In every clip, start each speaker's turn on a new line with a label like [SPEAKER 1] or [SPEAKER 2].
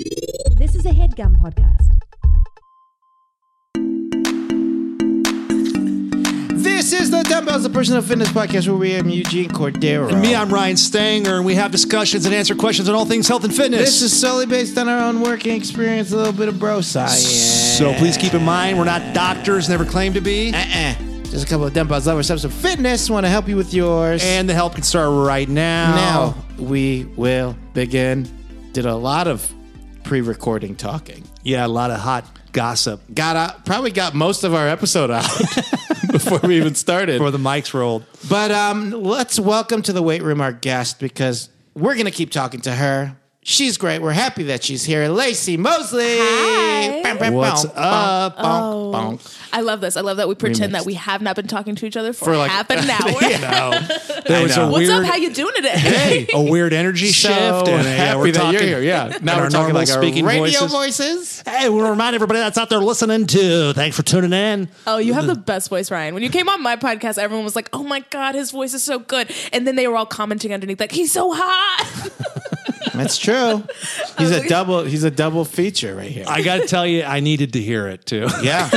[SPEAKER 1] is a headgum podcast.
[SPEAKER 2] This is the Dumbbells, the Personal Fitness Podcast, where we am Eugene Cordero.
[SPEAKER 3] And me, I'm Ryan Stanger, and we have discussions and answer questions on all things health and fitness.
[SPEAKER 2] This is solely based on our own working experience, a little bit of bro science.
[SPEAKER 3] so please keep in mind we're not doctors, never claim to be,
[SPEAKER 2] Uh-uh. Just a couple of dumbbells lovers, have some fitness, want to help you with yours.
[SPEAKER 3] and the help can start right now.
[SPEAKER 2] now we will begin. Did a lot of pre-recording talking.
[SPEAKER 3] yeah, a lot of hot gossip
[SPEAKER 2] Got out, probably got most of our episode out before we even started.
[SPEAKER 3] before the mics rolled.
[SPEAKER 2] But um, let's welcome to the weight room our guest because we're going to keep talking to her. She's great. We're happy that she's here. Lacey Mosley.
[SPEAKER 4] Hi. Oh.
[SPEAKER 2] Bam, bam,
[SPEAKER 3] What's
[SPEAKER 2] bonk,
[SPEAKER 3] up?
[SPEAKER 2] bonk, bonk, bonk.
[SPEAKER 4] I love this. I love that we pretend that we have not been talking to each other for,
[SPEAKER 2] For like-
[SPEAKER 4] half an hour.
[SPEAKER 3] There was a
[SPEAKER 2] know.
[SPEAKER 4] What's
[SPEAKER 3] weird,
[SPEAKER 4] up? How you doing today?
[SPEAKER 3] hey, a weird energy
[SPEAKER 2] So
[SPEAKER 3] shift. And, uh, yeah,
[SPEAKER 2] happy
[SPEAKER 3] we're
[SPEAKER 2] that
[SPEAKER 3] talking,
[SPEAKER 2] you're here. Yeah. Now
[SPEAKER 3] and
[SPEAKER 2] we're
[SPEAKER 3] our
[SPEAKER 2] talking
[SPEAKER 3] normal
[SPEAKER 2] like our
[SPEAKER 3] speaking
[SPEAKER 2] radio voices.
[SPEAKER 3] voices. Hey, we want to remind everybody that's out there listening to. Thanks for tuning in.
[SPEAKER 4] Oh, you have the best voice, Ryan. When you came on my podcast, everyone was like, "Oh my god, his voice is so good," and then they were all commenting underneath, like, "He's so hot."
[SPEAKER 2] That's true. He's a
[SPEAKER 4] like-
[SPEAKER 2] double. He's a double feature right here.
[SPEAKER 3] I got to tell you, I needed to hear it too.
[SPEAKER 2] yeah.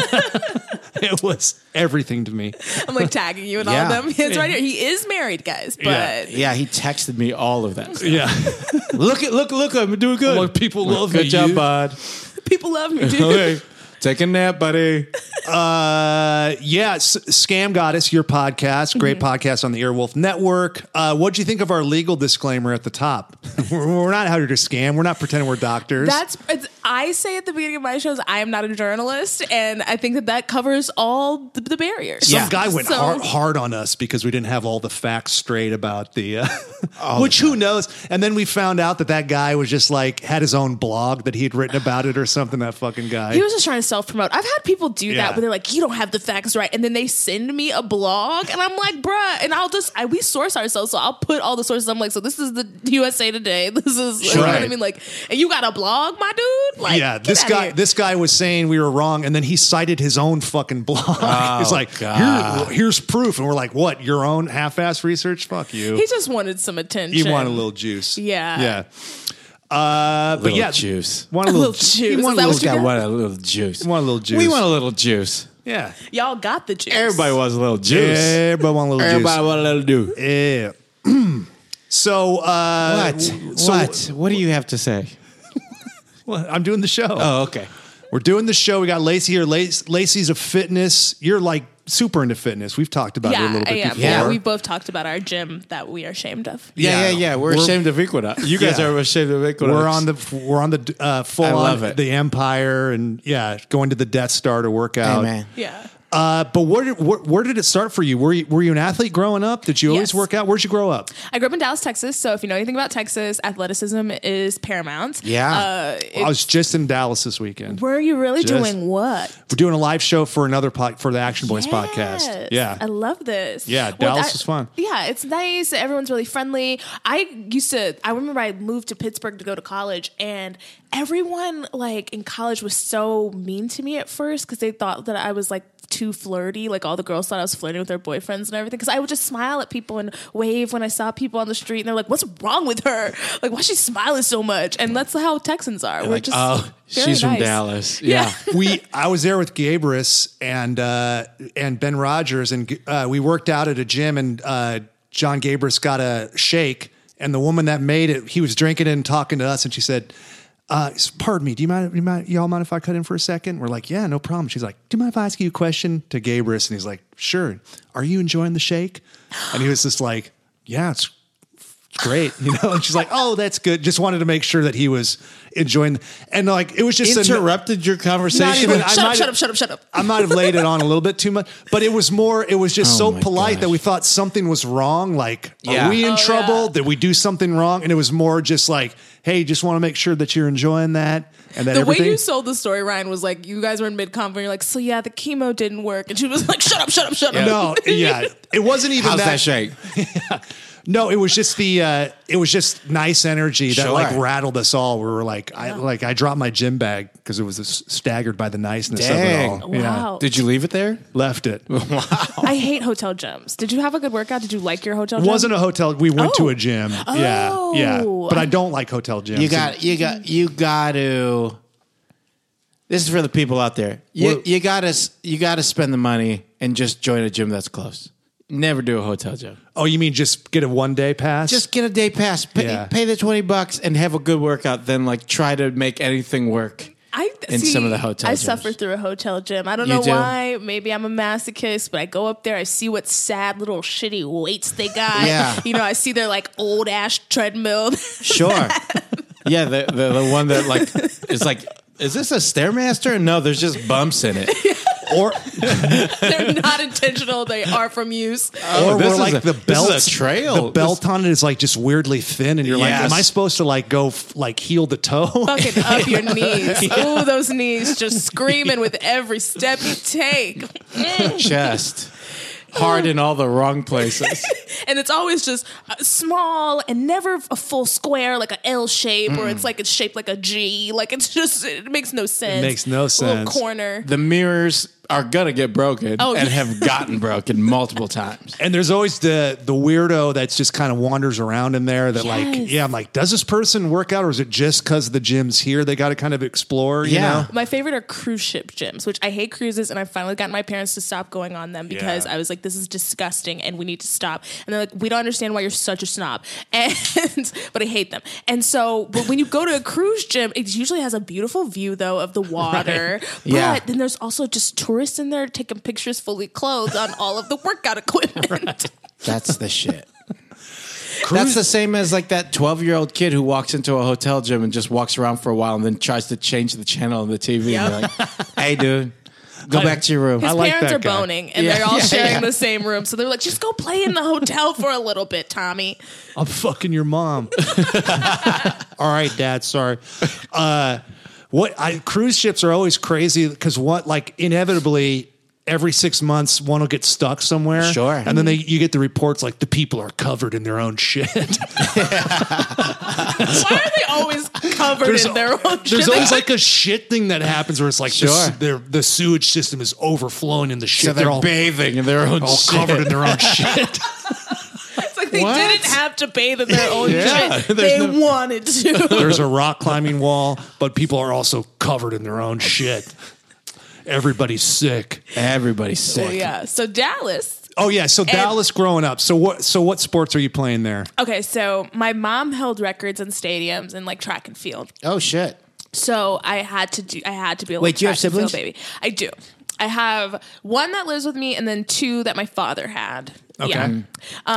[SPEAKER 3] it was everything to me.
[SPEAKER 4] I'm like tagging you and
[SPEAKER 2] Yeah.
[SPEAKER 4] all of them. It's right here. He is married, guys, but
[SPEAKER 3] Yeah.
[SPEAKER 2] Yeah. He texted me all of that. stuff.
[SPEAKER 3] Yeah.
[SPEAKER 2] look at look look. I'm doing good.
[SPEAKER 3] Look, people love
[SPEAKER 2] good
[SPEAKER 3] me,
[SPEAKER 2] job,
[SPEAKER 3] you-
[SPEAKER 2] bud.
[SPEAKER 4] people love me, dude.
[SPEAKER 2] Okay. Take a nap, buddy.
[SPEAKER 3] Uh, yeah, S- Scam Goddess, your podcast, great
[SPEAKER 4] Mm-hmm.
[SPEAKER 3] podcast on the Earwolf Network. Uh, what'd you think of our legal disclaimer at the top? we're, we're not out here to scam. We're not pretending we're doctors.
[SPEAKER 4] That's it's, I say at the beginning of my shows, I am not a journalist, and I think that that covers all the, the barriers.
[SPEAKER 3] some
[SPEAKER 2] Yeah.
[SPEAKER 3] guy went
[SPEAKER 4] So-
[SPEAKER 3] hard, hard on us because we didn't have all the facts straight about the, uh, which who knows? And then we found out that that guy was just like had his own blog that he had written about it or something. That fucking guy.
[SPEAKER 4] He was just trying to self promote. I've had people do
[SPEAKER 3] Yeah.
[SPEAKER 4] that, but they're like, "You don't have the facts right," and then they send me a blog, and I'm like, "Bruh," and I'll just I, we source ourselves, so I'll put all the sources. I'm like, "So this is the USA Today. This is you know what I
[SPEAKER 3] Right.
[SPEAKER 4] mean." Like, and you got a blog, my dude? Like,
[SPEAKER 3] yeah,
[SPEAKER 4] get
[SPEAKER 3] this
[SPEAKER 4] outta
[SPEAKER 3] guy
[SPEAKER 4] here.
[SPEAKER 3] this guy was saying we were wrong, and then he cited his own fucking blog. He's like, Here, here's proof, and we're like, what? Your own half-ass research? Fuck you.
[SPEAKER 4] he just wanted some attention.
[SPEAKER 3] you want a little juice?
[SPEAKER 4] Yeah.
[SPEAKER 3] yeah. Uh, but
[SPEAKER 2] Little
[SPEAKER 3] yeah,
[SPEAKER 2] juice.
[SPEAKER 3] Want a
[SPEAKER 4] A
[SPEAKER 3] little
[SPEAKER 4] little juice.
[SPEAKER 3] Want a
[SPEAKER 4] Is that
[SPEAKER 3] little,
[SPEAKER 4] what you got?
[SPEAKER 2] want a little juice.
[SPEAKER 3] want a little juice.
[SPEAKER 2] We want a little juice.
[SPEAKER 3] yeah.
[SPEAKER 4] Y'all got the juice.
[SPEAKER 2] Everybody wants a little juice.
[SPEAKER 3] Everybody want a little
[SPEAKER 2] Everybody want a little juice.
[SPEAKER 3] juice. Yeah. so uh,
[SPEAKER 2] What?
[SPEAKER 3] So,
[SPEAKER 2] what? What do you have to say?
[SPEAKER 3] Well, I'm doing the show.
[SPEAKER 2] Oh, okay.
[SPEAKER 3] We're doing the show. We got Lacey here. Lace, Lacey's a fitness. You're like super into fitness. We've talked about it a
[SPEAKER 4] Yeah,
[SPEAKER 3] little
[SPEAKER 4] I
[SPEAKER 3] bit
[SPEAKER 4] am.
[SPEAKER 3] before.
[SPEAKER 4] Yeah, we both talked about our gym that we are ashamed of.
[SPEAKER 2] Yeah, yeah, yeah. We're, ashamed of Equinox. You guys
[SPEAKER 3] Yeah.
[SPEAKER 2] are ashamed of Equinox.
[SPEAKER 3] We're on the we're on the uh, full
[SPEAKER 2] I love
[SPEAKER 3] on
[SPEAKER 2] it.
[SPEAKER 3] the Empire and yeah, going to the Death Star to work out.
[SPEAKER 2] man.
[SPEAKER 4] Yeah.
[SPEAKER 3] Uh, but where did where, where did it start for you? Were you were you an athlete growing up? Did you always
[SPEAKER 4] Yes.
[SPEAKER 3] work out? Where'd you grow up?
[SPEAKER 4] I grew up in Dallas, Texas. So if you know anything about Texas, athleticism is paramount.
[SPEAKER 2] Yeah.
[SPEAKER 4] Uh,
[SPEAKER 3] I was just in Dallas this weekend.
[SPEAKER 4] were you really
[SPEAKER 3] Just-
[SPEAKER 4] doing what?
[SPEAKER 3] We're doing a live show for another po- for the Action Boys podcast.
[SPEAKER 4] Yes.
[SPEAKER 3] Yeah,
[SPEAKER 4] I love this.
[SPEAKER 3] Yeah, Dallas is fun.
[SPEAKER 4] Yeah, it's nice. Everyone's really friendly. I used to, I remember I moved to Pittsburgh to go to college, and everyone like in college was so mean to me at first because they thought that I was like too flirty. Like all the girls thought I was flirting with their boyfriends and everything. Because I would just smile at people and wave when I saw people on the street, and they're like, "What's wrong with her? Like, why is she smiling so much?" And that's how Texans are. We're
[SPEAKER 2] Like,
[SPEAKER 4] just
[SPEAKER 2] oh,
[SPEAKER 4] very
[SPEAKER 2] she's from
[SPEAKER 4] nice.
[SPEAKER 2] Dallas. Yeah.
[SPEAKER 3] we I was there with Gabris and uh, and Ben Rogers and uh, we worked out at a gym and uh, John Gabris got a shake and the woman that made it he was drinking it and talking to us and she said. Uh, pardon me. Do you mind? You mind? Y'all mind if I cut in for a second? We're like, yeah, no problem. She's like, do you mind if I ask you a question to Gabris? And he's like, sure. Are you enjoying the shake? And he was just like, yeah, it's it's great, you know. And she's like, oh, that's good. Just wanted to make sure that he was enjoying. And like, it was just a-
[SPEAKER 2] Interrupted your conversation.
[SPEAKER 3] even- I
[SPEAKER 4] Shut up!
[SPEAKER 3] might-
[SPEAKER 4] Shut up! Shut up! Shut up!
[SPEAKER 3] I might have laid it on a little bit too much, but it was more, it was just
[SPEAKER 2] Oh
[SPEAKER 3] so
[SPEAKER 2] my
[SPEAKER 3] polite
[SPEAKER 2] gosh.
[SPEAKER 3] that we thought something was wrong. Like,
[SPEAKER 2] Yeah.
[SPEAKER 3] are we in
[SPEAKER 4] Oh,
[SPEAKER 3] trouble?
[SPEAKER 4] yeah.
[SPEAKER 3] Did we do something wrong? And it was more just like, hey, just want to make sure that you're enjoying that and that
[SPEAKER 4] The
[SPEAKER 3] everything.
[SPEAKER 4] way you sold the story, Ryan, was like you guys were in mid convo. and You're like, so yeah, the chemo didn't work, and she was like, shut up, shut up, shut up.
[SPEAKER 3] no, yeah, it wasn't even
[SPEAKER 2] How's
[SPEAKER 3] that.
[SPEAKER 2] that, shake?
[SPEAKER 3] No, it was just the uh, it was just nice energy that
[SPEAKER 2] Sure.
[SPEAKER 3] like rattled us all. We were like, I like I dropped my gym bag because it was staggered by the niceness
[SPEAKER 2] Dang.
[SPEAKER 3] of it all.
[SPEAKER 4] Wow.
[SPEAKER 2] Did you leave it there?
[SPEAKER 3] Left it.
[SPEAKER 4] I hate hotel gyms. Did you have a good workout? Did you like your hotel?
[SPEAKER 3] It wasn't a hotel. We went to
[SPEAKER 4] Oh.
[SPEAKER 3] a gym. Yeah, yeah.
[SPEAKER 4] Oh.
[SPEAKER 3] But I don't like hotel gyms.
[SPEAKER 2] You got, you got, you got to This is for the people out there. You,
[SPEAKER 3] What-
[SPEAKER 2] you gotta s- you gotta spend the money and just join a gym that's close. Never do a hotel gym.
[SPEAKER 3] Oh, you mean just get a one day pass?
[SPEAKER 2] Just get a day pass. Pay,
[SPEAKER 3] Yeah.
[SPEAKER 2] pay the twenty bucks and have a good workout. Then like try to make anything work.
[SPEAKER 4] I
[SPEAKER 2] In
[SPEAKER 4] see,
[SPEAKER 2] some of the hotel
[SPEAKER 4] I
[SPEAKER 2] gyms.
[SPEAKER 4] suffer through a hotel gym. I don't
[SPEAKER 2] You
[SPEAKER 4] know
[SPEAKER 2] do?
[SPEAKER 4] why. Maybe I'm a masochist, but I go up there. I see what sad little shitty weights they got.
[SPEAKER 2] Yeah.
[SPEAKER 4] you know, I see their like old ass treadmill.
[SPEAKER 2] Sure. yeah, the, the the one that like is like is this a stairmaster? No, there's just bumps in it.
[SPEAKER 3] or
[SPEAKER 4] They're not intentional. They are from use.
[SPEAKER 3] or
[SPEAKER 2] this
[SPEAKER 3] we're
[SPEAKER 2] is
[SPEAKER 3] like
[SPEAKER 2] a-
[SPEAKER 3] the
[SPEAKER 2] this is a
[SPEAKER 3] belt
[SPEAKER 2] trail.
[SPEAKER 3] The belt on it is like just weirdly thin, and you're like,
[SPEAKER 2] Yes.
[SPEAKER 3] am I supposed to like go f- like heel to toe?
[SPEAKER 4] Fucking up your knees. Ooh, those knees just screaming with every step you take. Mm.
[SPEAKER 2] Just hard in all the wrong places.
[SPEAKER 4] and it's always just uh, small and never a full square like a L shape or
[SPEAKER 3] Mm.
[SPEAKER 4] it's like it's shaped like a G. Like it's just it makes no sense.
[SPEAKER 3] makes no sense.
[SPEAKER 4] Little corner.
[SPEAKER 2] The mirrors are gonna get broken
[SPEAKER 4] Oh,
[SPEAKER 2] and
[SPEAKER 4] yeah.
[SPEAKER 2] have gotten broken multiple times.
[SPEAKER 3] and there's always the the weirdo that's just kind of wanders around in there. That
[SPEAKER 4] Yes.
[SPEAKER 3] like, yeah, I'm like, does this person work out, or is it just because the gym's here? They got to kind of explore. You
[SPEAKER 2] Yeah.
[SPEAKER 3] know?
[SPEAKER 4] My favorite are cruise ship gyms, which I hate cruises, and I finally got my parents to stop going on them because
[SPEAKER 3] Yeah.
[SPEAKER 4] I was like, "This is disgusting, and we need to stop." And they're like, "We don't understand why you're such a snob," and but I hate them. And so, but when you go to a cruise gym, it usually has a beautiful view though of the water. But
[SPEAKER 2] Yeah.
[SPEAKER 4] then there's also just tourists in there taking pictures fully clothed on all of the workout equipment.
[SPEAKER 2] That's the shit. That's the same as like that 12 year old kid who walks into a hotel gym and just walks around for a while and then tries to change the channel on the TV. And you're like, hey, dude, go back to your room.
[SPEAKER 4] His
[SPEAKER 3] I like
[SPEAKER 4] parents
[SPEAKER 3] that
[SPEAKER 4] are
[SPEAKER 3] guy.
[SPEAKER 4] boning, and
[SPEAKER 2] Yeah,
[SPEAKER 4] they're all
[SPEAKER 2] yeah,
[SPEAKER 4] sharing
[SPEAKER 2] yeah.
[SPEAKER 4] the same room. So they're like, "Just go play in the hotel for a little bit, Tommy."
[SPEAKER 3] I'm fucking your mom. All right, dad. Sorry. Uh, what I cruise ships are always crazy because what like inevitably every six months one will get stuck somewhere.
[SPEAKER 2] Sure.
[SPEAKER 3] And then they you get the reports like the people are covered in their own shit.
[SPEAKER 4] Why are they always covered in their own shit?
[SPEAKER 3] there's
[SPEAKER 4] They
[SPEAKER 3] always like a shit thing that happens where it's like
[SPEAKER 2] Sure.
[SPEAKER 3] the, their, the sewage system is overflowing in the shit.
[SPEAKER 2] So they're, Oh,
[SPEAKER 3] all,
[SPEAKER 2] bathing in their own
[SPEAKER 3] all
[SPEAKER 2] shit.
[SPEAKER 3] covered in their own shit.
[SPEAKER 4] It's like they
[SPEAKER 2] What?
[SPEAKER 4] didn't have to bathe in their own
[SPEAKER 2] Yeah,
[SPEAKER 4] shit.
[SPEAKER 2] there's
[SPEAKER 4] They wanted to.
[SPEAKER 3] There's a rock climbing wall, but people are also covered in their own shit. Everybody's sick.
[SPEAKER 2] Everybody's sick.
[SPEAKER 4] Well, Oh, yeah. So Dallas.
[SPEAKER 3] Oh yeah, so Dallas growing up. So what? So what sports are you playing there?
[SPEAKER 4] Okay, so my mom held records in stadiums and like track and field.
[SPEAKER 2] Oh, shit.
[SPEAKER 4] So I had to do. I had to be. Able
[SPEAKER 2] Wait,
[SPEAKER 4] to
[SPEAKER 2] do you have
[SPEAKER 4] track and field,
[SPEAKER 2] siblings?
[SPEAKER 4] baby? I do. I have one that lives with me, and then two that my father had.
[SPEAKER 3] Okay.
[SPEAKER 4] Yeah. Um,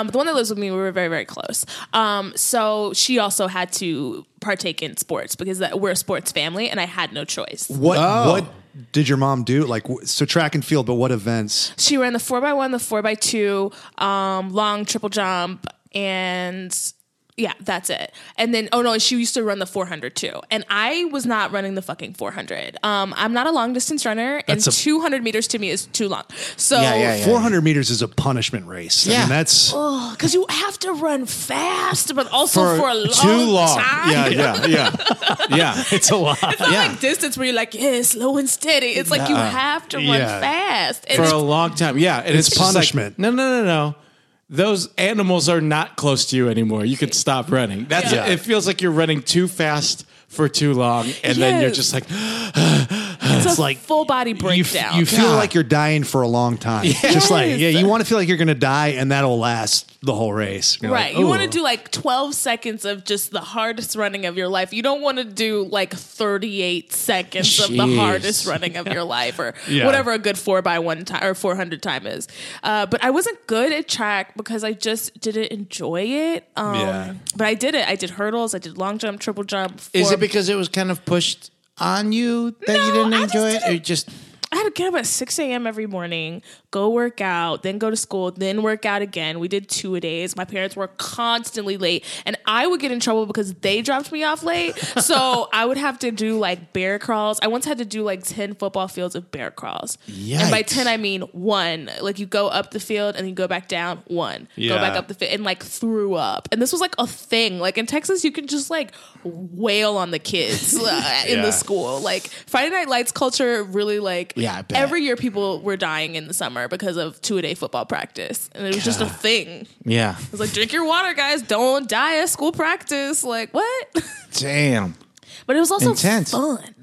[SPEAKER 4] but the one that lives with me, we were very, very close. Um, so she also had to partake in sports because that, we're a sports family, and I had no choice.
[SPEAKER 3] What?
[SPEAKER 2] Oh.
[SPEAKER 3] What did your mom do? Like wh- so, track and field, but what events?
[SPEAKER 4] She ran the four by one, the four by two, um, long triple jump, and yeah, that's it. And then oh no, she used to run the four hundred too, and I was not running the fucking four hundred. Um, I'm not a long distance runner,
[SPEAKER 3] That's a-
[SPEAKER 4] and two hundred meters to me is too long. So
[SPEAKER 2] Yeah, yeah, yeah.
[SPEAKER 3] Four hundred meters is a punishment race. I
[SPEAKER 2] Yeah.
[SPEAKER 3] mean, that's
[SPEAKER 4] Because you have to run fast, but also for, a long,
[SPEAKER 2] too long.
[SPEAKER 4] time.
[SPEAKER 2] Yeah, yeah, yeah. yeah.
[SPEAKER 3] it's a lot.
[SPEAKER 4] It's not
[SPEAKER 2] Yeah.
[SPEAKER 4] like distance where you're like, yeah, slow and steady. It's like you
[SPEAKER 2] Nuh-uh.
[SPEAKER 4] have to run
[SPEAKER 3] Yeah.
[SPEAKER 4] fast. And
[SPEAKER 2] For
[SPEAKER 4] it's-
[SPEAKER 2] a long time. Yeah. And it's,
[SPEAKER 3] It's
[SPEAKER 2] just like,
[SPEAKER 3] punishment.
[SPEAKER 2] no, no, no, no. Those animals are not close to you anymore. You could stop running. That's
[SPEAKER 4] Yeah.
[SPEAKER 2] it feels like you're running too fast for too long. And then you're
[SPEAKER 4] Yes.
[SPEAKER 2] just like,
[SPEAKER 4] it's, a
[SPEAKER 3] like
[SPEAKER 4] full body
[SPEAKER 3] You, f-
[SPEAKER 4] breakdown.
[SPEAKER 3] you feel
[SPEAKER 2] God.
[SPEAKER 3] like you're dying for a long time. Just like yeah, you want to feel like you're going to die, and that'll last the whole race. You're
[SPEAKER 4] Right.
[SPEAKER 3] like,
[SPEAKER 4] you want to
[SPEAKER 3] "Ooh."
[SPEAKER 4] do like 12 seconds of just the hardest running of your life. You don't want to do like 38 seconds of the
[SPEAKER 2] Jeez.
[SPEAKER 4] hardest running of your life or
[SPEAKER 3] Yeah.
[SPEAKER 4] whatever a good 4 by 1 time or 400 time is. Uh, but I wasn't good at track because I just didn't enjoy it. Um,
[SPEAKER 3] Yeah.
[SPEAKER 4] But I did it. I did hurdles. I did long jump, triple jump.
[SPEAKER 2] Is
[SPEAKER 4] four-
[SPEAKER 2] it because it was kind of pushed on you that you
[SPEAKER 4] No,
[SPEAKER 2] didn't
[SPEAKER 4] I just
[SPEAKER 2] enjoy it? Or
[SPEAKER 4] didn't-
[SPEAKER 2] just
[SPEAKER 4] I had to get up at 6 a.m. every morning, go work out, then go to school, then work out again. We did two a days. My parents were constantly late, and I would get in trouble because they dropped me off late. So I would have to do like bear crawls. I once had to do like 10 football fields of bear crawls. And by
[SPEAKER 2] Yikes.
[SPEAKER 4] 10, I mean one. Like you go up the field and you go back down one,
[SPEAKER 3] Yeah.
[SPEAKER 4] go back up the field, and like threw up. And this was like a thing. Like in Texas, you can just like wail on the kids uh, in
[SPEAKER 3] Yeah.
[SPEAKER 4] the school. Like Friday Night Lights culture really like
[SPEAKER 2] Yeah, I bet.
[SPEAKER 4] every year people were dying in the summer because of two a day football practice, and it was just a thing. It
[SPEAKER 2] yeah?
[SPEAKER 4] was like drink your water, guys. Don't die at school practice. Like what?
[SPEAKER 2] Damn.
[SPEAKER 4] but it was also
[SPEAKER 2] Intense.
[SPEAKER 4] fun.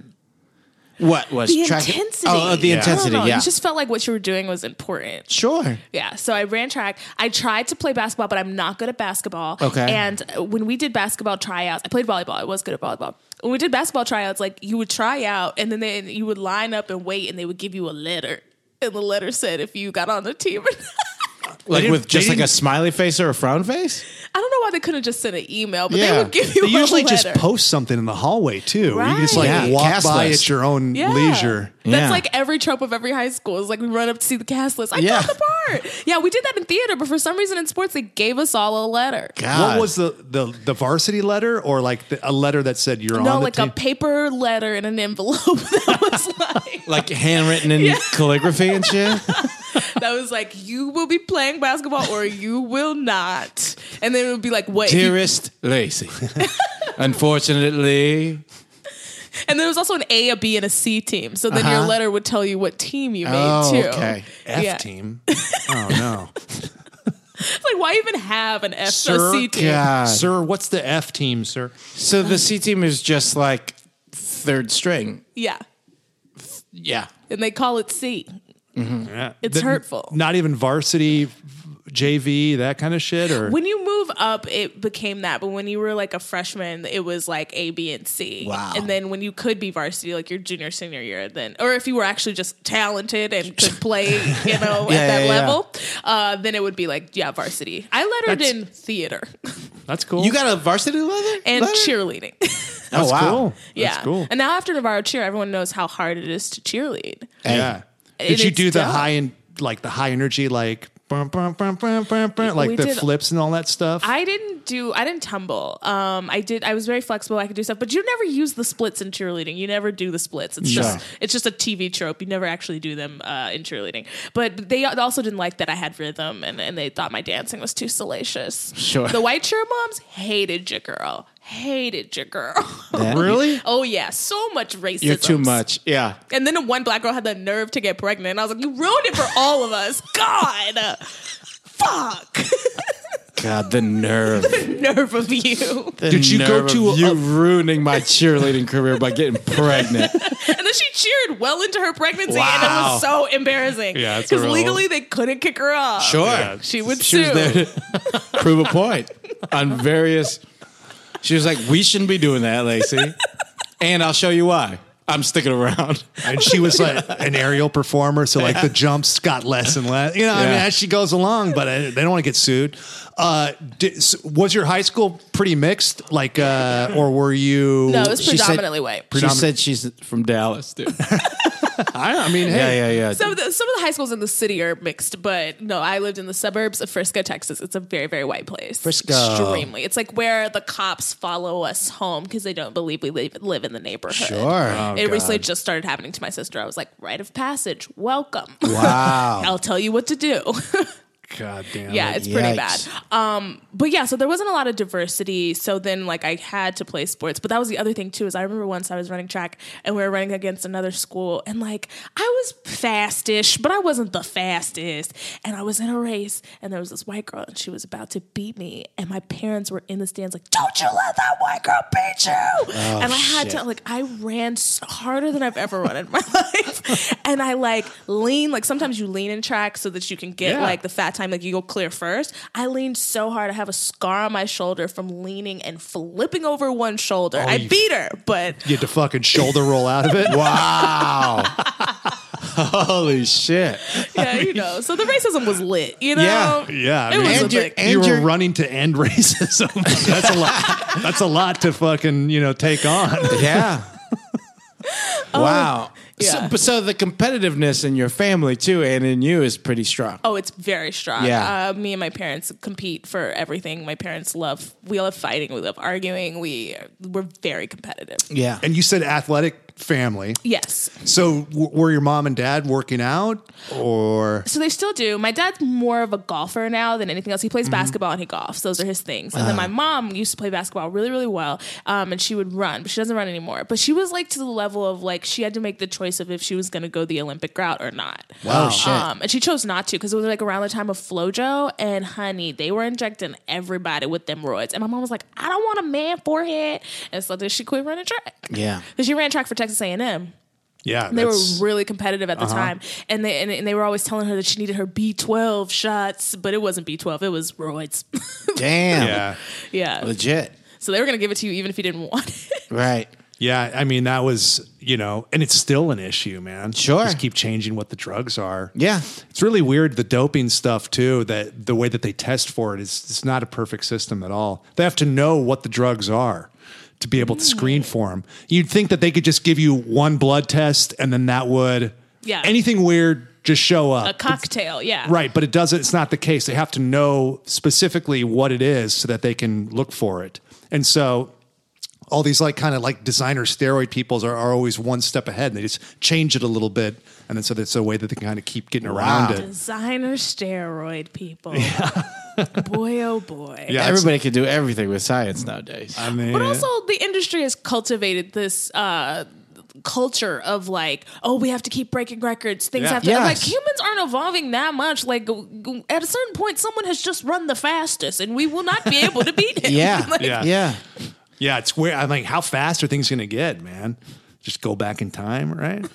[SPEAKER 2] What was
[SPEAKER 4] the
[SPEAKER 2] track-
[SPEAKER 4] intensity?
[SPEAKER 2] Oh, oh, the
[SPEAKER 4] I don't
[SPEAKER 2] intensity,
[SPEAKER 4] know.
[SPEAKER 2] yeah.
[SPEAKER 4] it just felt like what you were doing was important.
[SPEAKER 2] Sure.
[SPEAKER 4] Yeah, so I ran track. I tried to play basketball, but I'm not good at basketball.
[SPEAKER 2] Okay.
[SPEAKER 4] And when we did basketball tryouts, I played volleyball. I was good at volleyball. When we did basketball tryouts, like you would try out, and then then you would line up and wait, and they would give you a letter, and the letter said if you got on the team. or not.
[SPEAKER 2] Like
[SPEAKER 3] didn't-
[SPEAKER 2] with just
[SPEAKER 3] they
[SPEAKER 2] like a
[SPEAKER 3] didn't-
[SPEAKER 2] smiley face or a frown face?
[SPEAKER 4] I don't know why they couldn't just send an email, but
[SPEAKER 2] Yeah.
[SPEAKER 4] they would give you.
[SPEAKER 3] They
[SPEAKER 4] a
[SPEAKER 3] usually
[SPEAKER 4] letter.
[SPEAKER 3] just post something in the hallway too. You can just like
[SPEAKER 4] Right.
[SPEAKER 3] walk
[SPEAKER 2] Cast
[SPEAKER 3] by
[SPEAKER 2] list.
[SPEAKER 3] at your own
[SPEAKER 4] Yeah.
[SPEAKER 3] leisure.
[SPEAKER 4] That's
[SPEAKER 2] Yeah.
[SPEAKER 4] like every trope of every high school. It's like we run up to see the cast list. I
[SPEAKER 2] Yeah.
[SPEAKER 4] got the part. Yeah, we did that in theater, but for some reason in sports they gave us all a letter.
[SPEAKER 2] God.
[SPEAKER 3] What was the, the the varsity letter or like the, a letter that said you're
[SPEAKER 4] No,
[SPEAKER 3] on the
[SPEAKER 4] like a
[SPEAKER 3] team?
[SPEAKER 4] paper letter in an envelope that was like
[SPEAKER 2] like handwritten in calligraphy and shit?
[SPEAKER 4] that was like you will be playing basketball or you will not. And then it would be like what if you-
[SPEAKER 2] Dearest Lacey, unfortunately,
[SPEAKER 4] and there was also an A, a B, and a C team. So then your
[SPEAKER 2] Uh-huh.
[SPEAKER 4] letter would tell you what team you made
[SPEAKER 2] Oh,
[SPEAKER 4] too.
[SPEAKER 2] okay.
[SPEAKER 3] F
[SPEAKER 4] yeah.
[SPEAKER 3] team. oh no,
[SPEAKER 4] It's like why even have an F or
[SPEAKER 3] sir.
[SPEAKER 4] C team?
[SPEAKER 2] God.
[SPEAKER 3] Sir, what's the F team, sir?
[SPEAKER 2] so the C team is just like third string.
[SPEAKER 4] Yeah.
[SPEAKER 2] Yeah.
[SPEAKER 4] And they call it C. It's
[SPEAKER 3] The-
[SPEAKER 4] hurtful.
[SPEAKER 3] Not even varsity, JV, that kind of shit. Or
[SPEAKER 4] When you move up, it became that. But when you were like a freshman, it was like A, B, and C.
[SPEAKER 2] Wow.
[SPEAKER 4] And then when you could be varsity, like your junior, senior year, then, or if you were actually just talented and could play, you know,
[SPEAKER 2] Yeah,
[SPEAKER 4] at that
[SPEAKER 2] yeah, yeah.
[SPEAKER 4] level, uh, then it would be like, yeah, varsity. I lettered
[SPEAKER 3] That's-
[SPEAKER 4] in theater
[SPEAKER 3] that's cool.
[SPEAKER 2] You got a varsity leather?
[SPEAKER 4] and
[SPEAKER 2] leather?
[SPEAKER 4] cheerleading.
[SPEAKER 2] Oh,
[SPEAKER 3] that's
[SPEAKER 2] wow.
[SPEAKER 3] cool.
[SPEAKER 4] yeah.
[SPEAKER 3] that's cool.
[SPEAKER 4] And now after Navarro Cheer, everyone knows how hard it is to cheerlead.
[SPEAKER 2] Hey,
[SPEAKER 3] yeah.
[SPEAKER 4] And
[SPEAKER 3] Did you
[SPEAKER 4] it's
[SPEAKER 3] do the
[SPEAKER 4] dope.
[SPEAKER 3] high and like the high energy like bum, bum, bum, bum, bum, bum, like
[SPEAKER 4] We
[SPEAKER 3] the
[SPEAKER 4] did-
[SPEAKER 3] flips and all that stuff?
[SPEAKER 4] I didn't do. I didn't tumble. Um, I did. I was very flexible. I could do stuff. But you never use the splits in cheerleading. You never do the splits. It's
[SPEAKER 2] No.
[SPEAKER 4] just. It's just a TV trope. You never actually do them uh, in cheerleading. But they also didn't like that I had rhythm, and, and they thought my dancing was too salacious.
[SPEAKER 2] Sure.
[SPEAKER 4] The white cheer moms hated your girl. Hated your girl.
[SPEAKER 2] That-
[SPEAKER 3] really?
[SPEAKER 4] oh yeah, so much racism.
[SPEAKER 2] You're too much. Yeah.
[SPEAKER 4] And then one black girl had the nerve to get pregnant. And I was like, you ruined it for all of us. God. Fuck.
[SPEAKER 2] God, the nerve.
[SPEAKER 4] nerve of you.
[SPEAKER 2] The
[SPEAKER 3] Did you go
[SPEAKER 2] nerve of
[SPEAKER 3] to a-
[SPEAKER 2] you ruining my cheerleading career by getting pregnant?
[SPEAKER 4] And then she cheered well into her pregnancy, and it
[SPEAKER 2] Wow.
[SPEAKER 4] was so embarrassing.
[SPEAKER 3] Yeah, it's a
[SPEAKER 4] because
[SPEAKER 3] real-
[SPEAKER 4] legally they couldn't kick her off.
[SPEAKER 2] Sure.
[SPEAKER 4] she would
[SPEAKER 2] She was
[SPEAKER 4] sue.
[SPEAKER 2] there to prove a point on various. She was like, "We shouldn't be doing that, Lacey," and I'll show you why. I'm sticking around.
[SPEAKER 3] And she was like an aerial performer, so like the jumps got less and less. You know, I mean,
[SPEAKER 2] Yeah.
[SPEAKER 3] as she goes along, but uh, they don't want to get sued. Uh, di- s was your high school pretty mixed, like, uh, or were you?
[SPEAKER 4] No, it was
[SPEAKER 2] She said-
[SPEAKER 4] predominantly white.
[SPEAKER 2] She said she's from Dallas, dude.
[SPEAKER 3] I, I mean, hey,
[SPEAKER 2] Yeah, yeah, yeah.
[SPEAKER 4] Some of, the, some of the high schools in the city are mixed, but no, I lived in the suburbs of Frisco, Texas. It's a very, very white place.
[SPEAKER 2] Frisco.
[SPEAKER 4] Extremely. It's like where the cops follow us home because they don't believe we live, live in the neighborhood.
[SPEAKER 2] sure. Oh,
[SPEAKER 4] it recently just started happening to my sister. I was like, rite of passage, welcome.
[SPEAKER 2] Wow.
[SPEAKER 4] I'll tell you what to do.
[SPEAKER 3] God damn.
[SPEAKER 4] yeah,
[SPEAKER 3] it.
[SPEAKER 4] it's pretty bad.
[SPEAKER 2] Yikes.
[SPEAKER 4] but yeah, so there wasn't a lot of diversity. So then, like, I had to play sports. But that was the other thing too. Is I remember once I was running track and we were running against another school, and like I was fastish, but I wasn't the fastest. And I was in a race, and there was this white girl, and she was about to beat me, and my parents were in the stands, like, "Don't you let that white girl beat you!" and I had to like I ran so harder than I've ever run in my life, and I like lean like sometimes you lean in track so that you can get
[SPEAKER 3] Yeah.
[SPEAKER 4] like the fat time, like you go clear first. I leaned so hard. I have a scar on my shoulder from leaning and flipping over one shoulder. I
[SPEAKER 3] you-
[SPEAKER 4] beat her, but
[SPEAKER 3] You had to fucking shoulder roll out of it.
[SPEAKER 2] Wow. Holy shit.
[SPEAKER 4] yeah, you know. So the racism was lit, you know?
[SPEAKER 2] Yeah,
[SPEAKER 3] Yeah, I
[SPEAKER 4] It
[SPEAKER 3] mean-
[SPEAKER 4] was
[SPEAKER 2] And
[SPEAKER 4] a
[SPEAKER 2] you-
[SPEAKER 4] big-
[SPEAKER 2] and
[SPEAKER 3] you were
[SPEAKER 2] you're-
[SPEAKER 3] running to end racism. that's a lot. That's a lot to fucking you know take on.
[SPEAKER 2] Yeah. wow.
[SPEAKER 4] yeah.
[SPEAKER 2] So, but so the competitiveness in your family too, and in you, is pretty strong.
[SPEAKER 4] Oh, it's very strong.
[SPEAKER 2] Yeah.
[SPEAKER 4] Uh, me and my parents compete for everything. My parents love, we love fighting, we love arguing, we, we're very competitive.
[SPEAKER 2] Yeah.
[SPEAKER 3] And you said athletic family.
[SPEAKER 4] Yes.
[SPEAKER 3] So w- were your mom and dad working out, or
[SPEAKER 4] So they still do. My dad's more of a golfer now than anything else. He plays basketball and he golfs. Those are his things. And then my mom used to play basketball really, really well. Um, and she would run, but she doesn't run anymore. But she was like to the level of like she had to make the choice of if she was going to go the Olympic route or not.
[SPEAKER 2] Wow. Oh, shit.
[SPEAKER 4] Um, and she chose not to because it was like around the time of Flojo and Honey. They were injecting everybody with them roids. And my mom was like, I don't want a man forehead. And so then she quit running track.
[SPEAKER 2] yeah.
[SPEAKER 4] Because she ran track for Texas A&M.
[SPEAKER 3] Yeah,
[SPEAKER 4] They were
[SPEAKER 3] that's- Uh-huh.
[SPEAKER 4] really competitive at the time, and they and, and they were always telling her that she needed her B twelve shots, but it wasn't B twelve; it was roids.
[SPEAKER 2] Damn.
[SPEAKER 3] yeah,
[SPEAKER 4] yeah,
[SPEAKER 2] Legit.
[SPEAKER 4] so they were gonna give it to you even if you didn't want it.
[SPEAKER 2] Right.
[SPEAKER 3] yeah. I mean, that was you know, and it's still an issue, man.
[SPEAKER 2] Sure.
[SPEAKER 3] just keep changing what the drugs are.
[SPEAKER 2] Yeah.
[SPEAKER 3] It's really weird the doping stuff too. That the way that they test for it is it's not a perfect system at all. They have to know what the drugs are to be able to screen for them. You'd think that they could just give you one blood test and then that would
[SPEAKER 4] Yeah.
[SPEAKER 3] anything weird just show up.
[SPEAKER 4] A cocktail, yeah,
[SPEAKER 3] Right, but it doesn't. It's not the case. They have to know specifically what it is so that they can look for it. And so, all these like kind of like designer steroid peoples are, are always one step ahead. And they just change it a little bit, and then so that's a way that they can kind of keep getting around it.
[SPEAKER 4] Designer steroid people. boy, oh boy.
[SPEAKER 3] Yeah, it's-
[SPEAKER 2] Everybody can do everything with science nowadays.
[SPEAKER 3] I mean,
[SPEAKER 4] But also, the industry has cultivated this uh, culture of like, oh, we have to keep breaking records. Things
[SPEAKER 3] Yeah.
[SPEAKER 4] have to
[SPEAKER 2] Yes.
[SPEAKER 4] like humans aren't evolving that much. Like g- g- at a certain point, someone has just run the fastest, and we will not be able to beat him.
[SPEAKER 2] yeah.
[SPEAKER 4] Like,
[SPEAKER 2] yeah.
[SPEAKER 3] Yeah. yeah, it's weird. I'm like, how fast are things going to get, man? Just go back in time, right?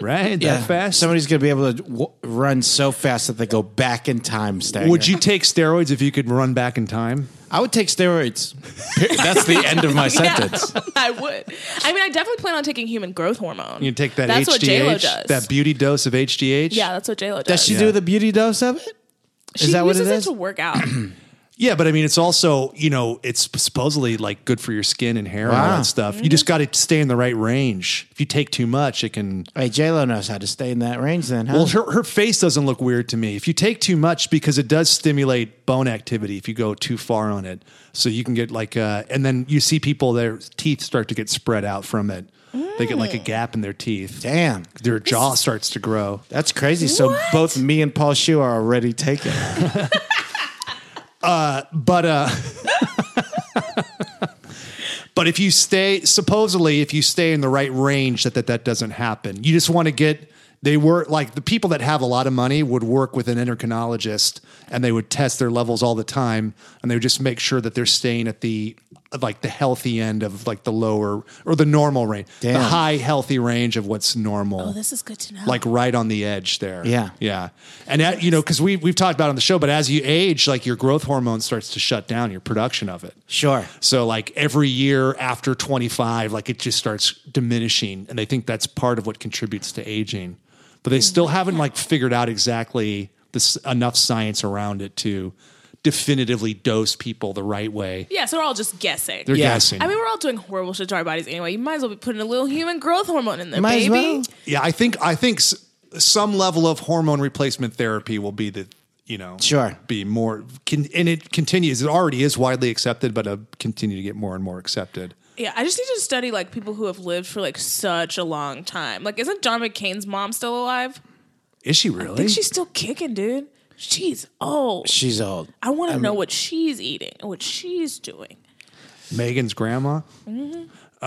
[SPEAKER 3] Right, that fast.
[SPEAKER 2] Somebody's going to be able to w- run so fast that they go back in time. Stagger.
[SPEAKER 3] Would you take steroids if you could run back in time?
[SPEAKER 2] I would take steroids. That's the end of my
[SPEAKER 4] Yeah,
[SPEAKER 2] sentence.
[SPEAKER 4] I would. I mean, I definitely plan on taking human growth hormone.
[SPEAKER 3] You take that
[SPEAKER 4] That's
[SPEAKER 3] HGH,
[SPEAKER 4] what J-Lo does.
[SPEAKER 3] that beauty dose of HGH.
[SPEAKER 4] yeah, that's what J Lo does.
[SPEAKER 2] Does she
[SPEAKER 3] Yeah.
[SPEAKER 2] do the beauty dose of it? Is
[SPEAKER 4] She
[SPEAKER 2] that what
[SPEAKER 4] uses
[SPEAKER 2] it is?
[SPEAKER 4] to work out.
[SPEAKER 3] Yeah, but I mean, it's also you know, it's supposedly like good for your skin and hair and all
[SPEAKER 2] Wow.
[SPEAKER 3] that stuff. You just got to stay in the right range. If you take too much, it can.
[SPEAKER 2] Hey, J Lo knows how to stay in that range. Then, huh?
[SPEAKER 3] Well, her her face doesn't look weird to me. If you take too much, because it does stimulate bone activity. If you go too far on it, so you can get like, uh, and then you see people their teeth start to get spread out from it. They get like a gap in their teeth.
[SPEAKER 2] Damn,
[SPEAKER 3] Their jaw starts to grow.
[SPEAKER 2] that's crazy. So
[SPEAKER 4] What?
[SPEAKER 2] both me and Paul Shu are already taken.
[SPEAKER 3] But uh But if you stay supposedly if you stay in the right range that that, that doesn't happen. You just want to get they were like the people that have a lot of money would work with an endocrinologist and they would test their levels all the time and they would just make sure that they're staying at the like the healthy end of like the lower or the normal range. The
[SPEAKER 2] Damn.
[SPEAKER 3] high healthy range of what's normal
[SPEAKER 4] Oh, this is good to know.
[SPEAKER 3] like right on the edge there.
[SPEAKER 2] Yeah.
[SPEAKER 3] Yeah. And that, you know, cause we, we've talked about it on the show, but as you age, like your growth hormone starts to shut down your production of it.
[SPEAKER 2] Sure.
[SPEAKER 3] So like every year after 25, like it just starts diminishing. And they think that's part of what contributes to aging, but they still haven't like figured out exactly this enough science around it to definitively dose people the right way.
[SPEAKER 4] yeah, so we're all just guessing.
[SPEAKER 3] They're
[SPEAKER 2] Yeah.
[SPEAKER 3] guessing.
[SPEAKER 4] I mean, we're all doing horrible shit to our bodies anyway. You might as well be putting a little human growth hormone in there,
[SPEAKER 2] Might as
[SPEAKER 4] baby.
[SPEAKER 2] well.
[SPEAKER 3] yeah, I think, I think s- some level of hormone replacement therapy will be the, you know,
[SPEAKER 2] Sure.
[SPEAKER 3] be more can, and it continues it already is widely accepted but uh, continue to get more and more accepted
[SPEAKER 4] Yeah, I just need to study like people who have lived for like such a long time. Like, isn't John McCain's mom still alive?
[SPEAKER 3] is she really
[SPEAKER 4] I think she's still kicking, dude. She's old.
[SPEAKER 2] She's old.
[SPEAKER 4] I want to know what she's eating and what she's doing.
[SPEAKER 3] megan's grandma uh,
[SPEAKER 4] Mm-hmm.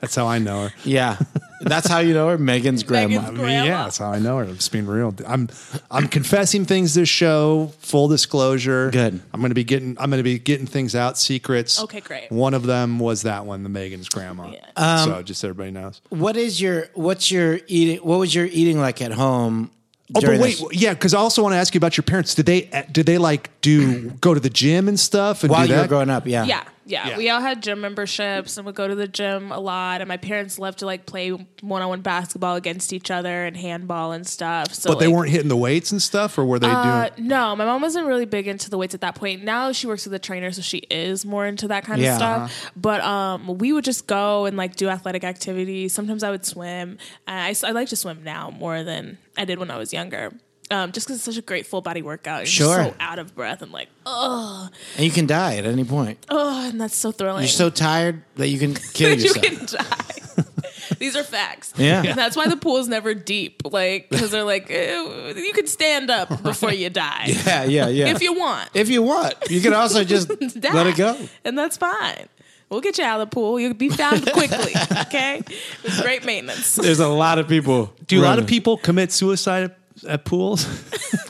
[SPEAKER 3] that's how i know her
[SPEAKER 2] Yeah, that's how you know her, Megan's grandma.
[SPEAKER 4] Megan's-
[SPEAKER 3] I mean, yeah
[SPEAKER 4] Grandma.
[SPEAKER 3] that's how i know her i'm just being real i'm i'm confessing things this show full disclosure
[SPEAKER 2] Good.
[SPEAKER 3] i'm gonna be getting i'm gonna be getting things out secrets
[SPEAKER 4] Okay, great.
[SPEAKER 3] one of them was that one the megan's grandma
[SPEAKER 4] Yeah.
[SPEAKER 3] so
[SPEAKER 4] Um,
[SPEAKER 3] just so everybody knows
[SPEAKER 2] What is your what's your eating? What was your eating like at home?
[SPEAKER 3] Oh, but
[SPEAKER 2] during
[SPEAKER 3] wait,
[SPEAKER 2] this-
[SPEAKER 3] yeah, because I also want to ask you about your parents. Did they uh, did they like do go to the gym and stuff? And
[SPEAKER 2] while
[SPEAKER 3] do
[SPEAKER 2] you
[SPEAKER 3] that?
[SPEAKER 2] were growing up, yeah,
[SPEAKER 4] Yeah, yeah,
[SPEAKER 3] Yeah.
[SPEAKER 4] We all had gym memberships and would go to the gym a lot. And my parents loved to like play one on one basketball against each other and handball and stuff. So,
[SPEAKER 3] But they
[SPEAKER 4] like,
[SPEAKER 3] weren't hitting the weights and stuff, or were they
[SPEAKER 4] Uh,
[SPEAKER 3] doing?
[SPEAKER 4] no, my mom wasn't really big into the weights at that point. Now she works with a trainer, so she is more into that kind
[SPEAKER 2] Yeah,
[SPEAKER 4] of stuff. But um, we would just go and like do athletic activities. Sometimes I would swim. I, I, I like to swim now more than I did when I was younger. Um, just because it's such a great full body workout. You're just
[SPEAKER 2] Sure.
[SPEAKER 4] so out of breath and like, oh,
[SPEAKER 2] and you can die at any point.
[SPEAKER 4] and that's so thrilling.
[SPEAKER 2] You're so tired that you can kill
[SPEAKER 4] Oh. that you
[SPEAKER 2] yourself.
[SPEAKER 4] can die. These are facts.
[SPEAKER 2] Yeah.
[SPEAKER 4] And that's why the pool's never deep. Like, because they're like, eh, you can stand up before you die.
[SPEAKER 2] yeah, yeah, yeah.
[SPEAKER 4] If you want.
[SPEAKER 2] if you want, you can also just
[SPEAKER 4] die.
[SPEAKER 2] let it go.
[SPEAKER 4] And that's fine. We'll get you out of the pool. You'll be found quickly. Okay? It's great maintenance.
[SPEAKER 2] There's a lot of people.
[SPEAKER 3] Do a lot of
[SPEAKER 2] running.
[SPEAKER 3] people commit suicide at, at pools?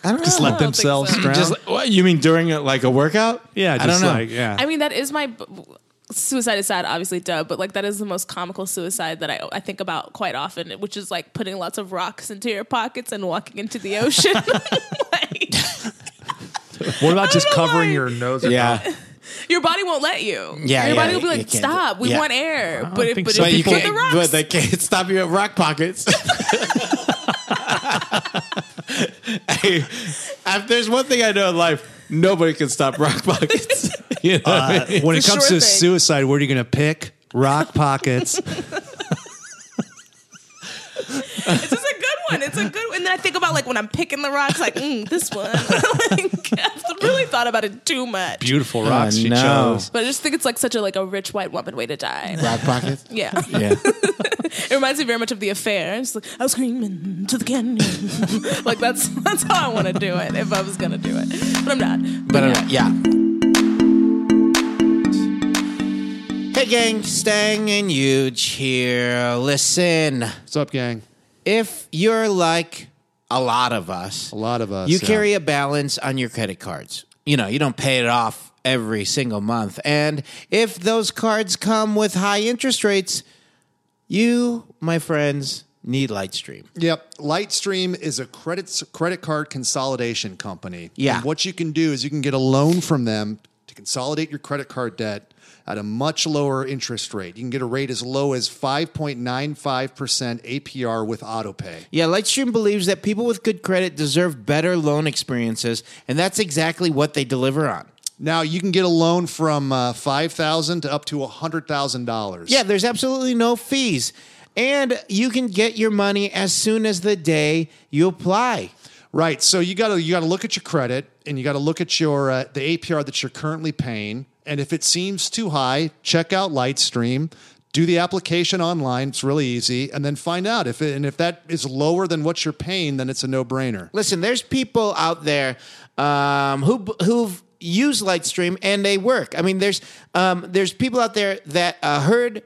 [SPEAKER 2] I don't
[SPEAKER 3] just
[SPEAKER 2] know.
[SPEAKER 3] let
[SPEAKER 4] don't think
[SPEAKER 3] themselves
[SPEAKER 4] so.
[SPEAKER 3] drown.
[SPEAKER 2] Just what you mean during a, like a workout?
[SPEAKER 3] yeah,
[SPEAKER 2] I
[SPEAKER 3] just
[SPEAKER 2] don't know.
[SPEAKER 3] like yeah.
[SPEAKER 4] I mean, that is my suicide is sad, obviously, duh, but like that is the most comical suicide that I, I think about quite often, which is like putting lots of rocks into your pockets and walking into the ocean. like,
[SPEAKER 1] What about just
[SPEAKER 4] know
[SPEAKER 1] covering
[SPEAKER 4] why.
[SPEAKER 1] your nose? or mouth?
[SPEAKER 2] Yeah.
[SPEAKER 4] your body won't let you.
[SPEAKER 2] Yeah, yeah,
[SPEAKER 4] your body will be
[SPEAKER 2] you
[SPEAKER 4] like,
[SPEAKER 2] can't do-
[SPEAKER 4] stop, we
[SPEAKER 2] yeah.
[SPEAKER 4] want air. But if,
[SPEAKER 1] think
[SPEAKER 4] but
[SPEAKER 1] so.
[SPEAKER 4] if
[SPEAKER 2] But
[SPEAKER 4] you
[SPEAKER 2] you
[SPEAKER 4] put the
[SPEAKER 2] can't.
[SPEAKER 4] rocks,
[SPEAKER 2] But they can't stop you at rock pockets. hey, if there's one thing I know in life, nobody can stop rock pockets. You know what I mean?
[SPEAKER 3] When it
[SPEAKER 4] It's a
[SPEAKER 3] comes
[SPEAKER 4] sure
[SPEAKER 3] to
[SPEAKER 4] thing.
[SPEAKER 3] suicide, where are you going to pick? Rock pockets.
[SPEAKER 4] this is a good one. It's a good one. And then I think about like when I'm picking the rocks, like, mm, this one. like, I've really thought about it too much.
[SPEAKER 3] Beautiful
[SPEAKER 2] rocks she chose.
[SPEAKER 4] But I just think it's like such a like a rich white woman way to die.
[SPEAKER 2] rock pockets.
[SPEAKER 4] Yeah.
[SPEAKER 2] Yeah.
[SPEAKER 4] It reminds me very much of the affair. It's like I was screaming to the canyon. like that's that's how I want to do it if I was gonna do it, but I'm not.
[SPEAKER 2] But uh, yeah. Hey gang, Stang and Huge here. Listen,
[SPEAKER 3] What's up, gang?
[SPEAKER 2] if you're like a lot of us,
[SPEAKER 3] A lot of us.
[SPEAKER 2] you
[SPEAKER 3] yeah.
[SPEAKER 2] carry a balance on your credit cards. You know, you don't pay it off every single month. And if those cards come with high interest rates, you, my friends, need Lightstream.
[SPEAKER 3] Yep. Lightstream is a credit credit card consolidation company.
[SPEAKER 2] Yeah.
[SPEAKER 3] And what you can do is you can get a loan from them to consolidate your credit card debt at a much lower interest rate. You can get a rate as low as 5.95% APR with autopay.
[SPEAKER 2] Yeah, Lightstream believes that people with good credit deserve better loan experiences, and that's exactly what they deliver on.
[SPEAKER 3] Now, you can get a loan from uh, 5000 to up to $100,000.
[SPEAKER 2] Yeah, there's absolutely no fees. And you can get your money as soon as the day you apply.
[SPEAKER 3] Right. So you got to you got to look at your credit and you got to look at your uh, the APR that you're currently paying. And if it seems too high, check out Lightstream. Do the application online. It's really easy, and then find out if it, and if that is lower than what you're paying, then it's a no brainer.
[SPEAKER 2] Listen, there's people out there um, who who've used Lightstream and they work. I mean, there's um, there's people out there that uh, heard.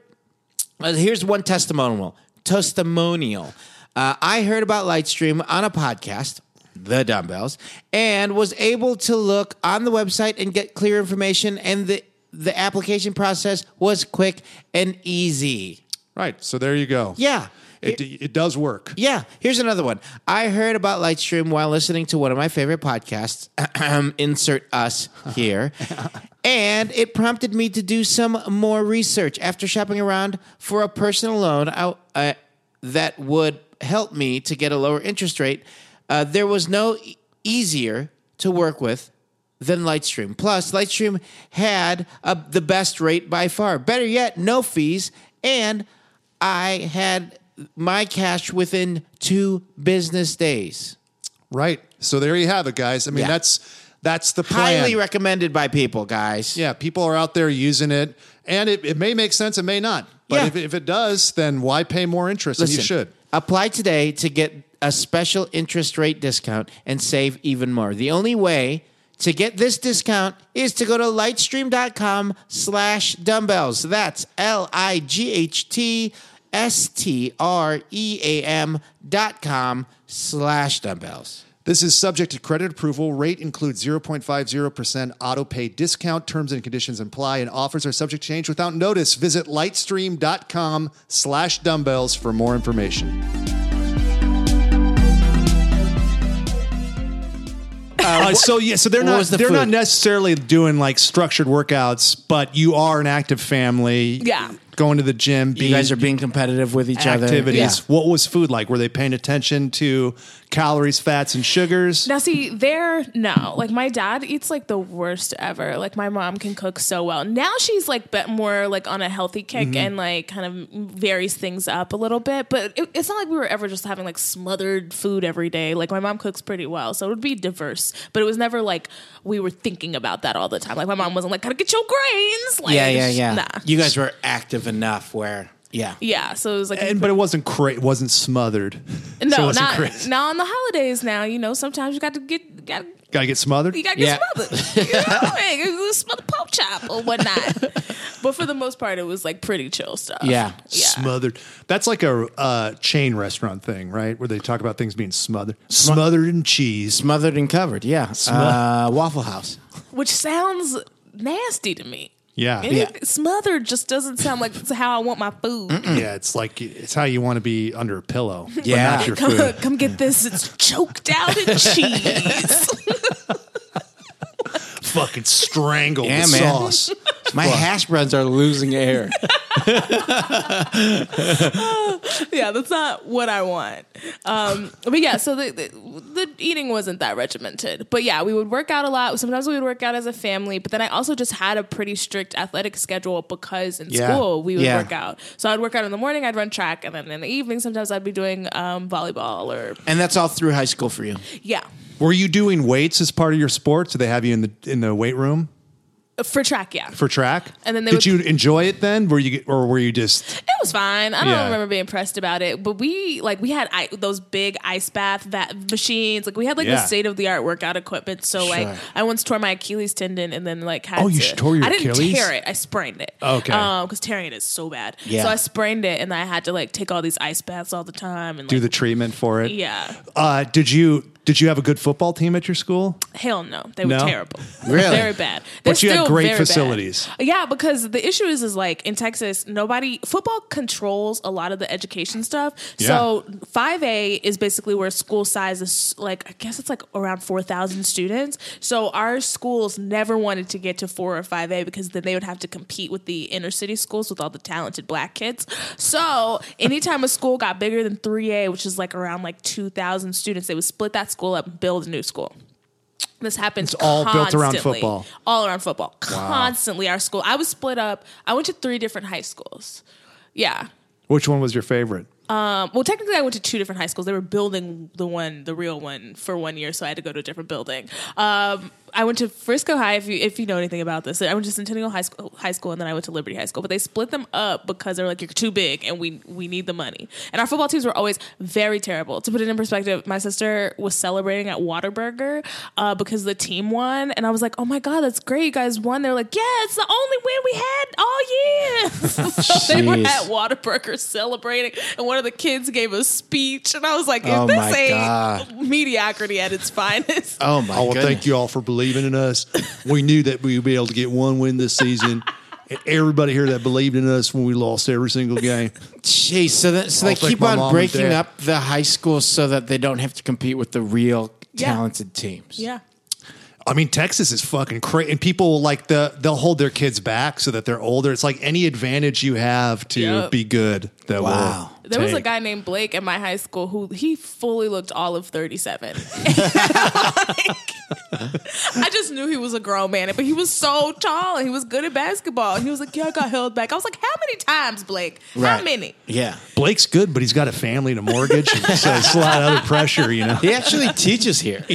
[SPEAKER 2] uh, here's one testimonial. Testimonial. Uh, I heard about Lightstream on a podcast, The Dumbbells, and was able to look on the website and get clear information. And the the application process was quick and easy.
[SPEAKER 3] Right. So there you go.
[SPEAKER 2] Yeah.
[SPEAKER 3] It, it does work.
[SPEAKER 2] Yeah, here's another one. I heard about Lightstream while listening to one of my favorite podcasts, um, insert us here, and it prompted me to do some more research. After shopping around for a personal loan I, uh, that would help me to get a lower interest rate, uh, there was no e- easier to work with than Lightstream. Plus, Lightstream had uh, the best rate by far. Better yet, no fees, and I had my cash within two business days.
[SPEAKER 3] Right. So there you have it, guys. I mean,
[SPEAKER 2] Yeah.
[SPEAKER 3] that's that's the plan.
[SPEAKER 2] Highly recommended by people, guys.
[SPEAKER 3] yeah, people are out there using it, and it, it may make sense, it may not. But
[SPEAKER 2] Yeah.
[SPEAKER 3] if, if it does, then why pay more interest? and you should.
[SPEAKER 2] Apply today to get a special interest rate discount and save even more. The only way to get this discount is to go to lightstream.com slash dumbbells. That's L-I-G-H-T-S-T-R-E-A-M E dot com slash dumbbells.
[SPEAKER 3] This is subject to credit approval. Rate includes 0.50% auto pay discount. Terms and conditions apply, and offers are subject to change without notice. Visit lightstream.com slash dumbbells for more information. Uh, so yeah, so they're
[SPEAKER 2] what
[SPEAKER 3] not
[SPEAKER 2] was the
[SPEAKER 3] they're not
[SPEAKER 2] food?
[SPEAKER 3] necessarily doing like structured workouts, but you are an active family.
[SPEAKER 4] Yeah.
[SPEAKER 3] going to the gym.
[SPEAKER 2] You guys are being competitive with each other.
[SPEAKER 3] activities.
[SPEAKER 2] Yeah.
[SPEAKER 3] What was food like? Were they paying attention to calories, fats, and sugars?
[SPEAKER 4] Now see, there no. Like my dad eats like the worst ever. Like my mom can cook so well. Now she's like bet more like on a healthy kick
[SPEAKER 2] Mm-hmm.
[SPEAKER 4] and like kind of varies things up a little bit. But it, it's not like we were ever just having like smothered food every day. Like my mom cooks pretty well, so it would be diverse. But it was never like we were thinking about that all the time. Like my mom wasn't like gotta get your grains. Like,
[SPEAKER 2] Yeah, yeah, yeah.
[SPEAKER 4] Nah.
[SPEAKER 2] You guys were active enough where, yeah.
[SPEAKER 4] yeah, so it was like
[SPEAKER 3] And but it wasn't cra- it wasn't smothered.
[SPEAKER 4] no,
[SPEAKER 3] so it wasn't
[SPEAKER 4] not
[SPEAKER 3] crazy.
[SPEAKER 4] now on the holidays. Now you know sometimes you got to get got to
[SPEAKER 3] Gotta get smothered.
[SPEAKER 4] You gotta
[SPEAKER 2] Yeah.
[SPEAKER 4] get smothered. You know what I mean? You smother pork chop or whatnot. but for the most part, it was like pretty chill stuff.
[SPEAKER 2] Yeah.
[SPEAKER 4] Yeah.
[SPEAKER 3] Smothered. That's like a uh, chain restaurant thing, right? Where they talk about things being smothered, smothered in cheese.
[SPEAKER 2] Mm-hmm. Smothered and covered, yeah. Uh, Waffle House.
[SPEAKER 4] Which sounds nasty to me.
[SPEAKER 3] Yeah.
[SPEAKER 4] Anything Smothered just doesn't sound like it's how I want my food.
[SPEAKER 3] Yeah, it's like it's how you want to be under a pillow. but
[SPEAKER 2] Yeah.
[SPEAKER 3] not your
[SPEAKER 4] Come,
[SPEAKER 3] food.
[SPEAKER 4] come get this. It's choked out in cheese.
[SPEAKER 3] Fucking strangle
[SPEAKER 2] Yeah,
[SPEAKER 3] the
[SPEAKER 2] man.
[SPEAKER 3] sauce.
[SPEAKER 2] My hash browns are losing air.
[SPEAKER 4] yeah, that's not what I want. Um, but yeah, so the, the the eating wasn't that regimented. But yeah, we would work out a lot. Sometimes we would work out as a family. But then I also just had a pretty strict athletic schedule because in
[SPEAKER 2] Yeah.
[SPEAKER 4] school we would
[SPEAKER 2] Yeah.
[SPEAKER 4] work out. So I'd work out in the morning. I'd run track, and then in the evening sometimes I'd be doing um, volleyball or
[SPEAKER 2] And that's all through high school for you.
[SPEAKER 4] yeah
[SPEAKER 3] Were you doing weights as part of your sport? So they have you in the in the weight room
[SPEAKER 4] for track. Yeah,
[SPEAKER 3] for track.
[SPEAKER 4] And then they
[SPEAKER 3] did
[SPEAKER 4] would-
[SPEAKER 3] you enjoy it then? Were you or were you just
[SPEAKER 4] It was fine. I don't
[SPEAKER 3] Yeah.
[SPEAKER 4] remember being pressed about it, but we like we had I- those big ice bath va- machines. Like we had like
[SPEAKER 3] Yeah.
[SPEAKER 4] the state of the art workout equipment. So like I once tore my Achilles tendon and then like had
[SPEAKER 3] Oh, you
[SPEAKER 4] to-
[SPEAKER 3] tore your
[SPEAKER 4] I didn't
[SPEAKER 3] Achilles?
[SPEAKER 4] tear it. I sprained it.
[SPEAKER 3] Okay.
[SPEAKER 4] because tearing it is so bad.
[SPEAKER 2] Yeah.
[SPEAKER 4] So I sprained it and I had to like take all these ice baths all the time and
[SPEAKER 3] do
[SPEAKER 4] like,
[SPEAKER 3] the treatment for it?
[SPEAKER 4] yeah.
[SPEAKER 3] Uh, did you did you have a good football team at your school?
[SPEAKER 4] Hell no, they were
[SPEAKER 3] No?
[SPEAKER 4] terrible.
[SPEAKER 2] Really?
[SPEAKER 4] very bad. They're
[SPEAKER 3] But you had
[SPEAKER 4] still
[SPEAKER 3] great
[SPEAKER 4] very bad.
[SPEAKER 3] facilities.
[SPEAKER 4] Yeah, because the issue is, is like in Texas, nobody football controls a lot of the education stuff. So five A is basically where school size is like I guess it's like around four thousand students. So our schools never wanted to get to four or five A because then they would have to compete with the inner city schools with all the talented black kids. So anytime a school got bigger than three A, which is like around like two thousand students, they would split that school up and build a new school. This happens. It's
[SPEAKER 3] all built around football.
[SPEAKER 4] All around football. Constantly, our school. I was split up. I went to three different high schools. Yeah.
[SPEAKER 3] Which one was your favorite?
[SPEAKER 4] Um, well, technically, I went to two different high schools. They were building the one, the real one, for one year, so I had to go to a different building. Um, I went to Frisco High. If you if you know anything about this, I went to Centennial High School, high school, and then I went to Liberty High School. But they split them up because they're like, you're too big, and we we need the money. And our football teams were always very terrible. To put it in perspective, my sister was celebrating at Waterburger uh, because the team won, and I was like, oh my god, that's great, you guys won. They're like, yeah, it's the only win we had all year. so they were
[SPEAKER 2] Jeez.
[SPEAKER 4] at Whataburger celebrating, and one of the kids gave a speech, and I was like, "If
[SPEAKER 2] Oh
[SPEAKER 4] this
[SPEAKER 2] my
[SPEAKER 4] ain't
[SPEAKER 2] God.
[SPEAKER 4] mediocrity at its finest."
[SPEAKER 2] Oh my
[SPEAKER 5] I want to
[SPEAKER 2] goodness.
[SPEAKER 5] thank you all for believing in us. We knew that we would be able to get one win this season. Everybody here that believed in us when we lost every single game.
[SPEAKER 2] Jeez, so that, so they
[SPEAKER 5] I'll thank
[SPEAKER 2] keep
[SPEAKER 5] my mom
[SPEAKER 2] on
[SPEAKER 5] and
[SPEAKER 2] breaking
[SPEAKER 5] dad.
[SPEAKER 2] up the high school so that they don't have to compete with the real
[SPEAKER 4] Yeah.
[SPEAKER 2] talented teams.
[SPEAKER 4] yeah,
[SPEAKER 3] I mean, Texas is fucking crazy, and people like the they'll hold their kids back so that they're older. It's like any advantage you have to
[SPEAKER 4] Yep.
[SPEAKER 3] be good. That
[SPEAKER 2] Wow.
[SPEAKER 3] will
[SPEAKER 4] there was a
[SPEAKER 3] take.
[SPEAKER 4] guy named Blake at my high school who he fully looked all of thirty-seven. I just knew he was a grown man, but he was so tall and he was good at basketball. And he was like, "Yeah, I got held back." I was like, "How many times, Blake? How
[SPEAKER 2] Right.
[SPEAKER 4] many?"
[SPEAKER 2] Yeah.
[SPEAKER 3] Blake's good, but he's got a family and a mortgage, so it's a lot of other pressure. You know,
[SPEAKER 2] He actually teaches here.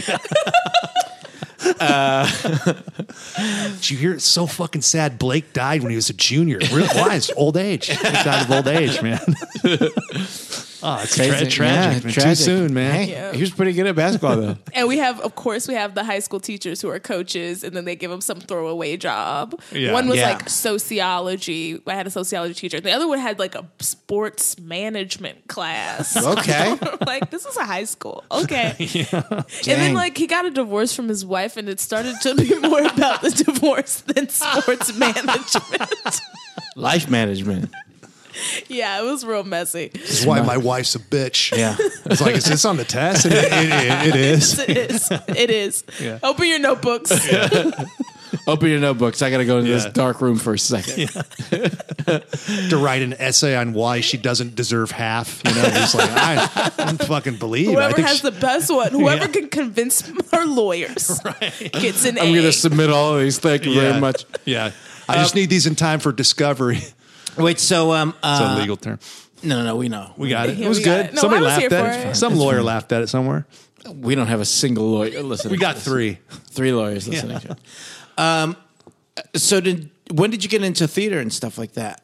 [SPEAKER 3] Did you hear? It's so fucking sad. Blake died when he was a junior. Real, why? It's old age. He died of old age, man. oh, it's tra-
[SPEAKER 2] Crazy.
[SPEAKER 3] tragic.
[SPEAKER 2] Yeah,
[SPEAKER 3] man. Too
[SPEAKER 2] tragic.
[SPEAKER 3] soon, man.
[SPEAKER 2] Hey,
[SPEAKER 4] Yeah.
[SPEAKER 2] He was pretty good at basketball, though.
[SPEAKER 4] And we have, of course, we have the high school teachers who are coaches, and then they give them some throwaway job.
[SPEAKER 3] Yeah.
[SPEAKER 4] One was
[SPEAKER 2] Yeah.
[SPEAKER 4] like sociology. I had a sociology teacher. The other one had like a sports management class.
[SPEAKER 2] Okay.
[SPEAKER 4] like this is a high school. Okay. And then
[SPEAKER 2] Dang.
[SPEAKER 4] like he got a divorce from his wife, and it started to be more about the divorce than sports management.
[SPEAKER 2] Life management.
[SPEAKER 4] yeah, it was real messy.
[SPEAKER 3] This is why my wife's a bitch.
[SPEAKER 2] Yeah.
[SPEAKER 3] It's like, is this on the test? And it, it- it- it is.
[SPEAKER 4] It is. It is. Open your notebooks.
[SPEAKER 2] Open your notebooks. I got to go into
[SPEAKER 3] Yeah.
[SPEAKER 2] this dark room for a second.
[SPEAKER 3] to write an essay on why she doesn't deserve half. You know, just like I don't fucking believe. it. I
[SPEAKER 4] Whoever
[SPEAKER 3] think
[SPEAKER 4] has
[SPEAKER 3] she-
[SPEAKER 4] the best one, whoever
[SPEAKER 3] Yeah.
[SPEAKER 4] can convince our lawyers gets an
[SPEAKER 2] I'm
[SPEAKER 4] A.
[SPEAKER 2] going to submit all of these. Thank you
[SPEAKER 3] Yeah.
[SPEAKER 2] very much.
[SPEAKER 3] yeah. I just need these in time for discovery. It's
[SPEAKER 2] Wait, so, um,
[SPEAKER 3] a
[SPEAKER 2] uh,
[SPEAKER 3] legal term.
[SPEAKER 2] no, no, we know.
[SPEAKER 3] We got it.
[SPEAKER 4] Yeah,
[SPEAKER 3] it was
[SPEAKER 4] we got
[SPEAKER 3] good.
[SPEAKER 4] it. No,
[SPEAKER 3] Somebody
[SPEAKER 4] I was here
[SPEAKER 3] laughed at
[SPEAKER 4] for
[SPEAKER 3] it.
[SPEAKER 4] it.
[SPEAKER 3] Some lawyer laughed at it somewhere.
[SPEAKER 2] We don't have a single lawyer listening.
[SPEAKER 3] We got
[SPEAKER 2] to this.
[SPEAKER 3] three.
[SPEAKER 2] Three lawyers listening to it. Um, so, did, when did you get into theater and stuff like that?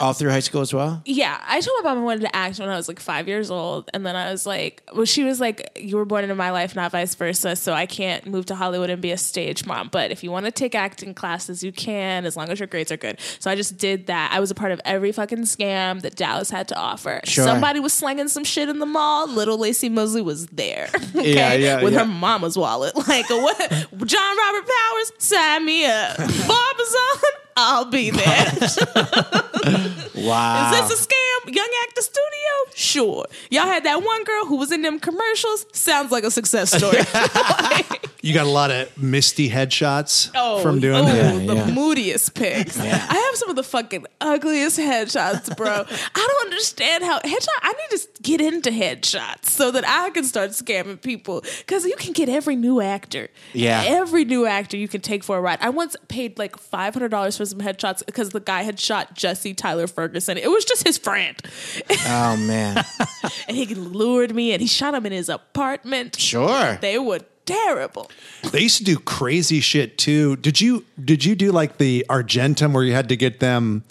[SPEAKER 2] all through high school as well?
[SPEAKER 4] Yeah, I told my mom I wanted to act when I was like five years old, and then I was like, well, she was like, you were born into my life, not vice versa, so I can't move to Hollywood and be a stage mom. But if you want to take acting classes, you can, as long as your grades are good. So I just did that. I was a part of every fucking scam that Dallas had to offer.
[SPEAKER 2] Sure.
[SPEAKER 4] Somebody was slanging some shit in the mall. Little Lacey Mosley was there, okay,
[SPEAKER 2] Yeah, yeah,
[SPEAKER 4] with
[SPEAKER 2] yeah.
[SPEAKER 4] her mama's wallet. Like what? John Robert Powers, sign me up. Barbizon, I'll be there.
[SPEAKER 2] Wow.
[SPEAKER 4] Is
[SPEAKER 3] Ah.
[SPEAKER 4] this a scam? Young Actor Studio? Sure. Y'all had that one girl who was in them commercials. Sounds like a success story. Like,
[SPEAKER 3] You got a lot of misty headshots
[SPEAKER 4] oh,
[SPEAKER 3] from doing
[SPEAKER 4] oh,
[SPEAKER 3] that.
[SPEAKER 4] the
[SPEAKER 2] yeah.
[SPEAKER 4] moodiest pics. I have some of the fucking ugliest headshots, bro. I don't understand how headshot. I need to get into headshots so that I can start scamming people because you can get every new actor.
[SPEAKER 2] Yeah.
[SPEAKER 4] every new actor you can take for a ride. I once paid like five hundred dollars for some headshots because the guy had shot Jesse Tyler Ferguson. It was just his friend.
[SPEAKER 2] oh man.
[SPEAKER 4] and he lured me and he shot him in his apartment.
[SPEAKER 2] Sure.
[SPEAKER 4] They were terrible.
[SPEAKER 3] They used to do crazy shit too. Did you did you do like the Argentum where you had to get them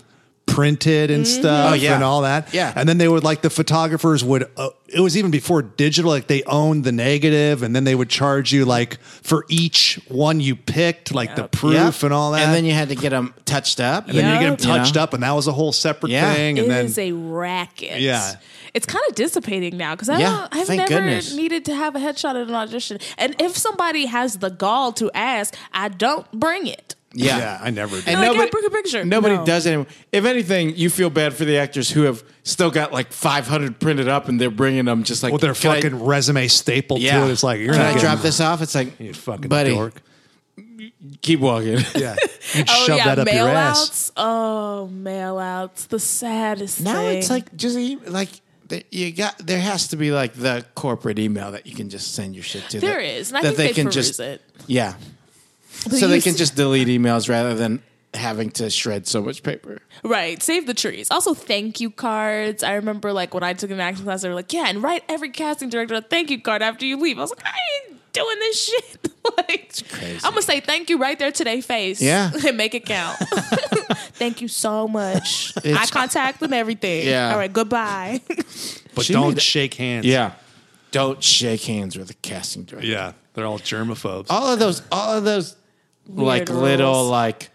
[SPEAKER 3] printed and stuff
[SPEAKER 2] Oh, yeah.
[SPEAKER 3] and all that?
[SPEAKER 2] Yeah.
[SPEAKER 3] And then they would like the photographers would uh, it was even before digital like they owned the negative and then they would charge you like for each one you picked like the proof
[SPEAKER 2] Yep.
[SPEAKER 3] and all that.
[SPEAKER 2] And then you had to get them touched up.
[SPEAKER 3] And then you get
[SPEAKER 4] Yep.
[SPEAKER 3] them touched
[SPEAKER 2] You know?
[SPEAKER 3] up and that was a whole separate
[SPEAKER 2] Yeah.
[SPEAKER 3] thing
[SPEAKER 4] It is
[SPEAKER 3] and then
[SPEAKER 4] a racket.
[SPEAKER 3] Yeah.
[SPEAKER 4] It's kind of dissipating now because I
[SPEAKER 2] Yeah,
[SPEAKER 4] don't, I've
[SPEAKER 2] thank
[SPEAKER 4] never
[SPEAKER 2] goodness.
[SPEAKER 4] needed to have a headshot at an audition. And if somebody has the gall to ask, I don't bring it.
[SPEAKER 2] Yeah.
[SPEAKER 3] I never did.
[SPEAKER 2] And
[SPEAKER 4] Like, yeah, bring a picture.
[SPEAKER 2] Nobody
[SPEAKER 4] No.
[SPEAKER 2] does anymore. If anything, you feel bad for the actors who have still got like 500 printed up and they're bringing them just like
[SPEAKER 3] with their
[SPEAKER 2] "Can I-
[SPEAKER 3] fucking resume stapled
[SPEAKER 2] yeah.
[SPEAKER 3] to it. It's like you're
[SPEAKER 2] Can
[SPEAKER 3] not
[SPEAKER 2] I
[SPEAKER 3] getting-
[SPEAKER 2] drop this off? It's like
[SPEAKER 3] you fucking
[SPEAKER 2] buddy,
[SPEAKER 3] dork.
[SPEAKER 2] keep walking.
[SPEAKER 3] Yeah. You'd
[SPEAKER 2] Oh,
[SPEAKER 3] shove that up
[SPEAKER 4] Oh, mail
[SPEAKER 3] your ass.
[SPEAKER 4] outs. Oh, mail outs. The saddest
[SPEAKER 2] now
[SPEAKER 4] thing.
[SPEAKER 2] it's like just e- like th- you got there has to be like the corporate email that you can just send your shit to.
[SPEAKER 4] There
[SPEAKER 2] that,
[SPEAKER 4] is, and I
[SPEAKER 2] that
[SPEAKER 4] think they peruse it.
[SPEAKER 2] Yeah, so they
[SPEAKER 4] you
[SPEAKER 2] can
[SPEAKER 4] s-
[SPEAKER 2] just delete emails rather than having to shred so much paper.
[SPEAKER 4] Right. Save the trees. Also, thank you cards. I remember like when I took an acting class, they were like, yeah, and write every casting director a thank you card after you leave. I was like, I ain't doing this shit. like,
[SPEAKER 2] crazy.
[SPEAKER 4] I'm going to say thank you right there to their face.
[SPEAKER 2] Yeah.
[SPEAKER 4] And make it count. thank you so much. Eye
[SPEAKER 2] It's-
[SPEAKER 4] contact and everything.
[SPEAKER 2] Yeah.
[SPEAKER 4] All right. Goodbye.
[SPEAKER 3] But
[SPEAKER 2] She
[SPEAKER 3] don't
[SPEAKER 2] made-
[SPEAKER 3] shake hands.
[SPEAKER 2] Yeah, don't shake hands with a casting director.
[SPEAKER 3] Yeah, they're all germaphobes.
[SPEAKER 2] all of those, all of those, like
[SPEAKER 4] rules.
[SPEAKER 2] little like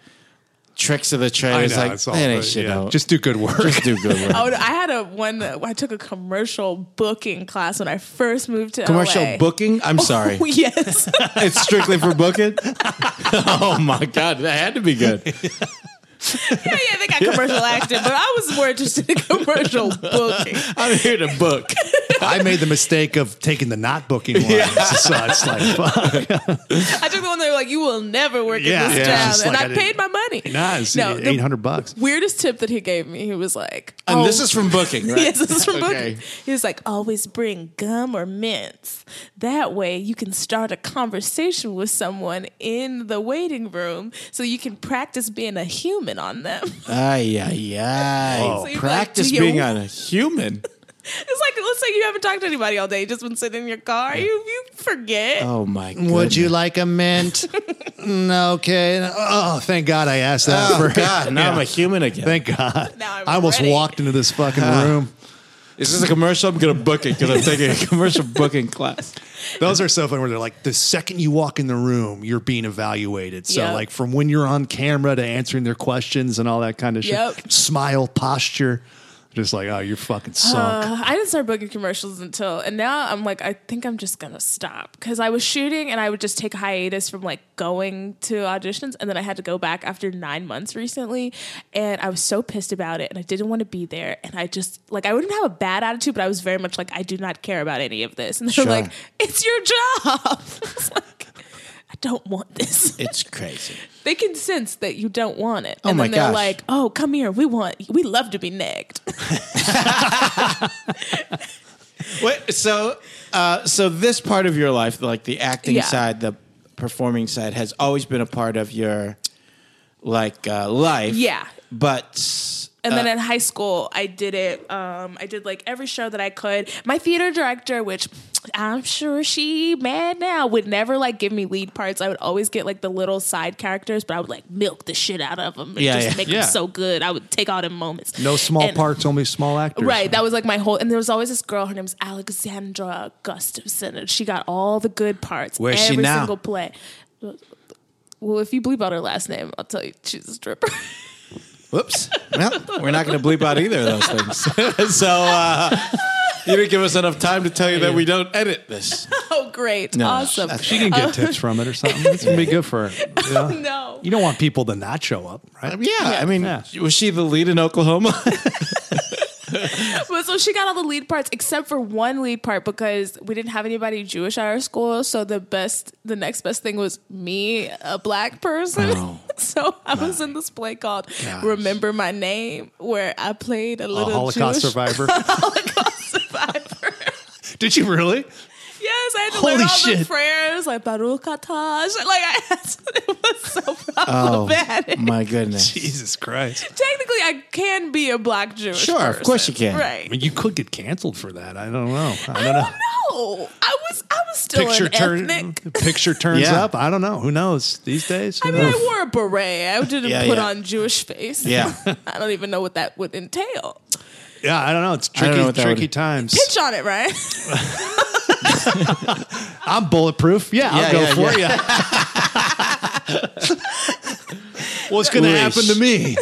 [SPEAKER 2] tricks of the trade. It's like
[SPEAKER 3] it's
[SPEAKER 2] that
[SPEAKER 3] all-
[SPEAKER 2] ain't
[SPEAKER 3] yeah,
[SPEAKER 2] shit. out.
[SPEAKER 3] Just do good work.
[SPEAKER 2] Just do good work.
[SPEAKER 4] oh, I had a one that I took a commercial booking class when I first moved to
[SPEAKER 2] Commercial
[SPEAKER 4] LA.
[SPEAKER 2] booking?
[SPEAKER 4] Oh,
[SPEAKER 2] I'm sorry.
[SPEAKER 4] yes.
[SPEAKER 2] it's strictly for booking? oh my God, that had to be good.
[SPEAKER 4] yeah, yeah, they got commercial acting, but I was more interested in commercial booking.
[SPEAKER 2] I'm here to book.
[SPEAKER 3] I made the mistake of taking the not booking one. So it's like, fuck.
[SPEAKER 4] I took the one that were like, you will never work
[SPEAKER 3] Yeah,
[SPEAKER 4] in this
[SPEAKER 3] yeah. It's just
[SPEAKER 4] job. And
[SPEAKER 3] like, I
[SPEAKER 4] I,
[SPEAKER 3] didn't-
[SPEAKER 4] paid my money.
[SPEAKER 3] Nah, it's
[SPEAKER 4] No, the
[SPEAKER 3] 800 bucks.
[SPEAKER 4] Weirdest tip that he gave me, he was like,
[SPEAKER 2] And
[SPEAKER 4] "Oh,
[SPEAKER 2] this is from booking, right?
[SPEAKER 4] Yes, this is from
[SPEAKER 2] Okay.
[SPEAKER 4] booking. He was like, always bring gum or mints. That way you can start a conversation with someone in the waiting room so you can practice being a human on them.
[SPEAKER 2] Ay, ay,
[SPEAKER 4] So
[SPEAKER 2] ay.
[SPEAKER 4] you'd be
[SPEAKER 2] Practice
[SPEAKER 4] like, do you-
[SPEAKER 2] being on a human.
[SPEAKER 4] it's like, let's say you haven't talked to anybody all day, you just been sitting in your car. You, you forget.
[SPEAKER 3] Um,
[SPEAKER 2] Oh my God.
[SPEAKER 3] like a mint? no, okay. Oh, thank God I asked that.
[SPEAKER 2] Oh
[SPEAKER 3] for
[SPEAKER 2] God, now I'm a human again.
[SPEAKER 3] Thank God.
[SPEAKER 4] Now I'm
[SPEAKER 3] I almost
[SPEAKER 4] ready.
[SPEAKER 3] walked into this fucking room.
[SPEAKER 2] is this a commercial? I'm going to book it because I'm taking a commercial booking class.
[SPEAKER 3] Those are so fun where they're like, the second you walk in the room, you're being evaluated. So,
[SPEAKER 4] Yep.
[SPEAKER 3] like, from when you're on camera to answering their questions and all that kind of shit,
[SPEAKER 4] Yep.
[SPEAKER 3] smile, posture. Just like, oh, you're fucking sunk.
[SPEAKER 4] Uh, I didn't start booking commercials until, and now I'm like, I think I'm just gonna stop because I was shooting and I would just take a hiatus from like going to auditions, and then I had to go back after nine months recently, and I was so pissed about it, and I didn't want to be there, and I just like I wouldn't have a bad attitude, but I was very much like I do not care about any of this, and they're
[SPEAKER 2] Sure.
[SPEAKER 4] like, it's your job. It's like. I don't want this.
[SPEAKER 2] It's crazy.
[SPEAKER 4] They can sense that you don't want it, and
[SPEAKER 2] my
[SPEAKER 4] then they're
[SPEAKER 2] gosh.
[SPEAKER 4] like, "Oh, come here. We want. We love to be negged."
[SPEAKER 2] Wait, so, uh, so this part of your life, like the acting
[SPEAKER 4] Yeah.
[SPEAKER 2] side, the performing side, has always been a part of your like uh, life.
[SPEAKER 4] Yeah.
[SPEAKER 2] but
[SPEAKER 4] And then in high school, I did it. Um, I did like every show that I could. My theater director, which I'm sure she mad now, would never like give me lead parts. I would always get like the little side characters, but I would like milk the shit out of them. And
[SPEAKER 2] Yeah,
[SPEAKER 4] just
[SPEAKER 2] yeah.
[SPEAKER 4] make
[SPEAKER 2] Yeah.
[SPEAKER 4] them so good. I would take all them moments.
[SPEAKER 3] No small
[SPEAKER 4] And-
[SPEAKER 3] parts, only small actors.
[SPEAKER 4] Right, that was like my whole, and there was always this girl. Her name was Alexandra Gustafson, and she got all the good parts.
[SPEAKER 2] Where's she
[SPEAKER 4] every
[SPEAKER 2] now?
[SPEAKER 4] Single play. Well, if you bleep out her last name, I'll tell you she's a stripper.
[SPEAKER 2] Whoops. Well, we're not going to bleep out either of those things. so uh, you didn't give us enough time to tell you that we don't edit this.
[SPEAKER 4] oh, great,
[SPEAKER 2] No,
[SPEAKER 4] awesome.
[SPEAKER 3] She can get tips from it or something. It's gonna be good for her.
[SPEAKER 4] no,
[SPEAKER 3] You don't want people to not show up, right?
[SPEAKER 2] Yeah, I mean,
[SPEAKER 3] Yeah.
[SPEAKER 2] was she the lead in Oklahoma?
[SPEAKER 4] but so she got all the lead parts except for one lead part because we didn't have anybody Jewish at our school. So the best, the next best thing was me, a black person.
[SPEAKER 2] Oh.
[SPEAKER 4] so I was in this play called "Remember My Name," where I played
[SPEAKER 3] A
[SPEAKER 4] a little
[SPEAKER 3] Holocaust
[SPEAKER 4] Jewish
[SPEAKER 3] survivor.
[SPEAKER 4] Holocaust survivor.
[SPEAKER 3] Did you really?
[SPEAKER 4] Yes, I had to learn
[SPEAKER 3] Holy
[SPEAKER 4] all the
[SPEAKER 3] shit.
[SPEAKER 4] prayers, like Baruch Atash. Like I had to, it was so problematic.
[SPEAKER 2] My goodness.
[SPEAKER 3] Jesus Christ!
[SPEAKER 4] Technically, I can be a black Jewish.
[SPEAKER 2] Sure, of
[SPEAKER 4] person.
[SPEAKER 2] course you can.
[SPEAKER 3] I
[SPEAKER 4] Right?
[SPEAKER 3] mean, you could get canceled for that. I don't know. I
[SPEAKER 4] I
[SPEAKER 3] don't know.
[SPEAKER 4] don't know. I was, I was still
[SPEAKER 3] Picture
[SPEAKER 4] an
[SPEAKER 3] turn.
[SPEAKER 4] ethnic.
[SPEAKER 3] Picture turns
[SPEAKER 2] Yeah.
[SPEAKER 3] up. I don't know. Who knows these days? Who
[SPEAKER 4] I mean, I
[SPEAKER 3] knows?
[SPEAKER 4] wore a beret. I didn't
[SPEAKER 2] Yeah,
[SPEAKER 4] put
[SPEAKER 2] yeah.
[SPEAKER 4] on Jewish face.
[SPEAKER 2] Yeah.
[SPEAKER 4] I don't even know what that would entail.
[SPEAKER 3] yeah, I don't know. It's
[SPEAKER 2] don't
[SPEAKER 3] tricky,
[SPEAKER 2] know what that
[SPEAKER 3] tricky
[SPEAKER 2] would-
[SPEAKER 3] times.
[SPEAKER 4] Pitch on it, right?
[SPEAKER 3] I'm bulletproof. Yeah, I'll
[SPEAKER 2] Yeah,
[SPEAKER 3] go
[SPEAKER 2] yeah,
[SPEAKER 3] for it. yeah. What's going to
[SPEAKER 2] Ooh.
[SPEAKER 3] happen to me?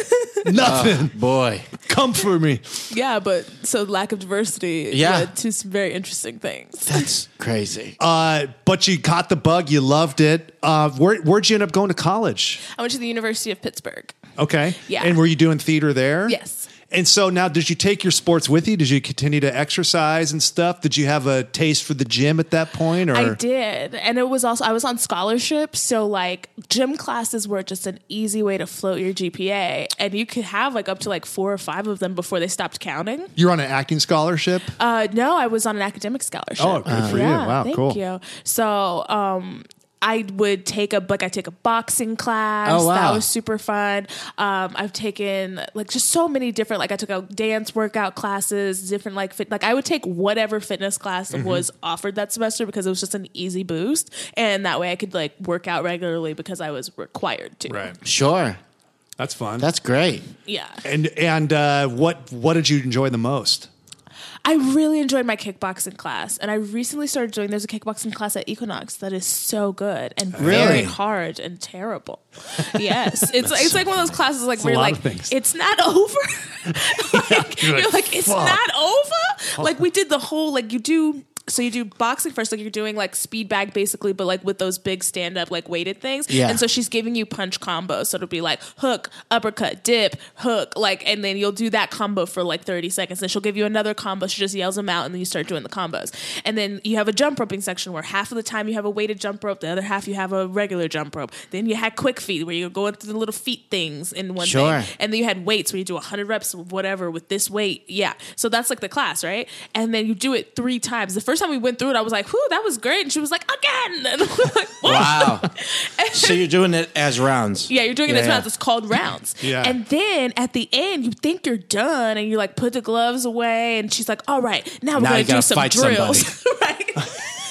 [SPEAKER 3] Nothing.
[SPEAKER 2] Boy.
[SPEAKER 3] Come for me.
[SPEAKER 4] yeah, but so lack of diversity
[SPEAKER 2] Yeah.
[SPEAKER 4] led to some very interesting things.
[SPEAKER 2] That's crazy.
[SPEAKER 3] Uh, but you caught the bug. You loved it. Uh, where, where'd you end up going to college?
[SPEAKER 4] I went to the University of Pittsburgh.
[SPEAKER 3] Okay.
[SPEAKER 4] Yeah.
[SPEAKER 3] And were you doing theater there?
[SPEAKER 4] Yes.
[SPEAKER 3] And so now, did you take your sports with you? Did you continue to exercise and stuff? Did you have a taste for the gym at that point? Or
[SPEAKER 4] I did. And it was also I was on scholarship, so like gym classes were just an easy way to float your GPA and you could have like up to like four or five of them before they stopped counting.
[SPEAKER 3] you're on an acting scholarship?
[SPEAKER 4] Uh no, I was on an academic scholarship.
[SPEAKER 3] Oh, good for you.
[SPEAKER 4] Yeah,
[SPEAKER 3] Wow,
[SPEAKER 4] thank
[SPEAKER 3] cool.
[SPEAKER 4] you. So, um I would take a like I take a boxing class.
[SPEAKER 3] Oh, wow.
[SPEAKER 4] That was super fun. Um, I've taken like just so many different like I took out dance workout classes, different like fit like I would take whatever fitness class
[SPEAKER 3] Mm-hmm.
[SPEAKER 4] was offered that semester because it was just an easy boost, and that way I could like work out regularly because I was required to.
[SPEAKER 2] Sure.
[SPEAKER 3] That's fun.
[SPEAKER 2] That's great.
[SPEAKER 4] Yeah.
[SPEAKER 3] and and uh, what what did you enjoy the most?
[SPEAKER 4] I really enjoyed my kickboxing class, and I recently started doing. There's a kickboxing class at Equinox that is so good and
[SPEAKER 2] Really?
[SPEAKER 4] very hard and terrible. Yes, it's it's like one of those classes like
[SPEAKER 3] a
[SPEAKER 4] where you're
[SPEAKER 3] lot
[SPEAKER 4] like
[SPEAKER 3] of things.
[SPEAKER 4] it's not over. like, you're, like, it's
[SPEAKER 3] "Fuck."
[SPEAKER 4] not over. Like we did the whole like you do. So you do boxing first, like you're doing like speed bag basically, but like with those big stand up like weighted things.
[SPEAKER 2] Yeah.
[SPEAKER 4] And so she's giving you punch combos. So it'll be like hook, uppercut, dip, hook, like, and then you'll do that combo for like 30 seconds. Then she'll give you another combo. She just yells them out, and then you start doing the combos. And then you have a jump roping section where half of the time you have a weighted jump rope, the other half you have a regular jump rope. Then you had quick feet where you're going through the little feet things in one
[SPEAKER 2] Sure.
[SPEAKER 4] thing. And then you had weights where you do 100 reps of whatever with this weight. Yeah. So that's like the class, right? And then you do it three times. The first time we went through it, I was like, whew, that was great. And she was like, again. And we're like, "What?"
[SPEAKER 2] Wow. so you're doing it as rounds.
[SPEAKER 4] Yeah, you're doing it
[SPEAKER 2] Yeah,
[SPEAKER 4] as
[SPEAKER 2] yeah.
[SPEAKER 4] rounds. It's called rounds.
[SPEAKER 3] Yeah.
[SPEAKER 4] And then at the end, you think you're done, and you like put the gloves away, and she's like, "All right, now we're
[SPEAKER 2] Now
[SPEAKER 4] gonna
[SPEAKER 2] you
[SPEAKER 4] do
[SPEAKER 2] gotta
[SPEAKER 4] some
[SPEAKER 2] fight
[SPEAKER 4] drills." right?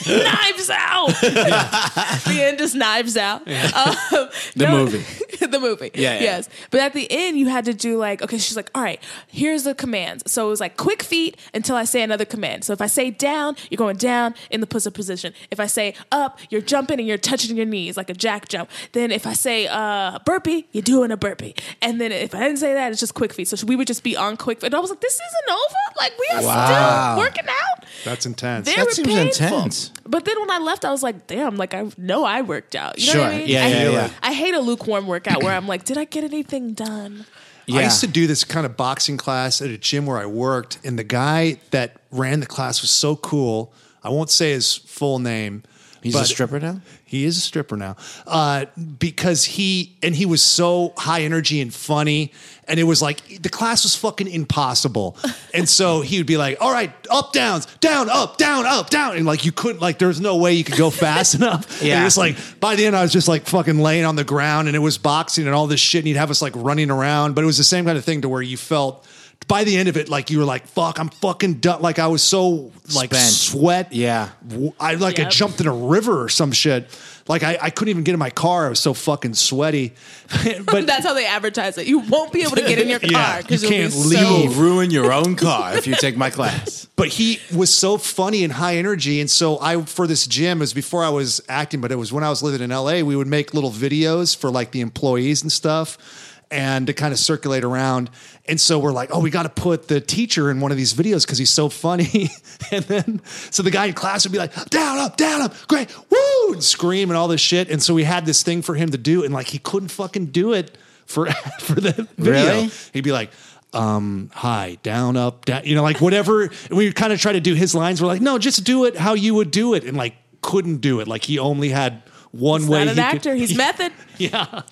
[SPEAKER 4] knives out. the end is knives out. Um,
[SPEAKER 2] The movie.
[SPEAKER 4] the movie.
[SPEAKER 2] Yeah, yeah.
[SPEAKER 4] Yes. But at the end, you had to do like, okay, she's like, all right, here's the commands. So it was like quick feet until I say another command. So if I say down, you're going down in the puss up position. If I say up, you're jumping and you're touching your knees like a jack jump. Then if I say uh, burpee, you're doing a burpee. And then if I didn't say that, it's just quick feet. So we would just be on quick feet. And I was like, this isn't over. Like we are
[SPEAKER 2] Wow.
[SPEAKER 4] still working out.
[SPEAKER 3] That's intense.
[SPEAKER 4] Very
[SPEAKER 2] That seems
[SPEAKER 4] painful.
[SPEAKER 2] intense.
[SPEAKER 4] But then when I left, I was like, damn, like I know I worked out. You know what I
[SPEAKER 2] Sure.
[SPEAKER 4] mean?
[SPEAKER 2] Yeah,
[SPEAKER 4] I,
[SPEAKER 2] yeah,
[SPEAKER 4] hate-
[SPEAKER 2] yeah.
[SPEAKER 4] I hate a lukewarm workout where I'm like, did I get anything done?
[SPEAKER 2] Yeah.
[SPEAKER 3] I used to do this kind of boxing class at a gym where I worked, and the guy that ran the class was so cool. I won't say his full name,
[SPEAKER 2] He's a
[SPEAKER 3] But-
[SPEAKER 2] stripper now.
[SPEAKER 3] He is a stripper now. Uh, because he and he was so high energy and funny. And it was like the class was fucking impossible. And so he would be like, all right, up, downs, down, up, down, up, down. And like you couldn't, like, there was no way you could go fast enough.
[SPEAKER 2] Yeah.
[SPEAKER 3] And it's like by the end, I was just like fucking laying on the ground and it was boxing and all this shit. And he'd have us like running around. But it was the same kind of thing to where you felt by the end of it, like you were like, fuck, I'm fucking done. Like I was so like
[SPEAKER 2] Spent.
[SPEAKER 3] sweat.
[SPEAKER 2] Yeah.
[SPEAKER 3] W- I like I
[SPEAKER 4] Yep.
[SPEAKER 3] jumped in a river or some shit. Like I, I couldn't even get in my car. I was so fucking sweaty. but
[SPEAKER 4] That's how they advertise it. You won't be able to get in your car because
[SPEAKER 3] you
[SPEAKER 4] will
[SPEAKER 3] can't
[SPEAKER 4] be
[SPEAKER 2] You'll
[SPEAKER 4] So,
[SPEAKER 2] ruin your own car if you take my class.
[SPEAKER 3] but he was so funny and high energy. And so I for this gym it was before I was acting, but it was when I was living in LA. We would make little videos for like the employees and stuff. And to kind of circulate around. And so we're like, oh, we got to put the teacher in one of these videos because he's so funny. and then, so the guy in class would be like, down, up, down, up, great, woo, and scream and all this shit. And so we had this thing for him to do. And like, he couldn't fucking do it for, for the video.
[SPEAKER 2] Really?
[SPEAKER 3] He'd be like, um, high, down, up, down, you know, like whatever. And we kind of try to do his lines. We're like, no, just do it how you would do it. And like, couldn't do it. Like, he only had one
[SPEAKER 4] he's
[SPEAKER 3] way.
[SPEAKER 4] not an
[SPEAKER 3] he
[SPEAKER 4] actor.
[SPEAKER 3] Could,
[SPEAKER 4] He's method.
[SPEAKER 3] yeah.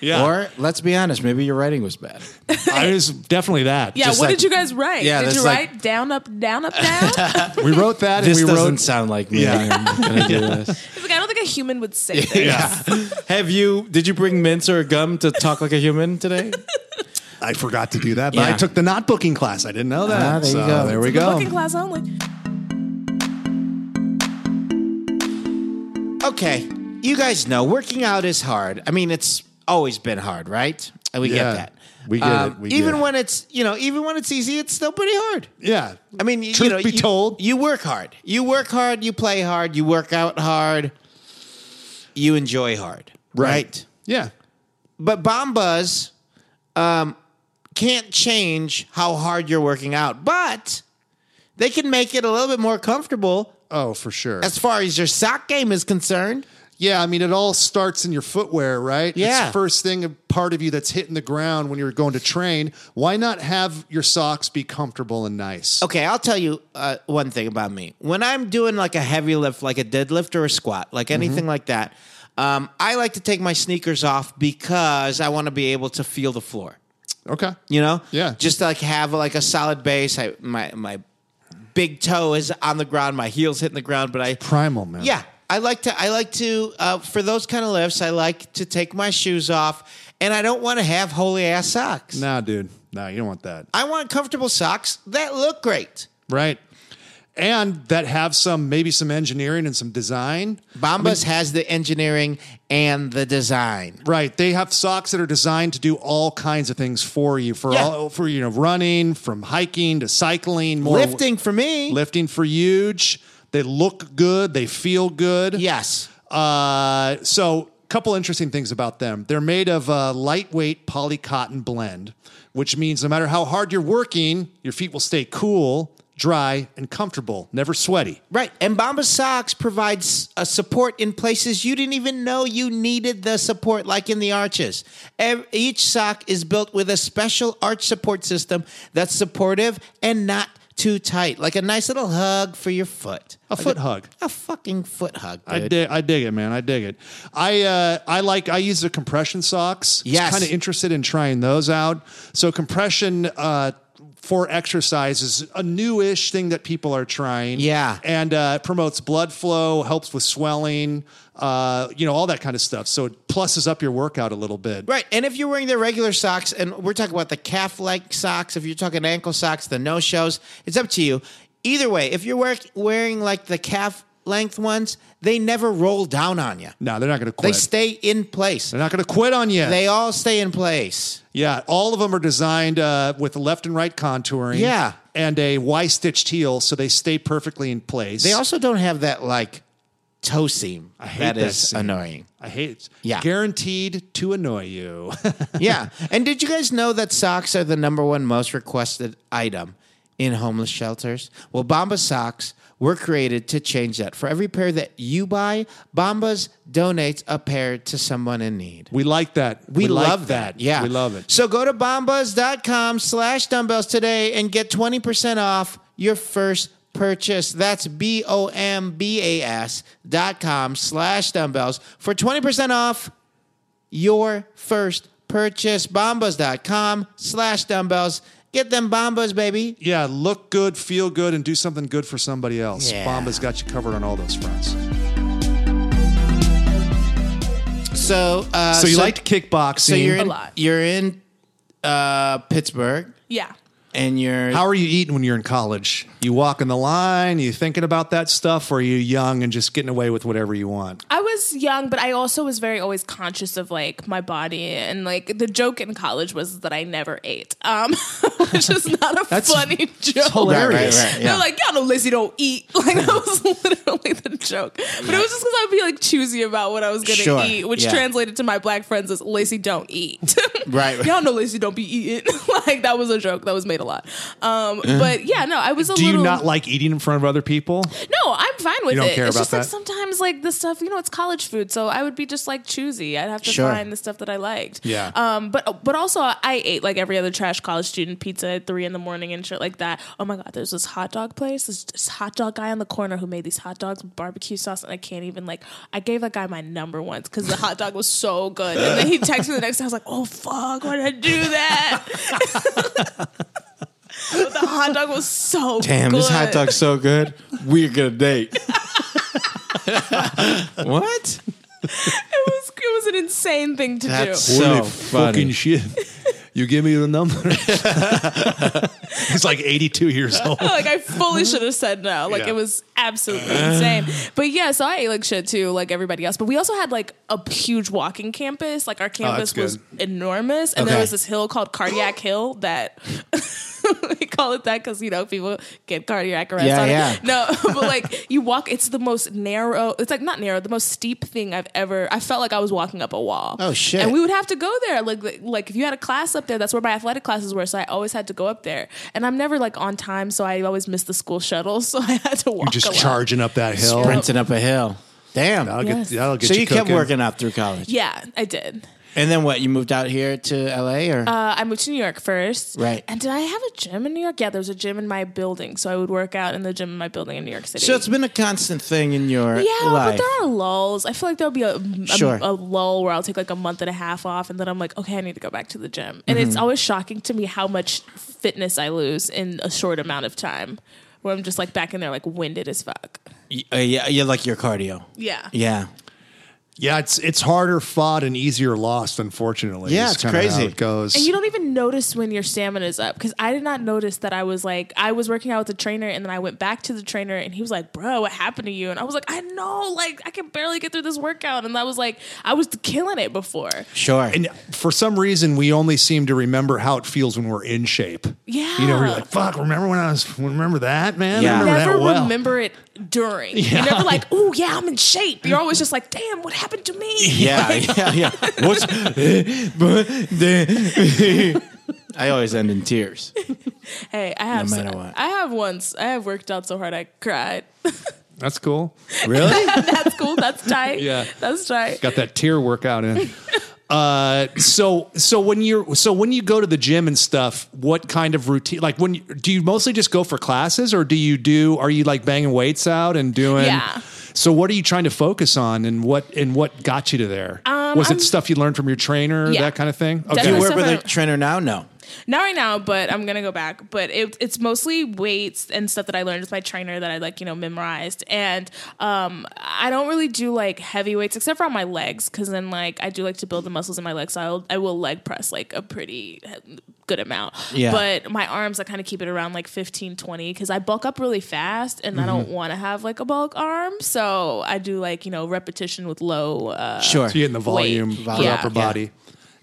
[SPEAKER 3] Yeah.
[SPEAKER 2] Or let's be honest, maybe your writing was bad.
[SPEAKER 3] I was definitely that.
[SPEAKER 4] Yeah.
[SPEAKER 2] Just
[SPEAKER 4] What
[SPEAKER 2] like-
[SPEAKER 4] did you guys write?
[SPEAKER 2] Yeah,
[SPEAKER 4] did
[SPEAKER 2] that's
[SPEAKER 4] you
[SPEAKER 2] like-
[SPEAKER 4] write down up down up down?
[SPEAKER 3] we wrote that
[SPEAKER 2] This
[SPEAKER 3] and we
[SPEAKER 2] doesn't
[SPEAKER 3] wrote.
[SPEAKER 2] sound like me.
[SPEAKER 3] Yeah.
[SPEAKER 2] I'm not gonna do this.
[SPEAKER 4] It's like, I don't think a human would say that.
[SPEAKER 3] Yeah.
[SPEAKER 2] Have you? Did you bring mints or gum to talk like a human today?
[SPEAKER 3] I forgot to do that, but I
[SPEAKER 2] Yeah.
[SPEAKER 3] took the not booking class. I didn't know that.
[SPEAKER 2] Ah, there you
[SPEAKER 3] so
[SPEAKER 2] go.
[SPEAKER 3] there we
[SPEAKER 4] The
[SPEAKER 3] go.
[SPEAKER 4] Looking class only.
[SPEAKER 2] Okay, you guys know working out is hard. I mean, it's always been hard, right? And we
[SPEAKER 3] Yeah.
[SPEAKER 2] get that. Um,
[SPEAKER 3] We get it. We get
[SPEAKER 2] even
[SPEAKER 3] it.
[SPEAKER 2] when it's you know, even when it's easy, it's still pretty hard.
[SPEAKER 3] Yeah.
[SPEAKER 2] I mean, y-
[SPEAKER 3] Truth
[SPEAKER 2] you know,
[SPEAKER 3] be
[SPEAKER 2] you-
[SPEAKER 3] told.
[SPEAKER 2] you work hard. You work hard. You play hard. You work out hard. You enjoy hard, right?
[SPEAKER 3] Yeah.
[SPEAKER 2] But Bombas um, can't change how hard you're working out, but they can make it a little bit more comfortable
[SPEAKER 3] Oh, for sure.
[SPEAKER 2] as far as your sock game is concerned.
[SPEAKER 3] Yeah, I mean, it all starts in your footwear, right? It's
[SPEAKER 2] Yeah.
[SPEAKER 3] the first thing, a part of you that's hitting the ground when you're going to train. Why not have your socks be comfortable and nice?
[SPEAKER 2] Okay, I'll tell you uh, one thing about me. When I'm doing like a heavy lift, like a deadlift or a squat, like anything like that, um, I like to take my sneakers off because I want to be able to feel the floor.
[SPEAKER 3] Okay.
[SPEAKER 2] You know,
[SPEAKER 3] Yeah.
[SPEAKER 2] just to, like have like a solid base. I my my big toe is on the ground, my heels hitting the ground, but I
[SPEAKER 3] Primal, man.
[SPEAKER 2] yeah, I like to. I like to uh, for those kind of lifts. I like to take my shoes off, and I don't want to have holy ass socks.
[SPEAKER 3] Nah, dude. Nah, you don't want that.
[SPEAKER 2] I want comfortable socks that look great.
[SPEAKER 3] Right. And that have some, maybe some engineering and some design.
[SPEAKER 2] Bombas has the engineering and the design.
[SPEAKER 3] Right. They have socks that are designed to do all kinds of things for you for
[SPEAKER 2] Yeah.
[SPEAKER 3] all, for, you know, running, from hiking to cycling, more
[SPEAKER 2] Lifting for me.
[SPEAKER 3] lifting for huge. They look good. They feel good.
[SPEAKER 2] Yes.
[SPEAKER 3] Uh, so couple interesting things about them they're made of a lightweight polycotton blend which means no matter how hard you're working your feet will stay cool dry and comfortable never sweaty
[SPEAKER 2] Right. And Bombas socks provides a support in places you didn't even know you needed the support, like in the arches. Ev- Each sock is built with a special arch support system that's supportive and not too tight, like a nice little hug for your foot.
[SPEAKER 3] a foot hug
[SPEAKER 2] A fucking foot hug, dude.
[SPEAKER 3] I dig, I dig it, man. I dig it. I uh, I like I use the compression socks.
[SPEAKER 2] Yes.
[SPEAKER 3] kind of interested in trying those out. So compression uh, for exercise is a newish thing that people are trying.
[SPEAKER 2] Yeah.
[SPEAKER 3] and uh, it promotes blood flow, helps with swelling, uh, you know, all that kind of stuff. So it plusses up your workout a little bit.
[SPEAKER 2] Right. And if you're wearing the regular socks, and we're talking about the calf length socks, if you're talking ankle socks, the no shows, it's up to you. Either way, if you're wear- wearing like the calf length ones, they never roll down on you.
[SPEAKER 3] No, they're not going to
[SPEAKER 2] They
[SPEAKER 3] quit.
[SPEAKER 2] stay in place.
[SPEAKER 3] they're not going to quit on you.
[SPEAKER 2] They all stay in place.
[SPEAKER 3] Yeah, all of them are designed uh, with left and right contouring.
[SPEAKER 2] Yeah.
[SPEAKER 3] and a Y stitched heel, so they stay perfectly in place.
[SPEAKER 2] They also don't have that like toe seam. I
[SPEAKER 3] hate
[SPEAKER 2] that
[SPEAKER 3] that
[SPEAKER 2] is
[SPEAKER 3] seam.
[SPEAKER 2] annoying.
[SPEAKER 3] I hate it.
[SPEAKER 2] Yeah.
[SPEAKER 3] Guaranteed to annoy you.
[SPEAKER 2] yeah. And did you guys know that socks are the number one most requested item in homeless shelters? Well, Bombas socks were created to change that. For every pair that you buy, Bombas donates a pair to someone in need.
[SPEAKER 3] we like that.
[SPEAKER 2] We,
[SPEAKER 3] like
[SPEAKER 2] love that. Yeah.
[SPEAKER 3] We love it.
[SPEAKER 2] So go to bombas.com slash dumbbells today and get 20% off your first
[SPEAKER 6] purchase. That's B O M B A S dot com slash dumbbells for 20% off your first purchase. Bombas.com slash dumbbells. Get them bombas, baby.
[SPEAKER 3] Yeah, look good, feel good, and do something good for somebody else.
[SPEAKER 6] Yeah.
[SPEAKER 3] Bomba's got you covered on all those fronts.
[SPEAKER 6] So, uh,
[SPEAKER 3] so you liked kickboxing.
[SPEAKER 6] So you're in,
[SPEAKER 4] A lot.
[SPEAKER 6] You're in uh, Pittsburgh,
[SPEAKER 4] Yeah.
[SPEAKER 6] and you're
[SPEAKER 3] How are you eating when you're in college? You walking the line? You thinking about that stuff? Or are you young and just getting away with whatever you want?
[SPEAKER 4] I was young, but I also was very always conscious of like my body and like the joke in college was that I never ate, um, which is not a funny joke.
[SPEAKER 6] hilarious. Right, right, right, yeah.
[SPEAKER 4] They're like, y'all know Lizzie don't eat. Like that was literally the joke. But it was just because I'd be like choosy about what I was gonna
[SPEAKER 6] Sure,
[SPEAKER 4] eat, which
[SPEAKER 6] yeah.
[SPEAKER 4] translated to my black friends as Lizzie don't eat.
[SPEAKER 6] Right.
[SPEAKER 4] y'all know Lizzie don't be eating. like that was a joke that was made a lot. Um,
[SPEAKER 6] Uh-huh.
[SPEAKER 4] but yeah, no, I was a
[SPEAKER 3] Do
[SPEAKER 4] little.
[SPEAKER 3] you not like eating in front of other people?
[SPEAKER 4] No, I'm fine with
[SPEAKER 3] You don't
[SPEAKER 4] it.
[SPEAKER 3] care
[SPEAKER 4] it's
[SPEAKER 3] about
[SPEAKER 4] just like
[SPEAKER 3] that?
[SPEAKER 4] sometimes like the stuff, you know, it's college food, so I would be just like choosy. I'd have to
[SPEAKER 6] Sure.
[SPEAKER 4] find the stuff that I liked.
[SPEAKER 3] Yeah.
[SPEAKER 4] Um, but but also I ate like every other trash college student pizza at three in the morning and shit like that. Oh my god, there's this hot dog place, this, this hot dog guy on the corner who made these hot dogs with barbecue sauce, and I can't even like I gave that guy my number once because the hot dog was so good. And then he texted me the next day, I was like, Oh fuck, why did I do that? But the hot dog was so
[SPEAKER 2] Damn,
[SPEAKER 4] good.
[SPEAKER 2] this hot dog's so good. We're gonna date. what?
[SPEAKER 4] It was it was an insane thing to
[SPEAKER 2] That's
[SPEAKER 4] do.
[SPEAKER 2] so
[SPEAKER 5] Holy
[SPEAKER 2] funny.
[SPEAKER 5] fucking shit. You give me the number.
[SPEAKER 3] He's like 82 years old.
[SPEAKER 4] Like I fully should have said no. Like
[SPEAKER 3] Yeah.
[SPEAKER 4] it was absolutely insane. But yeah, so I ate like shit too, like everybody else. But we also had like a huge walking campus. Like our campus
[SPEAKER 3] good.
[SPEAKER 4] was enormous, and there
[SPEAKER 6] Oh, Okay.
[SPEAKER 4] was this hill called Cardiac Hill that. we call it that because you know people get cardiac arrest
[SPEAKER 6] Yeah,
[SPEAKER 4] on
[SPEAKER 6] yeah.
[SPEAKER 4] it. No, but like you walk, it's the most narrow. It's like not narrow, the most steep thing I've ever. I felt like I was walking up a wall.
[SPEAKER 6] Oh, shit.
[SPEAKER 4] And we would have to go there. Like like if you had a class up there, that's where my athletic classes were. So I always had to go up there, and I'm never like on time, so I always missed the school shuttle. So I had to walk. a
[SPEAKER 3] Just
[SPEAKER 4] lot.
[SPEAKER 3] charging up that hill.
[SPEAKER 2] Sprinting up a hill. Damn.
[SPEAKER 3] That'll get,
[SPEAKER 4] Yes.
[SPEAKER 3] that'll get
[SPEAKER 2] so you, kept
[SPEAKER 3] cooking.
[SPEAKER 2] working out through college,
[SPEAKER 4] Yeah, I did.
[SPEAKER 2] and then what? You moved out here to L.A. or
[SPEAKER 4] Uh, I moved to New York first.
[SPEAKER 2] Right.
[SPEAKER 4] And did I have a gym in New York? Yeah, there was a gym in my building, so I would work out in the gym in my building in New York City.
[SPEAKER 2] so it's been a constant thing in your
[SPEAKER 4] Yeah,
[SPEAKER 2] life.
[SPEAKER 4] but there are lulls. I feel like there'll be a, a-
[SPEAKER 2] Sure.
[SPEAKER 4] a lull where I'll take like a month and a half off, and then I'm like, okay, I need to go back to the gym. And
[SPEAKER 2] Mm-hmm.
[SPEAKER 4] it's always shocking to me how much fitness I lose in a short amount of time. Where I'm just like back in there, like winded as fuck.
[SPEAKER 2] Y- uh, yeah, yeah, like your cardio.
[SPEAKER 4] Yeah.
[SPEAKER 2] Yeah,
[SPEAKER 3] Yeah, it's it's harder fought and easier lost, unfortunately.
[SPEAKER 2] Yeah,
[SPEAKER 3] is
[SPEAKER 2] it's
[SPEAKER 3] kinda how
[SPEAKER 2] crazy.
[SPEAKER 3] it goes.
[SPEAKER 4] And you don't even notice when your stamina's up because I did not notice that I was like I was working out with the trainer and then I went back to the trainer and he was like, "Bro, what happened to you?" And I was like, "I know, like I can barely get through this workout." And I was like, I was killing it before.
[SPEAKER 2] sure.
[SPEAKER 3] And for some reason, we only seem to remember how it feels when we're in shape.
[SPEAKER 4] Yeah.
[SPEAKER 3] You know, we're like, fuck, remember when I was, remember that, man?
[SPEAKER 2] Yeah.
[SPEAKER 3] I remember
[SPEAKER 4] never
[SPEAKER 3] that well.
[SPEAKER 4] remember it during. You're never like, oh yeah, I'm in shape. You're always just like, damn, what happened to me?
[SPEAKER 2] yeah, yeah, yeah. What's but the- I always end in tears.
[SPEAKER 4] Hey, I have
[SPEAKER 2] No matter
[SPEAKER 4] so-
[SPEAKER 2] what.
[SPEAKER 4] I have once I have worked out so hard I cried.
[SPEAKER 3] That's cool.
[SPEAKER 2] Really?
[SPEAKER 4] That's cool. That's tight.
[SPEAKER 3] Yeah.
[SPEAKER 4] That's tight.
[SPEAKER 3] Got that tear workout in. Uh, so so when you're so when you go to the gym and stuff, what kind of routine? Like when you, do you mostly just go for classes, or do you do? Are you like banging weights out and doing?
[SPEAKER 4] Yeah.
[SPEAKER 3] So what are you trying to focus on, and what and what got you to there? Was it stuff you learned from your trainer,
[SPEAKER 4] Um, Yeah.
[SPEAKER 3] that kind of thing?
[SPEAKER 2] Do you
[SPEAKER 4] Definitely.
[SPEAKER 2] work with a
[SPEAKER 4] Something-
[SPEAKER 2] trainer now? No.
[SPEAKER 4] Not right now, but I'm gonna go back. But it, it's mostly weights and stuff that I learned with my trainer that I like, you know, memorized. And um, I don't really do like heavy weights except for on my legs, because then like I do like to build the muscles in my legs. So I'll, I will leg press like a pretty good amount.
[SPEAKER 2] Yeah.
[SPEAKER 4] But my arms, I kind of keep it around like 15, 20, because I bulk up really fast, and I don't want to have like a bulk arm. So I do like you know repetition with low. Uh,
[SPEAKER 2] Sure.
[SPEAKER 3] So you're getting the volume
[SPEAKER 4] Weight.
[SPEAKER 3] for
[SPEAKER 4] Yeah.
[SPEAKER 3] upper body,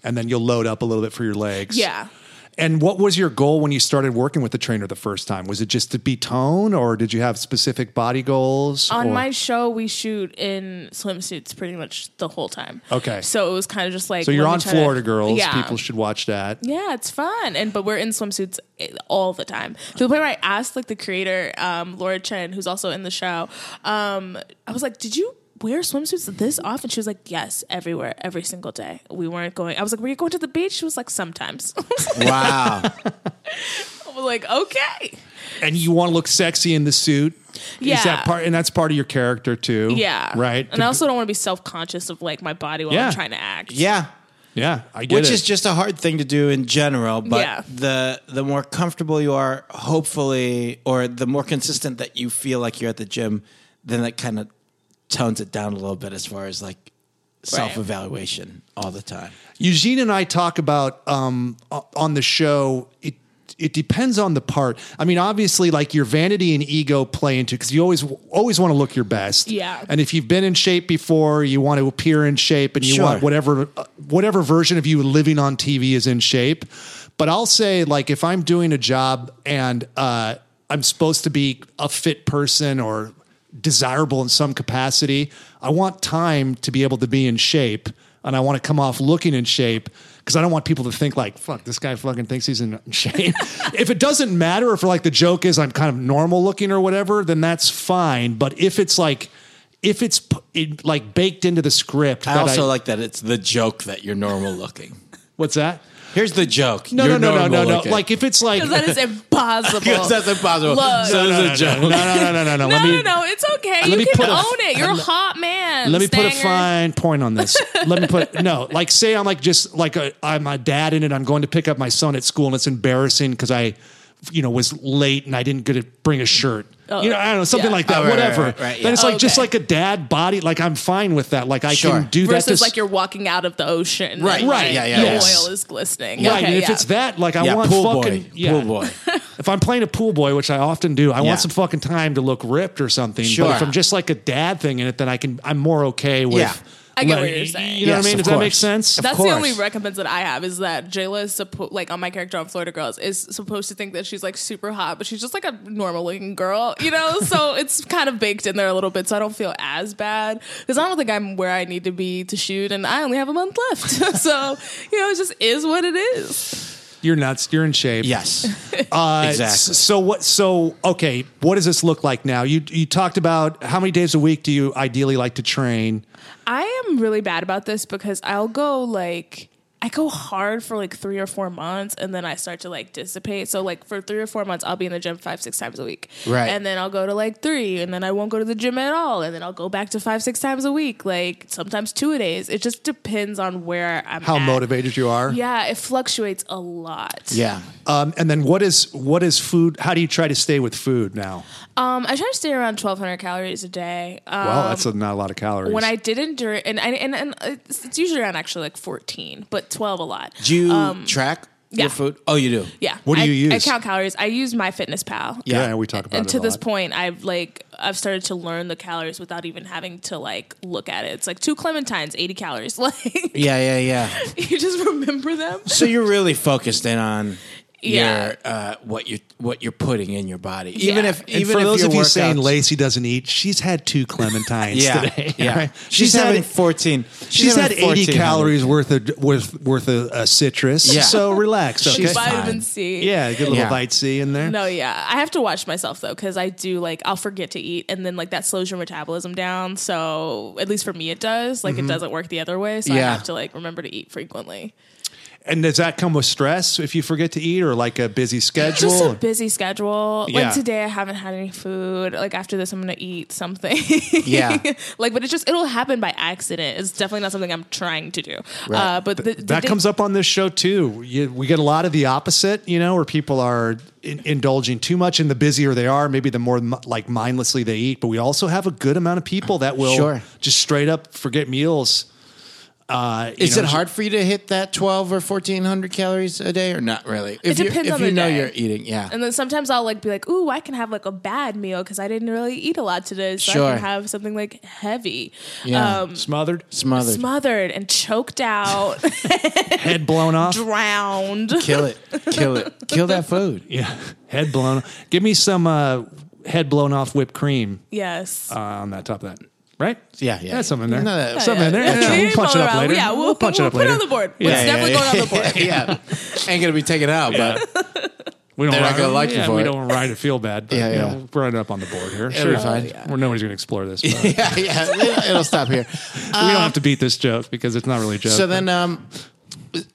[SPEAKER 3] and then you'll load up a little bit for your legs.
[SPEAKER 4] Yeah.
[SPEAKER 3] And what was your goal when you started working with the trainer the first time? Was it just to be tone, or did you have specific body goals?
[SPEAKER 4] on
[SPEAKER 3] or-
[SPEAKER 4] my show we shoot in swimsuits pretty much the whole time
[SPEAKER 3] Okay.
[SPEAKER 4] so it was kind of just like
[SPEAKER 3] so you're
[SPEAKER 4] let me
[SPEAKER 3] on
[SPEAKER 4] try to-
[SPEAKER 3] Florida Girls.
[SPEAKER 4] yeah
[SPEAKER 3] People should watch that.
[SPEAKER 4] yeah it's fun and but we're in swimsuits eh, all the time to the point where i asked like the creator um laura chen who's also in the show um i was like did you wear swimsuits this often she was like yes everywhere every single day we weren't going i was like were you going to the beach she was like sometimes i
[SPEAKER 2] Wow.
[SPEAKER 4] was like okay
[SPEAKER 3] and you want to look sexy in the suit.
[SPEAKER 4] Yeah.
[SPEAKER 3] Is that part and that's part of your character too.
[SPEAKER 4] Yeah.
[SPEAKER 3] Right.
[SPEAKER 4] And I also don't want to be self conscious of like my body while
[SPEAKER 3] Yeah.
[SPEAKER 4] I'm trying to act.
[SPEAKER 2] Yeah.
[SPEAKER 3] yeah, I get
[SPEAKER 2] Which
[SPEAKER 3] it.
[SPEAKER 2] is just a hard thing to do in general, but
[SPEAKER 4] Yeah.
[SPEAKER 2] the the more comfortable you are, hopefully, or the more consistent that you feel like you're at the gym, then that kind of tones it down a little bit as far as like self evaluation all the time.
[SPEAKER 3] Eugene and I talk about um, o- on the show. It it depends on the part. I mean, obviously, like your vanity and ego play into because you always always want to look your best.
[SPEAKER 4] Yeah.
[SPEAKER 3] And if you've been in shape before, you want to appear in shape, and you
[SPEAKER 2] Sure.
[SPEAKER 3] want whatever uh, whatever version of you living on TV is in shape. But I'll say, like, if I'm doing a job and uh, I'm supposed to be a fit person or desirable in some capacity, I want time to be able to be in shape, and I want to come off looking in shape because I don't want people to think like, "Fuck, this guy fucking thinks he's in shape." if it doesn't matter, if like the joke is I'm kind of normal looking or whatever, then that's fine. But if it's like if it's p- it, like baked into the script,
[SPEAKER 2] I
[SPEAKER 3] that
[SPEAKER 2] also like that it's the joke that you're normal looking.
[SPEAKER 3] what's that?
[SPEAKER 2] Here's the joke.
[SPEAKER 3] No,
[SPEAKER 2] You're
[SPEAKER 3] no, no, no,
[SPEAKER 2] normal
[SPEAKER 3] no, no.
[SPEAKER 2] looking.
[SPEAKER 3] Like if it's like
[SPEAKER 4] 'Cause that is impossible.
[SPEAKER 2] Because that's impossible.
[SPEAKER 4] Look.
[SPEAKER 2] So
[SPEAKER 3] no, no,
[SPEAKER 2] there's a
[SPEAKER 3] no,
[SPEAKER 2] joke.
[SPEAKER 3] no, no, no, no, no, no.
[SPEAKER 4] no,
[SPEAKER 3] Let me
[SPEAKER 4] no, no. It's okay.
[SPEAKER 3] Let me
[SPEAKER 4] You
[SPEAKER 3] put
[SPEAKER 4] can
[SPEAKER 3] a-
[SPEAKER 4] own it. You're a hot man.
[SPEAKER 3] let me put a
[SPEAKER 4] Stanger.
[SPEAKER 3] fine point on this. Let me put no, like say I'm like just like a, I'm a dad in it. I'm going to pick up my son at school, and it's embarrassing because I, you know, was late and I didn't get to bring a shirt. you know, I don't know something
[SPEAKER 4] yeah.
[SPEAKER 3] like that.
[SPEAKER 2] Oh, right,
[SPEAKER 3] whatever.
[SPEAKER 2] right, right, right,
[SPEAKER 3] Then it's like just
[SPEAKER 4] Okay.
[SPEAKER 3] like a dad body. Like I'm fine with that. Like I
[SPEAKER 2] Sure.
[SPEAKER 3] can do that.
[SPEAKER 4] Versus
[SPEAKER 3] to,
[SPEAKER 4] like you're walking out of the ocean.
[SPEAKER 2] Right,
[SPEAKER 4] and,
[SPEAKER 2] right,
[SPEAKER 4] like,
[SPEAKER 2] yeah, yeah,
[SPEAKER 4] The
[SPEAKER 3] yes.
[SPEAKER 4] oil is glistening.
[SPEAKER 3] Right,
[SPEAKER 4] Okay,
[SPEAKER 3] and if
[SPEAKER 4] yeah.
[SPEAKER 3] it's that, like I
[SPEAKER 2] Yeah,
[SPEAKER 3] want
[SPEAKER 2] pool
[SPEAKER 3] fucking
[SPEAKER 2] boy.
[SPEAKER 3] yeah.
[SPEAKER 2] Pool boy.
[SPEAKER 3] if I'm playing a pool boy, which I often do, I
[SPEAKER 2] Yeah.
[SPEAKER 3] want some fucking time to look ripped or something.
[SPEAKER 2] Sure.
[SPEAKER 3] But if I'm just like a dad thing in it, then I can I'm more okay with.
[SPEAKER 2] Yeah.
[SPEAKER 4] I get
[SPEAKER 3] let-
[SPEAKER 4] what you're saying.
[SPEAKER 3] You know
[SPEAKER 2] Yes,
[SPEAKER 3] what I mean?
[SPEAKER 2] of
[SPEAKER 3] Does that make
[SPEAKER 2] course.
[SPEAKER 3] sense?
[SPEAKER 4] That's
[SPEAKER 2] course.
[SPEAKER 4] the only recompense that I have is that Jayla is supposed, like on my character on Florida Girls, is supposed to think that she's like super hot, but she's just like a normal looking girl, you know? so it's kind of baked in there a little bit, so I don't feel as bad because I don't think I'm where I need to be to shoot, and I only have a month left. so, you know, it just is what it is.
[SPEAKER 3] You're nuts. You're in shape.
[SPEAKER 2] Yes.
[SPEAKER 3] Uh,
[SPEAKER 2] Exactly.
[SPEAKER 3] s- So what? So okay. What does this look like now? You you talked about how many days a week do you ideally like to train?
[SPEAKER 4] I am really bad about this because I'll go like I go hard for like three or four months and then I start to like dissipate. So like for three or four months I'll be in the gym five, six times a week.
[SPEAKER 2] Right.
[SPEAKER 4] And then I'll go to like three and then I won't go to the gym at all. And then I'll go back to five, six times a week, like sometimes two a days. It just depends on where I'm
[SPEAKER 3] How
[SPEAKER 4] at.
[SPEAKER 3] motivated you are?
[SPEAKER 4] Yeah, it fluctuates a lot.
[SPEAKER 2] Yeah.
[SPEAKER 3] Um, and then what is what is food? How do you try to stay with food now?
[SPEAKER 4] Um I try to stay around twelve hundred calories a day. Um,
[SPEAKER 3] Well, that's a, not a lot of calories.
[SPEAKER 4] when I did endure, and I, and and it's, it's usually around actually like fourteen, but twelve a lot.
[SPEAKER 2] Do you track
[SPEAKER 4] Um, yeah.
[SPEAKER 2] your food? Oh, you do.
[SPEAKER 4] Yeah.
[SPEAKER 3] What do
[SPEAKER 4] I-
[SPEAKER 3] you
[SPEAKER 4] I
[SPEAKER 3] use?
[SPEAKER 4] count calories. I use my fitness pal.
[SPEAKER 3] yeah, we talk about
[SPEAKER 4] And
[SPEAKER 3] it
[SPEAKER 4] to
[SPEAKER 3] a
[SPEAKER 4] this
[SPEAKER 3] lot.
[SPEAKER 4] point, I've like I've started to learn the calories without even having to like look at it. It's like two clementines, eighty calories. Like
[SPEAKER 2] Yeah, yeah, yeah.
[SPEAKER 4] you just remember them.
[SPEAKER 2] So you're really focused in on
[SPEAKER 4] Yeah.
[SPEAKER 2] your uh, what you what you're putting in your body, even
[SPEAKER 4] Yeah.
[SPEAKER 2] if
[SPEAKER 3] And
[SPEAKER 2] even
[SPEAKER 3] for
[SPEAKER 2] if
[SPEAKER 3] those
[SPEAKER 2] your
[SPEAKER 3] of you saying
[SPEAKER 2] workouts-
[SPEAKER 3] Lacey doesn't eat, she's had two clementines
[SPEAKER 2] yeah,
[SPEAKER 3] today.
[SPEAKER 2] yeah,
[SPEAKER 3] right?
[SPEAKER 2] she's, having fourteen.
[SPEAKER 3] She's had
[SPEAKER 2] having
[SPEAKER 3] 80
[SPEAKER 2] 1400.
[SPEAKER 3] calories worth of worth worth of uh, citrus.
[SPEAKER 2] Yeah.
[SPEAKER 3] So relax. Okay?
[SPEAKER 2] She's
[SPEAKER 4] Vitamin
[SPEAKER 2] fine.
[SPEAKER 4] C.
[SPEAKER 3] yeah, get a little
[SPEAKER 2] Yeah.
[SPEAKER 3] bite C in there.
[SPEAKER 4] No, yeah. I have to watch myself though, because I do like I'll forget to eat, and then like that slows your metabolism down. So at least for me, it does.
[SPEAKER 3] Mm-hmm.
[SPEAKER 4] Like it doesn't work the other way. So I
[SPEAKER 2] Yeah.
[SPEAKER 4] have to like remember to eat frequently.
[SPEAKER 3] And does that come with stress if you forget to eat or like a busy schedule?
[SPEAKER 4] Just a busy schedule.
[SPEAKER 3] Yeah.
[SPEAKER 4] Like today, I haven't had any food. Like after this, I'm gonna eat something.
[SPEAKER 2] Yeah.
[SPEAKER 4] like, but it's just it'll happen by accident. It's definitely not something I'm trying to do. Uh, but the, the
[SPEAKER 3] that
[SPEAKER 4] day-
[SPEAKER 3] comes up on this show too. You, we get a lot of the opposite, you know, where people are in, indulging too much, and the busier they are, maybe the more mi- like mindlessly they eat. But we also have a good amount of people that will
[SPEAKER 2] Sure.
[SPEAKER 3] just straight up forget meals. Uh, you
[SPEAKER 2] Is
[SPEAKER 3] know,
[SPEAKER 2] it hard for you to hit that twelve or fourteen hundred calories a day, or not really? If you-
[SPEAKER 4] depends
[SPEAKER 2] if
[SPEAKER 4] on
[SPEAKER 2] you
[SPEAKER 4] the
[SPEAKER 2] know
[SPEAKER 4] day.
[SPEAKER 2] you're eating, yeah.
[SPEAKER 4] And then sometimes I'll like be like, "Ooh, I can have like a bad meal because I didn't really eat a lot today, so I
[SPEAKER 2] Sure.
[SPEAKER 4] can have something like heavy,
[SPEAKER 2] Yeah.
[SPEAKER 4] um,
[SPEAKER 3] Smothered,
[SPEAKER 2] Smothered,
[SPEAKER 4] smothered and choked out,
[SPEAKER 3] head blown off.
[SPEAKER 4] drowned."
[SPEAKER 2] kill it, kill it, kill that food.
[SPEAKER 3] Yeah, head blown. Give me some uh, head blown off whipped cream
[SPEAKER 4] Yes,
[SPEAKER 3] uh, on that top of that. Right?
[SPEAKER 2] Yeah, yeah.
[SPEAKER 3] That's something there.
[SPEAKER 2] No, no,
[SPEAKER 3] something in there.
[SPEAKER 4] Yeah,
[SPEAKER 3] Yeah,
[SPEAKER 4] yeah.
[SPEAKER 3] We'll punch it up
[SPEAKER 4] Around.
[SPEAKER 3] later.
[SPEAKER 4] Yeah, we'll,
[SPEAKER 3] punch it up
[SPEAKER 4] put
[SPEAKER 3] later.
[SPEAKER 4] on the board. it's
[SPEAKER 2] yeah,
[SPEAKER 4] definitely
[SPEAKER 2] yeah.
[SPEAKER 4] going on the board.
[SPEAKER 2] yeah, ain't gonna be taken out, but
[SPEAKER 3] We don't
[SPEAKER 2] They're not
[SPEAKER 3] ride-
[SPEAKER 2] gonna like you
[SPEAKER 3] yeah,
[SPEAKER 2] for
[SPEAKER 3] we
[SPEAKER 2] it.
[SPEAKER 3] don't ride to feel bad. But,
[SPEAKER 2] Yeah,
[SPEAKER 3] you know,
[SPEAKER 2] yeah.
[SPEAKER 3] we're right up on the board here.
[SPEAKER 2] be
[SPEAKER 3] Sure,
[SPEAKER 2] fine.
[SPEAKER 3] Well, nobody's going to explore this. but
[SPEAKER 2] yeah, yeah. It'll stop here.
[SPEAKER 3] we don't have to beat this joke because it's not really a joke.
[SPEAKER 2] So then, um,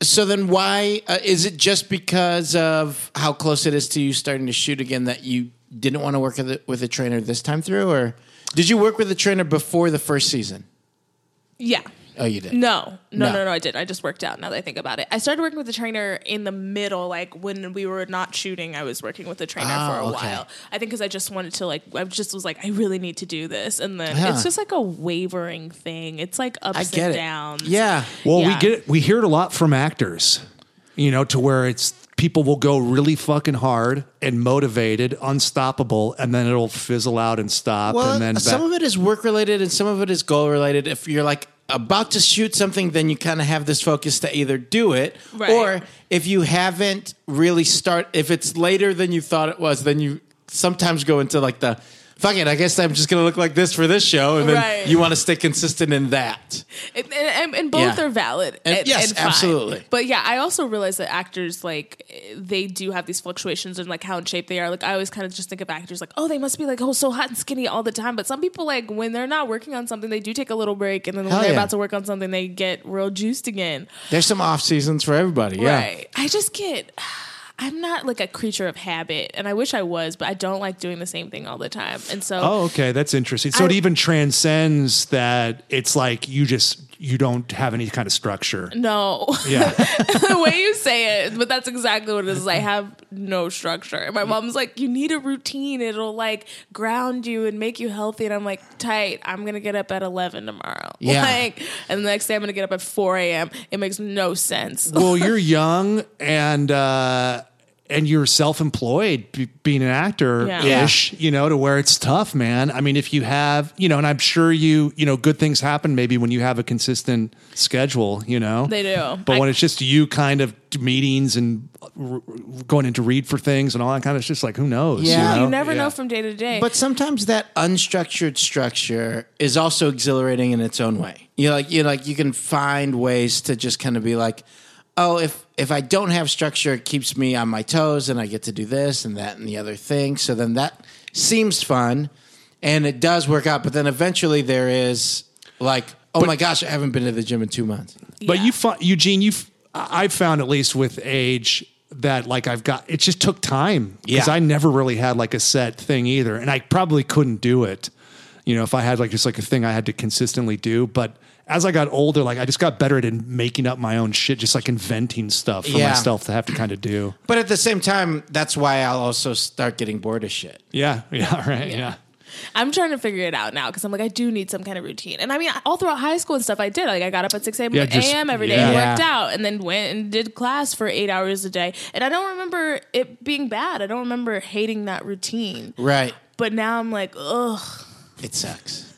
[SPEAKER 2] So then, why uh, is it just because of how close it is to you starting to shoot again that you didn't want to work with a, with a trainer this time through, or did you work with a trainer before the first season?
[SPEAKER 4] Yeah.
[SPEAKER 2] Oh, you did.
[SPEAKER 4] No, no,
[SPEAKER 2] No.
[SPEAKER 4] no, no, I did. I just worked out now that I think about it. I started working with a trainer in the middle, like when we were not shooting, I was working with a trainer
[SPEAKER 2] Oh,
[SPEAKER 4] for a
[SPEAKER 2] okay.
[SPEAKER 4] while. I think because I just wanted to, like, I just was like, I really need to do this. And then
[SPEAKER 2] Yeah.
[SPEAKER 4] it's just like a wavering thing. It's like ups
[SPEAKER 2] I get
[SPEAKER 4] and
[SPEAKER 2] it.
[SPEAKER 4] downs.
[SPEAKER 2] Yeah.
[SPEAKER 3] Well, we
[SPEAKER 4] Yeah.
[SPEAKER 3] get it, we hear it a lot from actors, you know, to where it's people will go really fucking hard and motivated, unstoppable, and then it'll fizzle out and stop,
[SPEAKER 2] Well,
[SPEAKER 3] and then back-
[SPEAKER 2] some of it is work related and some of it is goal related. If you're like about to shoot something, then you kind of have this focus to either do it
[SPEAKER 4] Right.
[SPEAKER 2] or if you haven't really start, if it's later than you thought it was, then you sometimes go into like the fuck it, I guess I'm just going to look like this for this show. And then
[SPEAKER 4] Right.
[SPEAKER 2] you want to stay consistent in that.
[SPEAKER 4] And, and- and, and both
[SPEAKER 2] Yeah.
[SPEAKER 4] are valid.
[SPEAKER 2] And- yes,
[SPEAKER 4] fine.
[SPEAKER 2] absolutely.
[SPEAKER 4] But yeah, I also realize that actors like eh, they do have these fluctuations in like how in shape they are. Like I always kind of just think of actors like, oh, they must be like oh so hot and skinny all the time. But some people like when they're not working on something, they do take a little break, and then when
[SPEAKER 2] Hell
[SPEAKER 4] they're
[SPEAKER 2] yeah.
[SPEAKER 4] about to work on something, they get real juiced again.
[SPEAKER 2] There's some off seasons for everybody.
[SPEAKER 4] Right. I just get. I'm not like a creature of habit, and I wish I was, but I don't like doing the same thing all the time. And so,
[SPEAKER 3] Oh, okay, that's interesting. So
[SPEAKER 4] I-
[SPEAKER 3] it even transcends that. It's like you just you don't have any kind of structure.
[SPEAKER 4] no.
[SPEAKER 3] Yeah.
[SPEAKER 4] the way you say it, but that's exactly what it is. I have no structure. And my mom's like, you need a routine. It'll like ground you and make you healthy. And I'm like, tight. I'm going to get up at 11 tomorrow.
[SPEAKER 2] Yeah.
[SPEAKER 4] Like, and the next day I'm going to get up at 4 a.m. It makes no sense.
[SPEAKER 3] well, you're young and uh, and you're self-employed, b- being an actor
[SPEAKER 4] Yeah.
[SPEAKER 3] ish, you know, to where it's tough, man. I mean, if you have, you know, and I'm sure you, you know, good things happen maybe when you have a consistent schedule, you know,
[SPEAKER 4] They do.
[SPEAKER 3] But
[SPEAKER 4] I-
[SPEAKER 3] when it's just you, kind of meetings and r- going in to read for things and all that kind of, it's just like who knows?
[SPEAKER 2] Yeah.
[SPEAKER 4] you
[SPEAKER 3] know?
[SPEAKER 4] never know from day to day.
[SPEAKER 2] But sometimes that unstructured structure is also exhilarating in its own way. You like you like you can find ways to just kind of be like, oh, if if I don't have structure, it keeps me on my toes, and I get to do this and that and the other thing. So then that seems fun, and it does work out. But then eventually there is like, oh my gosh, I haven't been to the gym in two months.
[SPEAKER 3] But
[SPEAKER 4] Yeah.
[SPEAKER 3] you, fi- Eugene, you, have I've found at least with age that like I've got it just took time because
[SPEAKER 2] Yeah.
[SPEAKER 3] I never really had like a set thing either, and I probably couldn't do it. You know, if I had like just like a thing I had to consistently do, but as I got older, like I just got better at making up my own shit, just like inventing stuff for
[SPEAKER 2] Yeah.
[SPEAKER 3] myself to have to kind of do.
[SPEAKER 2] But at the same time, that's why I'll also start getting bored of shit.
[SPEAKER 3] Yeah, yeah, right, yeah.
[SPEAKER 4] I'm trying to figure it out now because I'm like, I do need some kind of routine. And I mean, all throughout high school and stuff, I did. Like, I got up at 6 a.m.
[SPEAKER 3] Yeah, just-
[SPEAKER 4] a.m. every day
[SPEAKER 3] yeah.
[SPEAKER 4] and worked
[SPEAKER 2] Yeah.
[SPEAKER 4] out, and then went and did class for eight hours a day. And I don't remember it being bad. I don't remember hating that routine.
[SPEAKER 2] Right?
[SPEAKER 4] But now I'm like, ugh.
[SPEAKER 2] It sucks.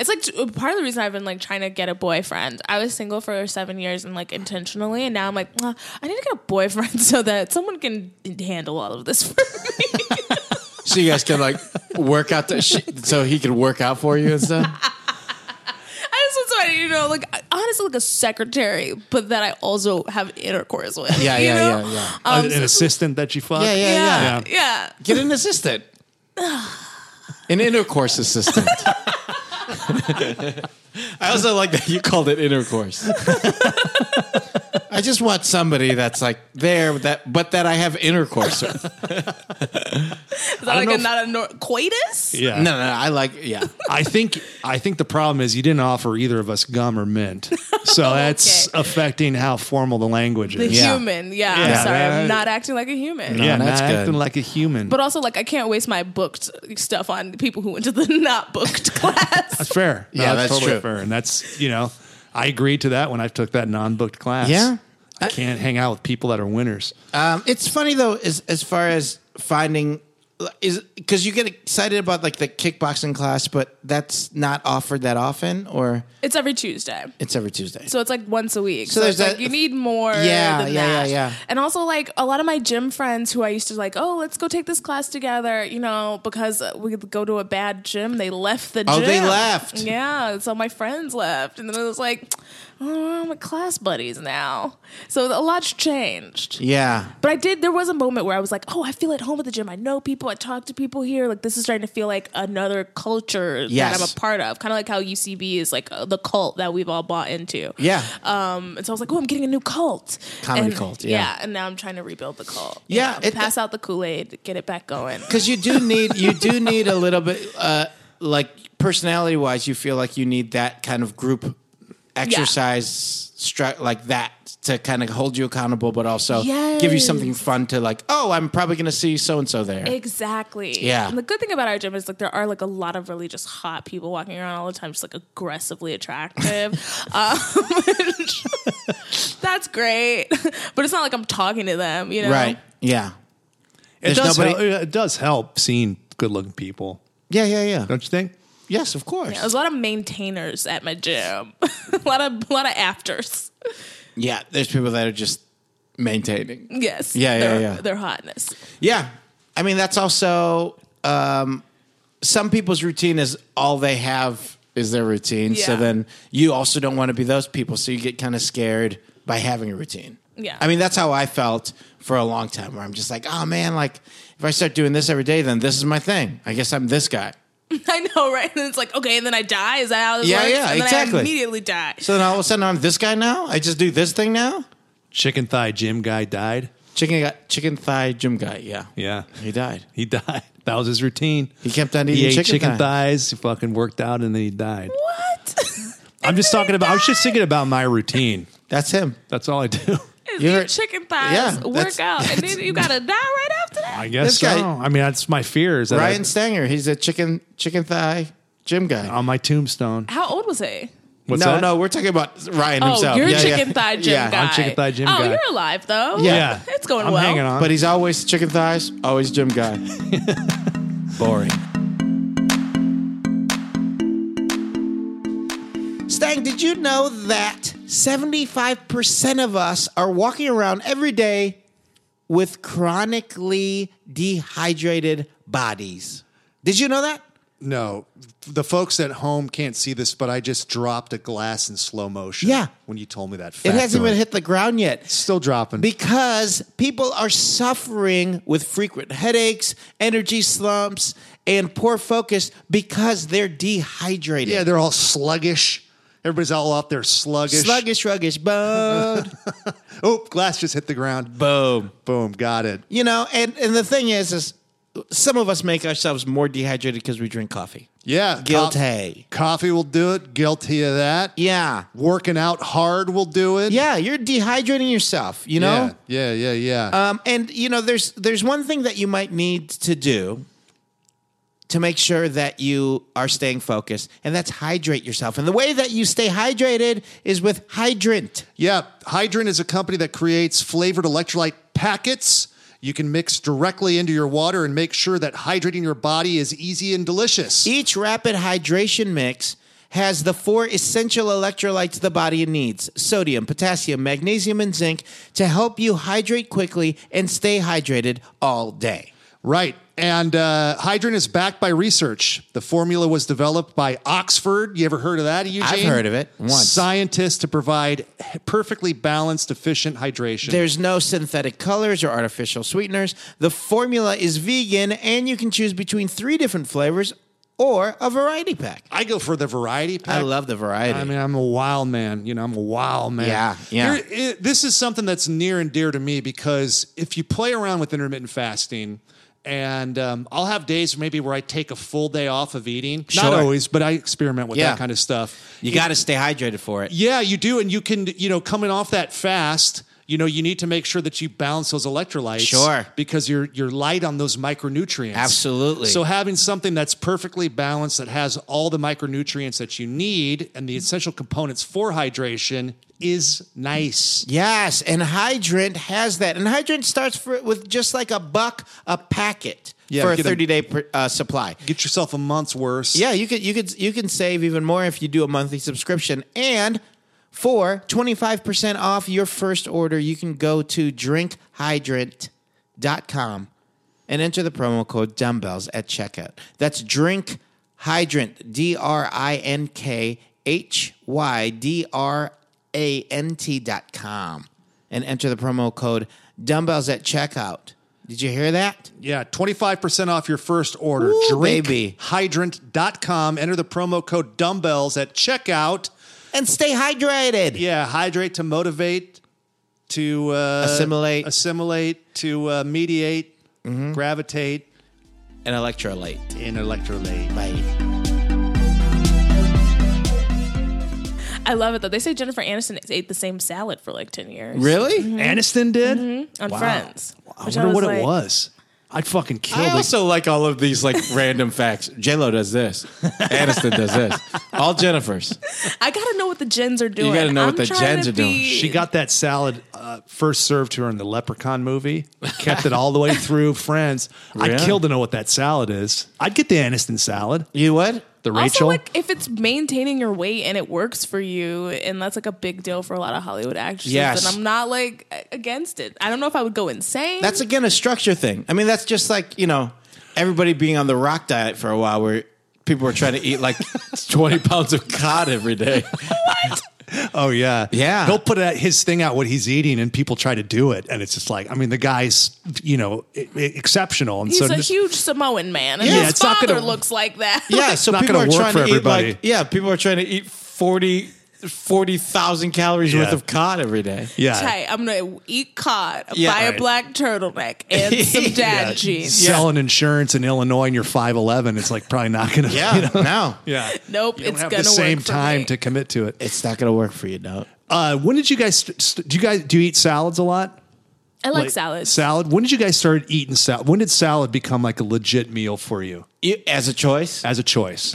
[SPEAKER 4] It's like t- part of the reason I've been like trying to get a boyfriend. I was single for seven years and like intentionally, and now I'm like, "Mwah, I need to get a boyfriend so that someone can handle all of this for me.
[SPEAKER 2] So you guys can like work out the sh- so he can work out for you and stuff.
[SPEAKER 4] I just want somebody to know, like honestly, like a secretary, but that I also have intercourse with.
[SPEAKER 2] Yeah,
[SPEAKER 4] you
[SPEAKER 2] yeah,
[SPEAKER 4] know?
[SPEAKER 2] yeah, yeah.
[SPEAKER 4] Um,
[SPEAKER 3] an,
[SPEAKER 4] so-
[SPEAKER 3] assistant that you fuck.
[SPEAKER 2] yeah,
[SPEAKER 4] yeah,
[SPEAKER 2] yeah.
[SPEAKER 4] yeah, yeah.
[SPEAKER 2] Get an assistant. An intercourse assistant. I also like that you called it intercourse. I just want somebody that's like there that but that I have intercourse with.
[SPEAKER 4] Is that like a, not a nor- coitus?
[SPEAKER 3] yeah.
[SPEAKER 2] No, no, no, I like yeah.
[SPEAKER 3] I think I think the problem is you didn't offer either of us gum or mint, so that's
[SPEAKER 4] Okay.
[SPEAKER 3] affecting how formal the language
[SPEAKER 4] The
[SPEAKER 3] is.
[SPEAKER 4] human. Yeah,
[SPEAKER 3] Yeah.
[SPEAKER 4] I'm sorry,
[SPEAKER 3] That-
[SPEAKER 4] I'm not acting like a human.
[SPEAKER 3] yeah,
[SPEAKER 2] that's
[SPEAKER 3] not
[SPEAKER 2] good.
[SPEAKER 3] acting like a human.
[SPEAKER 4] But also, like, I can't waste my booked stuff on people who went to the not booked class.
[SPEAKER 3] that's fair. No,
[SPEAKER 2] Yeah, that's
[SPEAKER 3] totally
[SPEAKER 2] true.
[SPEAKER 3] fair, and that's you know I agreed to that when I took that non-booked class.
[SPEAKER 2] Yeah.
[SPEAKER 3] I can't hang out with people that are winners.
[SPEAKER 2] Um, it's funny though, as as far as finding is because you get excited about like the kickboxing class, but that's not offered that often, or
[SPEAKER 4] It's every Tuesday.
[SPEAKER 2] it's every Tuesday.
[SPEAKER 4] So it's like once a week.
[SPEAKER 2] So
[SPEAKER 4] So,
[SPEAKER 2] there's
[SPEAKER 4] it's like
[SPEAKER 2] that-
[SPEAKER 4] you need more.
[SPEAKER 2] Yeah,
[SPEAKER 4] than
[SPEAKER 2] yeah, yeah,
[SPEAKER 4] that.
[SPEAKER 2] yeah.
[SPEAKER 4] And also like a lot of my gym friends who I used to like, oh, let's go take this class together. You know, because we could go to a bad gym, they left the
[SPEAKER 2] Oh,
[SPEAKER 4] gym.
[SPEAKER 2] they left.
[SPEAKER 4] Yeah, so my friends left, and then it was like, oh, I'm with class buddies now. So a lot's changed.
[SPEAKER 2] Yeah.
[SPEAKER 4] But I did. There was a moment where I was like, "Oh, I feel at home at the gym. I know people. I talk to people here. Like this is starting to feel like another culture
[SPEAKER 2] Yes.
[SPEAKER 4] that I'm a part of. Kind of like how UCB is like uh, the cult that we've all bought into.
[SPEAKER 2] Yeah.
[SPEAKER 4] Um. And so I was like, "Oh, I'm getting a new cult.
[SPEAKER 2] Comedy
[SPEAKER 4] And-
[SPEAKER 2] cult, yeah.
[SPEAKER 4] And now I'm trying to rebuild the cult.
[SPEAKER 6] Yeah, it-
[SPEAKER 4] pass out the Kool Aid. Get it back going.
[SPEAKER 2] Because you do need you do need a little bit uh, like personality wise, you feel like you need that kind of group exercise stru- like that to kind of hold you accountable, but also give you
[SPEAKER 4] Yes.
[SPEAKER 2] something fun to like. Oh, I'm probably going to see so and so there.
[SPEAKER 4] Exactly.
[SPEAKER 2] Yeah.
[SPEAKER 4] And the good thing about our gym is like there are like a lot of really just hot people walking around all the time, just like aggressively attractive. um, that's great, but it's not like I'm talking to them, you know?
[SPEAKER 2] right? Yeah.
[SPEAKER 5] It
[SPEAKER 2] There's
[SPEAKER 5] does,
[SPEAKER 2] nobody-
[SPEAKER 5] help, it does help seeing good looking people,
[SPEAKER 2] Yeah. Yeah. Yeah.
[SPEAKER 5] don't you think?
[SPEAKER 2] Yes, of course.
[SPEAKER 4] There's a lot of maintainers at my gym. a lot of a lot of afters.
[SPEAKER 2] Yeah, there's people that are just maintaining.
[SPEAKER 4] Yes.
[SPEAKER 2] Yeah, yeah,
[SPEAKER 4] their,
[SPEAKER 2] yeah.
[SPEAKER 4] Their hotness.
[SPEAKER 2] Yeah. I mean, that's also um, some people's routine is all they have is their routine. So
[SPEAKER 4] Yeah.
[SPEAKER 2] then you also don't want to be those people. So you get kind of scared by having a routine.
[SPEAKER 4] Yeah.
[SPEAKER 2] I mean, that's how I felt for a long time where I'm just like, oh man, like if I start doing this every day, then this is my thing. I guess I'm this guy.
[SPEAKER 4] I know, right? And it's like, okay, and then I die. Is that how this
[SPEAKER 2] Yeah,
[SPEAKER 4] works?
[SPEAKER 2] yeah,
[SPEAKER 4] and then
[SPEAKER 2] exactly.
[SPEAKER 4] I immediately die.
[SPEAKER 2] So then all of a sudden I'm this guy now. I just do this thing now.
[SPEAKER 5] Chicken thigh gym guy died.
[SPEAKER 2] Chicken, guy, chicken thigh gym guy. Yeah.
[SPEAKER 5] Yeah.
[SPEAKER 2] He died.
[SPEAKER 5] He died. That was his routine.
[SPEAKER 2] He kept on
[SPEAKER 5] He
[SPEAKER 2] eating
[SPEAKER 5] ate
[SPEAKER 2] chicken,
[SPEAKER 5] chicken,
[SPEAKER 2] thigh.
[SPEAKER 5] thighs. He fucking worked out and then he died.
[SPEAKER 4] what?
[SPEAKER 5] I'm just talking about. I was just thinking about my routine.
[SPEAKER 2] That's him.
[SPEAKER 5] That's all I do.
[SPEAKER 4] you
[SPEAKER 2] You're-
[SPEAKER 4] chicken thighs,
[SPEAKER 2] Yeah, that's-
[SPEAKER 4] work out, and then you gotta die right after that.
[SPEAKER 5] I guess
[SPEAKER 2] This guy-
[SPEAKER 5] so. I mean, that's my fear. Is that I-
[SPEAKER 2] Ryan Stanger. He's a chicken chicken thigh gym guy.
[SPEAKER 5] on my tombstone?
[SPEAKER 4] How old was he?
[SPEAKER 5] What's
[SPEAKER 2] no,
[SPEAKER 5] that?
[SPEAKER 2] no, we're talking about Ryan
[SPEAKER 4] Oh,
[SPEAKER 2] himself.
[SPEAKER 4] you're
[SPEAKER 2] Yeah, yeah.
[SPEAKER 4] chicken thigh gym
[SPEAKER 2] Yeah.
[SPEAKER 4] guy.
[SPEAKER 5] I'm chicken thigh gym
[SPEAKER 4] oh,
[SPEAKER 5] guy.
[SPEAKER 4] you're alive though.
[SPEAKER 2] Yeah.
[SPEAKER 5] Yeah,
[SPEAKER 4] it's going
[SPEAKER 5] I'm
[SPEAKER 4] well.
[SPEAKER 5] Hanging on,
[SPEAKER 2] But he's always chicken thighs, always gym guy. Boring.
[SPEAKER 6] Stang, did you know that 75% of us are walking around every day with chronically dehydrated bodies? Did you know that?
[SPEAKER 3] No, the folks at home can't see this, but I just dropped a glass in slow motion.
[SPEAKER 6] Yeah.
[SPEAKER 3] when you told me that,
[SPEAKER 6] It hasn't
[SPEAKER 3] factoid.
[SPEAKER 6] even hit the ground yet.
[SPEAKER 3] Still dropping.
[SPEAKER 6] because people are suffering with frequent headaches, energy slumps, and poor focus because they're dehydrated.
[SPEAKER 3] yeah, they're all sluggish. Everybody's all out there sluggish.
[SPEAKER 6] sluggish, ruggish, bone.
[SPEAKER 3] Oh, glass just hit the ground.
[SPEAKER 2] Boom.
[SPEAKER 3] Boom, got it.
[SPEAKER 6] you know, and, and the thing is,
[SPEAKER 2] Yes, is some of us make ourselves more dehydrated because we drink coffee.
[SPEAKER 3] Yeah,
[SPEAKER 2] Guilty.
[SPEAKER 3] co- coffee will do it. Guilty of that.
[SPEAKER 2] Yeah.
[SPEAKER 3] Working out hard will do it.
[SPEAKER 2] Yeah, you're dehydrating yourself, you know?
[SPEAKER 3] yeah, yeah, yeah, yeah.
[SPEAKER 2] Um, and you know, there's there's one thing that you might need to do to make sure that you are staying focused, and that's hydrate yourself. And the way that you stay hydrated is with hydrant.
[SPEAKER 3] Yeah, Hydrant is a company that creates flavored electrolyte packets. You can mix directly into your water and make sure that hydrating your body is easy and delicious.
[SPEAKER 2] Each rapid hydration mix has the four essential electrolytes the body needs sodium, potassium, magnesium, and zinc to help you hydrate quickly and stay hydrated all day.
[SPEAKER 3] Right. And uh, Hydrant is backed by research. The formula was developed by Oxford. You ever heard of that, Eugene?
[SPEAKER 2] heard of it once.
[SPEAKER 3] Scientists to provide perfectly balanced, efficient hydration.
[SPEAKER 2] There's no synthetic colors or artificial sweeteners. The formula is vegan, and you can choose between three different flavors or a variety pack.
[SPEAKER 3] I go for the variety pack.
[SPEAKER 2] I love the variety.
[SPEAKER 3] I mean, I'm a wild man. You know, I'm a wild man.
[SPEAKER 2] Yeah, yeah.
[SPEAKER 3] Here- it- this is something that's near and dear to me because if you play around with intermittent fasting, and um, I'll have days maybe where I take a full day off of eating. Not
[SPEAKER 2] Sure.
[SPEAKER 3] always, but I experiment with
[SPEAKER 2] Yeah.
[SPEAKER 3] that kind of stuff.
[SPEAKER 2] you got to stay hydrated for it.
[SPEAKER 3] Yeah, you do, and you can, you know, coming off that fast. You know, you need to make sure that you balance those electrolytes,
[SPEAKER 2] Sure.
[SPEAKER 3] because you're you're light on those micronutrients.
[SPEAKER 2] Absolutely.
[SPEAKER 3] So having something that's perfectly balanced that has all the micronutrients that you need and the essential components for hydration is nice.
[SPEAKER 2] Yes, and Hydrant has that. And Hydrant starts for, with just like a buck a packet
[SPEAKER 3] Yeah,
[SPEAKER 2] for a
[SPEAKER 3] get a-
[SPEAKER 2] 30 day per, uh, supply.
[SPEAKER 3] Get yourself a month's worth.
[SPEAKER 2] Yeah, you could you could you can save even more if you do a monthly subscription and for 25% off your first order, you can go to drinkhydrant.com and enter the promo code dumbbells at checkout. That's drink hydrant d r i n k h y d r
[SPEAKER 6] L-A-N-T dot com and enter the promo code dumbbells at checkout. Did you hear that?
[SPEAKER 3] Yeah, 25% off your first order.
[SPEAKER 6] Ooh, baby.
[SPEAKER 3] Drinkhydrant.com. Enter the promo code dumbbells at checkout.
[SPEAKER 6] And stay hydrated.
[SPEAKER 3] Yeah, hydrate to motivate, to uh,
[SPEAKER 6] Assimilate.
[SPEAKER 3] assimilate, to uh, mediate, gravitate,
[SPEAKER 6] And electrolyte.
[SPEAKER 3] and electrolate.
[SPEAKER 6] Bye.
[SPEAKER 4] I love it though. They say Jennifer Aniston ate the same salad for like ten years
[SPEAKER 2] Really?
[SPEAKER 3] Aniston did?
[SPEAKER 4] on Friends.
[SPEAKER 3] I
[SPEAKER 4] Mm-hmm. which
[SPEAKER 3] wonder what
[SPEAKER 4] like-
[SPEAKER 3] it was. I'd fucking kill
[SPEAKER 2] I
[SPEAKER 3] this.
[SPEAKER 2] also like all of these like random facts. J Lo does this. Aniston does this. All Jennifers.
[SPEAKER 4] I gotta know what the gens are doing.
[SPEAKER 2] gotta know what
[SPEAKER 4] I'm
[SPEAKER 2] the
[SPEAKER 4] trying
[SPEAKER 2] gens
[SPEAKER 4] to
[SPEAKER 2] are doing.
[SPEAKER 4] be-
[SPEAKER 3] She got that salad uh, first served to her in the Leprechaun movie. Kept it all the way through Friends. I'd
[SPEAKER 2] Really?
[SPEAKER 3] kill to know what that salad is. I'd get the Aniston salad.
[SPEAKER 6] You what?
[SPEAKER 3] The
[SPEAKER 4] Also,
[SPEAKER 3] Rachel.
[SPEAKER 4] like if it's maintaining your weight and it works for you, and that's like a big deal for a lot of Hollywood actresses,
[SPEAKER 2] Yes.
[SPEAKER 4] and I'm not like a- against it. I don't know if I would go insane.
[SPEAKER 2] That's again a structure thing. I mean, that's just like, you know, everybody being on the rock diet for a while where people were trying to eat like 20 pounds of cod every day.
[SPEAKER 3] oh yeah,
[SPEAKER 2] Yeah.
[SPEAKER 3] He'll put out his thing out what he's eating, and people try to do it, and it's just like, I mean, the guy's you know i- i- exceptional, and
[SPEAKER 4] he's
[SPEAKER 3] so
[SPEAKER 4] a huge Samoan man, and
[SPEAKER 3] Yeah,
[SPEAKER 4] his
[SPEAKER 3] it's not
[SPEAKER 4] father
[SPEAKER 3] gonna-
[SPEAKER 4] looks like that.
[SPEAKER 2] Yeah,
[SPEAKER 3] It's
[SPEAKER 2] so
[SPEAKER 3] not
[SPEAKER 2] people
[SPEAKER 3] gonna
[SPEAKER 2] are
[SPEAKER 3] work
[SPEAKER 2] trying
[SPEAKER 3] for
[SPEAKER 2] to eat
[SPEAKER 3] everybody.
[SPEAKER 2] like yeah, people are trying to eat 40 40,000 calories
[SPEAKER 3] Yeah.
[SPEAKER 2] worth of cod every day.
[SPEAKER 3] yeah,
[SPEAKER 4] Tight. I'm gonna eat cod,
[SPEAKER 2] Yeah.
[SPEAKER 4] buy a
[SPEAKER 2] Right.
[SPEAKER 4] black turtleneck, and some dad
[SPEAKER 3] Yeah.
[SPEAKER 4] jeans.
[SPEAKER 3] selling insurance in Illinois, and you're five eleven. It's like probably not gonna,
[SPEAKER 2] Yeah,
[SPEAKER 3] you know,
[SPEAKER 2] now
[SPEAKER 3] yeah.
[SPEAKER 4] Nope,
[SPEAKER 3] You don't
[SPEAKER 4] it's
[SPEAKER 3] have
[SPEAKER 4] gonna
[SPEAKER 3] the same
[SPEAKER 4] work for
[SPEAKER 3] time
[SPEAKER 4] me.
[SPEAKER 3] to commit to it.
[SPEAKER 2] it's not going to work for you, no.
[SPEAKER 3] Uh, when did you guys st- st- do you guys do you eat salads a lot?
[SPEAKER 4] I like salads.
[SPEAKER 3] Salad. When did you guys start eating salad? When did salad become like a legit meal for you
[SPEAKER 2] You- As a choice,
[SPEAKER 3] as a choice?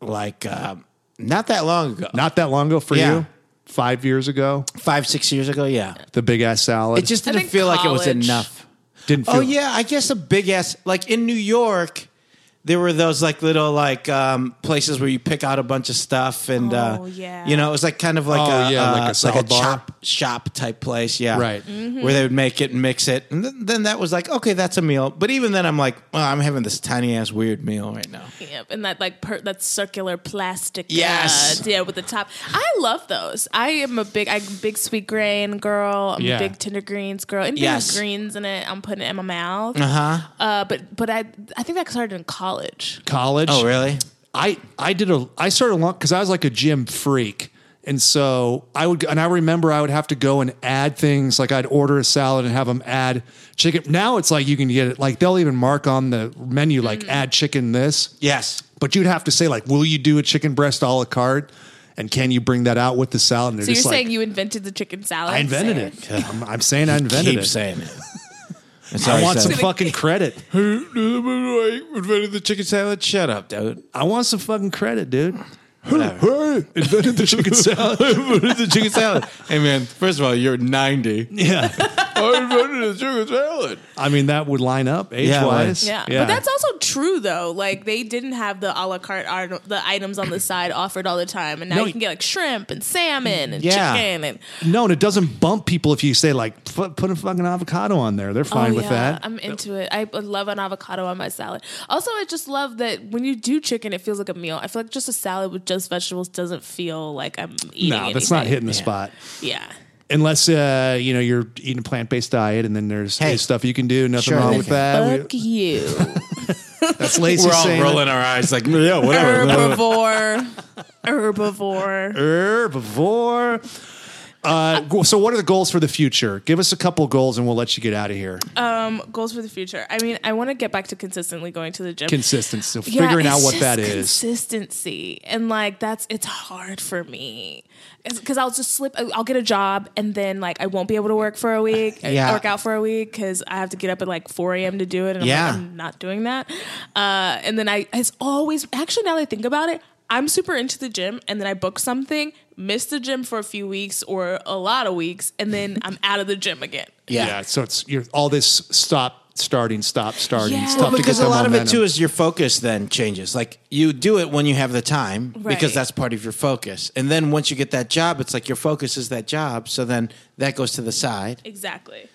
[SPEAKER 2] like um, not that long ago,
[SPEAKER 3] Not that long ago for
[SPEAKER 2] Yeah.
[SPEAKER 3] you, five years ago,
[SPEAKER 2] 5 6 years ago, yeah.
[SPEAKER 3] the big ass salad.
[SPEAKER 2] It just
[SPEAKER 4] I
[SPEAKER 2] didn't
[SPEAKER 4] think
[SPEAKER 2] feel like it was
[SPEAKER 4] college.
[SPEAKER 2] enough.
[SPEAKER 3] didn't. Feel,
[SPEAKER 2] Oh yeah, I guess a big ass like in New York, there were those like little like um, places where you pick out a bunch of stuff and
[SPEAKER 4] Oh,
[SPEAKER 2] uh,
[SPEAKER 4] yeah.
[SPEAKER 2] you know it was like kind of like
[SPEAKER 3] Oh,
[SPEAKER 2] a
[SPEAKER 3] yeah,
[SPEAKER 2] uh,
[SPEAKER 3] like a salad bar.
[SPEAKER 2] chop shop type place, yeah,
[SPEAKER 3] Right.
[SPEAKER 4] Mm-hmm.
[SPEAKER 2] Where they would make it and mix it, and th- then that was like okay, that's a meal. But even then, I'm like, well, I'm having this tiny ass weird meal right now.
[SPEAKER 4] Yep, and that like per, that circular plastic.
[SPEAKER 2] Yes.
[SPEAKER 4] uh, yeah, with the top. I love those. I am a big, I big sweet grain girl. I'm
[SPEAKER 3] Yeah.
[SPEAKER 4] a big tender greens girl. Anything with
[SPEAKER 2] Yes.
[SPEAKER 4] greens in it, I'm putting it in my mouth. Uh-huh. But but I I think that started in college.
[SPEAKER 3] college.
[SPEAKER 2] Oh really?
[SPEAKER 3] I I did a I started long because I was like a gym freak, and so I would and I remember I would have to go and add things like I'd order a salad and have them add chicken. Now it's like you can get it like they'll even mark on the menu like
[SPEAKER 4] Mm.
[SPEAKER 3] add chicken this.
[SPEAKER 2] Yes.
[SPEAKER 3] But you'd have to say like, will you do a chicken breast a la carte, and can you bring that out with the salad? And
[SPEAKER 4] So
[SPEAKER 3] they're
[SPEAKER 4] you're
[SPEAKER 3] just like,
[SPEAKER 4] saying you invented the chicken salad?
[SPEAKER 3] I invented
[SPEAKER 4] Sarah?
[SPEAKER 3] it. I'm, I'm saying I invented
[SPEAKER 2] Keep
[SPEAKER 3] it.
[SPEAKER 2] saying it. That's how
[SPEAKER 3] I
[SPEAKER 2] he
[SPEAKER 3] want
[SPEAKER 2] said
[SPEAKER 3] some
[SPEAKER 2] it.
[SPEAKER 3] fucking credit.
[SPEAKER 2] invented the chicken salad. Shut up, dude.
[SPEAKER 3] I want some fucking credit, dude.
[SPEAKER 2] Whatever.
[SPEAKER 3] Hey, invented the chicken salad.
[SPEAKER 2] invented the chicken salad. Hey man, first of all, you're 90.
[SPEAKER 3] yeah,
[SPEAKER 2] I invented the chicken salad.
[SPEAKER 3] I mean that would line up age wise.
[SPEAKER 4] Yeah. but that's also true though. Like they didn't have the a la carte ar- the items on the side offered all the time, and now
[SPEAKER 3] No,
[SPEAKER 4] you can get like shrimp and salmon and
[SPEAKER 2] Yeah.
[SPEAKER 4] chicken and
[SPEAKER 3] No, and it doesn't bump people if you say like "F- put a fucking avocado on there. They're fine
[SPEAKER 4] Oh,
[SPEAKER 3] with
[SPEAKER 4] yeah.
[SPEAKER 3] that.
[SPEAKER 4] I'm into it. I love an avocado on my salad. Also, I just love that when you do chicken, it feels like a meal. I feel like just a salad with just vegetables doesn't feel like I'm eating.
[SPEAKER 3] no, that's not
[SPEAKER 4] anything.
[SPEAKER 3] hitting the spot.
[SPEAKER 4] Yeah.
[SPEAKER 3] Unless uh, you know you're eating a plant based diet, and then there's new stuff you can do. Nothing
[SPEAKER 2] Sure.
[SPEAKER 3] wrong with that.
[SPEAKER 4] Fuck you,
[SPEAKER 3] We- that's lazy.
[SPEAKER 2] We're all
[SPEAKER 3] saying
[SPEAKER 2] rolling our eyes like, yeah, whatever.
[SPEAKER 4] herbivore, herbivore.
[SPEAKER 3] Herbivore. er, Uh, go- so, what are the goals for the future? Give us a couple goals, and we'll let you get out of here.
[SPEAKER 4] Um, Goals for the future. I mean, I want to get back to consistently going to the gym.
[SPEAKER 3] Consistency, so
[SPEAKER 4] Yeah,
[SPEAKER 3] figuring out
[SPEAKER 4] it's
[SPEAKER 3] what
[SPEAKER 4] just
[SPEAKER 3] that is.
[SPEAKER 4] consistency and like that's it's hard for me because I'll just slip. uh, I'll get a job and then like I won't be able to work for a week,
[SPEAKER 2] Yeah.
[SPEAKER 4] work out for a week because I have to get up at like four a.m. to do it, and
[SPEAKER 2] Yeah.
[SPEAKER 4] I'm, like, I'm not doing that. Uh, and then I it's always actually now that I think about it. I'm super into the gym, and then I book something, miss the gym for a few weeks or a lot of weeks, and then I'm out of the gym again.
[SPEAKER 3] yeah. So it's you're, all this stop, starting, stop, starting.
[SPEAKER 4] Yeah.
[SPEAKER 3] It's
[SPEAKER 4] Well,
[SPEAKER 3] tough to
[SPEAKER 2] because
[SPEAKER 3] get
[SPEAKER 2] a
[SPEAKER 3] the
[SPEAKER 2] lot of it
[SPEAKER 3] momentum.
[SPEAKER 2] too is your focus then changes. Like you do it when you have the time
[SPEAKER 4] Right.
[SPEAKER 2] because that's part of your focus. And then once you get that job, it's like your focus is that job. So then that goes to the side.
[SPEAKER 4] Exactly.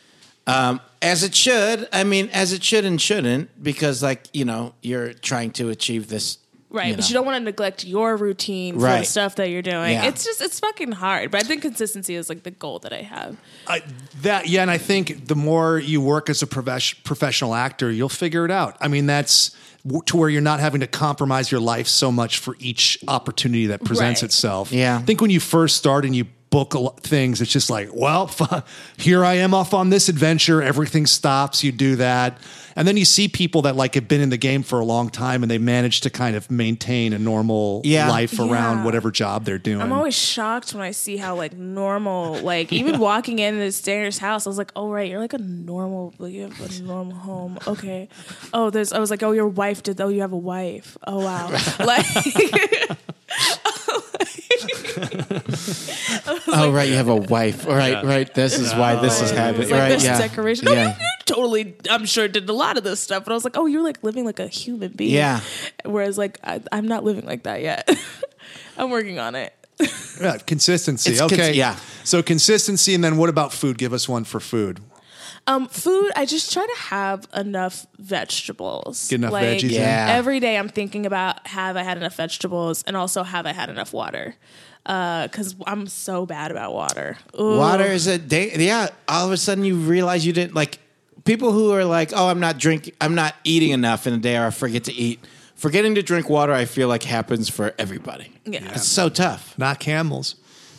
[SPEAKER 2] As it should. I mean, as it should and shouldn't, because like, you know, you're trying to achieve this
[SPEAKER 4] Right,
[SPEAKER 2] you
[SPEAKER 4] but
[SPEAKER 2] know.
[SPEAKER 4] you don't want to neglect your routine for the
[SPEAKER 2] Right.
[SPEAKER 4] stuff that you're doing.
[SPEAKER 2] Yeah.
[SPEAKER 4] It's just it's fucking hard, but I think consistency is like the goal that I have.
[SPEAKER 3] I, that yeah, and I think the more you work as a profesh, professional actor, you'll figure it out. I mean, that's w- to where you're not having to compromise your life so much for each opportunity that presents
[SPEAKER 4] Right.
[SPEAKER 3] itself.
[SPEAKER 2] Yeah.
[SPEAKER 3] I think when you first start and you book a lot things, it's just like, well, here I am off on this adventure. Everything stops. You do that, and then you see people that like have been in the game for a long time and they manage to kind of maintain a normal
[SPEAKER 2] Yeah.
[SPEAKER 3] life around
[SPEAKER 4] Yeah.
[SPEAKER 3] whatever job they're doing.
[SPEAKER 4] I'm always shocked when I see how like normal, like even walking in this Stainer's house, I was like, oh right, you're like a normal, like you have a normal home. Okay. Oh, there's. I was like, oh, your wife did. Oh, you have a wife. Oh wow. like,
[SPEAKER 2] Oh right, you have a wife. All right, right. This is why this is happening.
[SPEAKER 4] Oh, it's like
[SPEAKER 2] right,
[SPEAKER 4] there's
[SPEAKER 2] yeah.
[SPEAKER 4] decoration. No, you,
[SPEAKER 2] Yeah.
[SPEAKER 4] you totally. I'm sure did a lot of this stuff, but I was like, oh, you're like living like a human being.
[SPEAKER 2] Yeah.
[SPEAKER 4] Whereas like I, I'm not living like that yet. I'm working on it.
[SPEAKER 3] Yeah, consistency.
[SPEAKER 2] It's
[SPEAKER 3] okay.
[SPEAKER 2] cons- yeah.
[SPEAKER 3] So consistency, and then what about food? Give us one for food.
[SPEAKER 4] Um, food. I just try to have enough vegetables.
[SPEAKER 3] Get enough
[SPEAKER 4] like,
[SPEAKER 3] veggies in.
[SPEAKER 2] Yeah.
[SPEAKER 4] Every day, I'm thinking about have I had enough vegetables, and also have I had enough water. Because I'm so bad about water. Ooh.
[SPEAKER 2] Water is a da- yeah. All of a sudden, you realize you didn't like people who are like, "Oh, I'm not drinking, I'm not eating enough in a day, or I forget to eat." Forgetting to drink water, I feel like happens for everybody.
[SPEAKER 4] Yeah. Yeah.
[SPEAKER 2] it's so tough.
[SPEAKER 3] Not camels.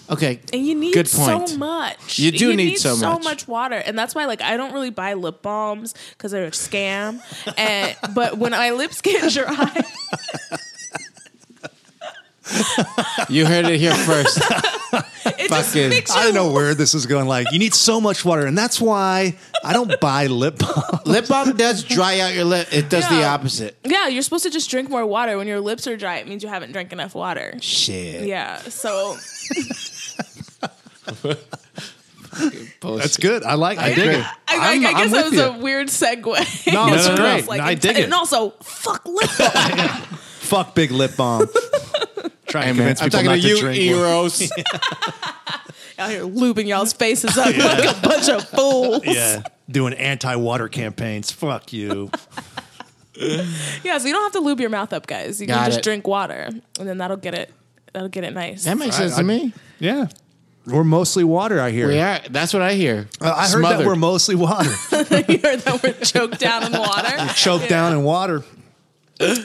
[SPEAKER 2] Okay,
[SPEAKER 4] And you need
[SPEAKER 2] good point.
[SPEAKER 4] so much.
[SPEAKER 2] You do need so much.
[SPEAKER 4] water, and that's why, like, I don't really buy lip balms because they're a scam. and but when my lips get dry,
[SPEAKER 2] You heard it here first.
[SPEAKER 4] it just
[SPEAKER 2] Fucking-
[SPEAKER 4] makes
[SPEAKER 3] I
[SPEAKER 4] you
[SPEAKER 3] don't know where this is going. Like, you need so much water, and that's why I don't buy lip balm.
[SPEAKER 2] lip balm does dry out your lip. It does the
[SPEAKER 4] Yeah.
[SPEAKER 2] opposite.
[SPEAKER 4] Yeah, you're supposed to just drink more water. When your lips are dry, it means you haven't drank enough water.
[SPEAKER 2] Shit.
[SPEAKER 4] Yeah, so
[SPEAKER 2] Bullshit.
[SPEAKER 3] That's good. I like. Oh, I dig it.
[SPEAKER 4] I, I, I
[SPEAKER 3] I'm- I'm
[SPEAKER 4] guess that
[SPEAKER 3] with
[SPEAKER 4] was
[SPEAKER 3] you.
[SPEAKER 4] a weird segue.
[SPEAKER 3] No, it's
[SPEAKER 4] It was
[SPEAKER 3] great. I
[SPEAKER 4] and-
[SPEAKER 3] dig it.
[SPEAKER 4] And also, fuck lip balm.
[SPEAKER 3] Fuck big lip balm. Try and
[SPEAKER 2] Hey, man,
[SPEAKER 3] convince
[SPEAKER 2] I'm
[SPEAKER 3] people
[SPEAKER 2] talking
[SPEAKER 3] not
[SPEAKER 2] to
[SPEAKER 3] to,
[SPEAKER 2] you, E
[SPEAKER 3] drink. more.
[SPEAKER 2] Eros.
[SPEAKER 4] Out here lubing y'all's faces up like a bunch of fools.
[SPEAKER 3] Yeah. Doing anti-water campaigns. Fuck you.
[SPEAKER 4] Yeah, so you don't have to lube your mouth up, guys. You
[SPEAKER 2] Got
[SPEAKER 4] can just
[SPEAKER 2] it.
[SPEAKER 4] drink water, and then that'll get it. That'll get it nice.
[SPEAKER 2] that makes sense
[SPEAKER 3] I-
[SPEAKER 2] to me.
[SPEAKER 3] yeah. We're mostly water. I hear.
[SPEAKER 2] We are. That's what I hear.
[SPEAKER 3] Uh, I heard
[SPEAKER 2] Smothered.
[SPEAKER 3] that we're mostly water.
[SPEAKER 4] you heard that we're choked down in water.
[SPEAKER 3] choked down in water.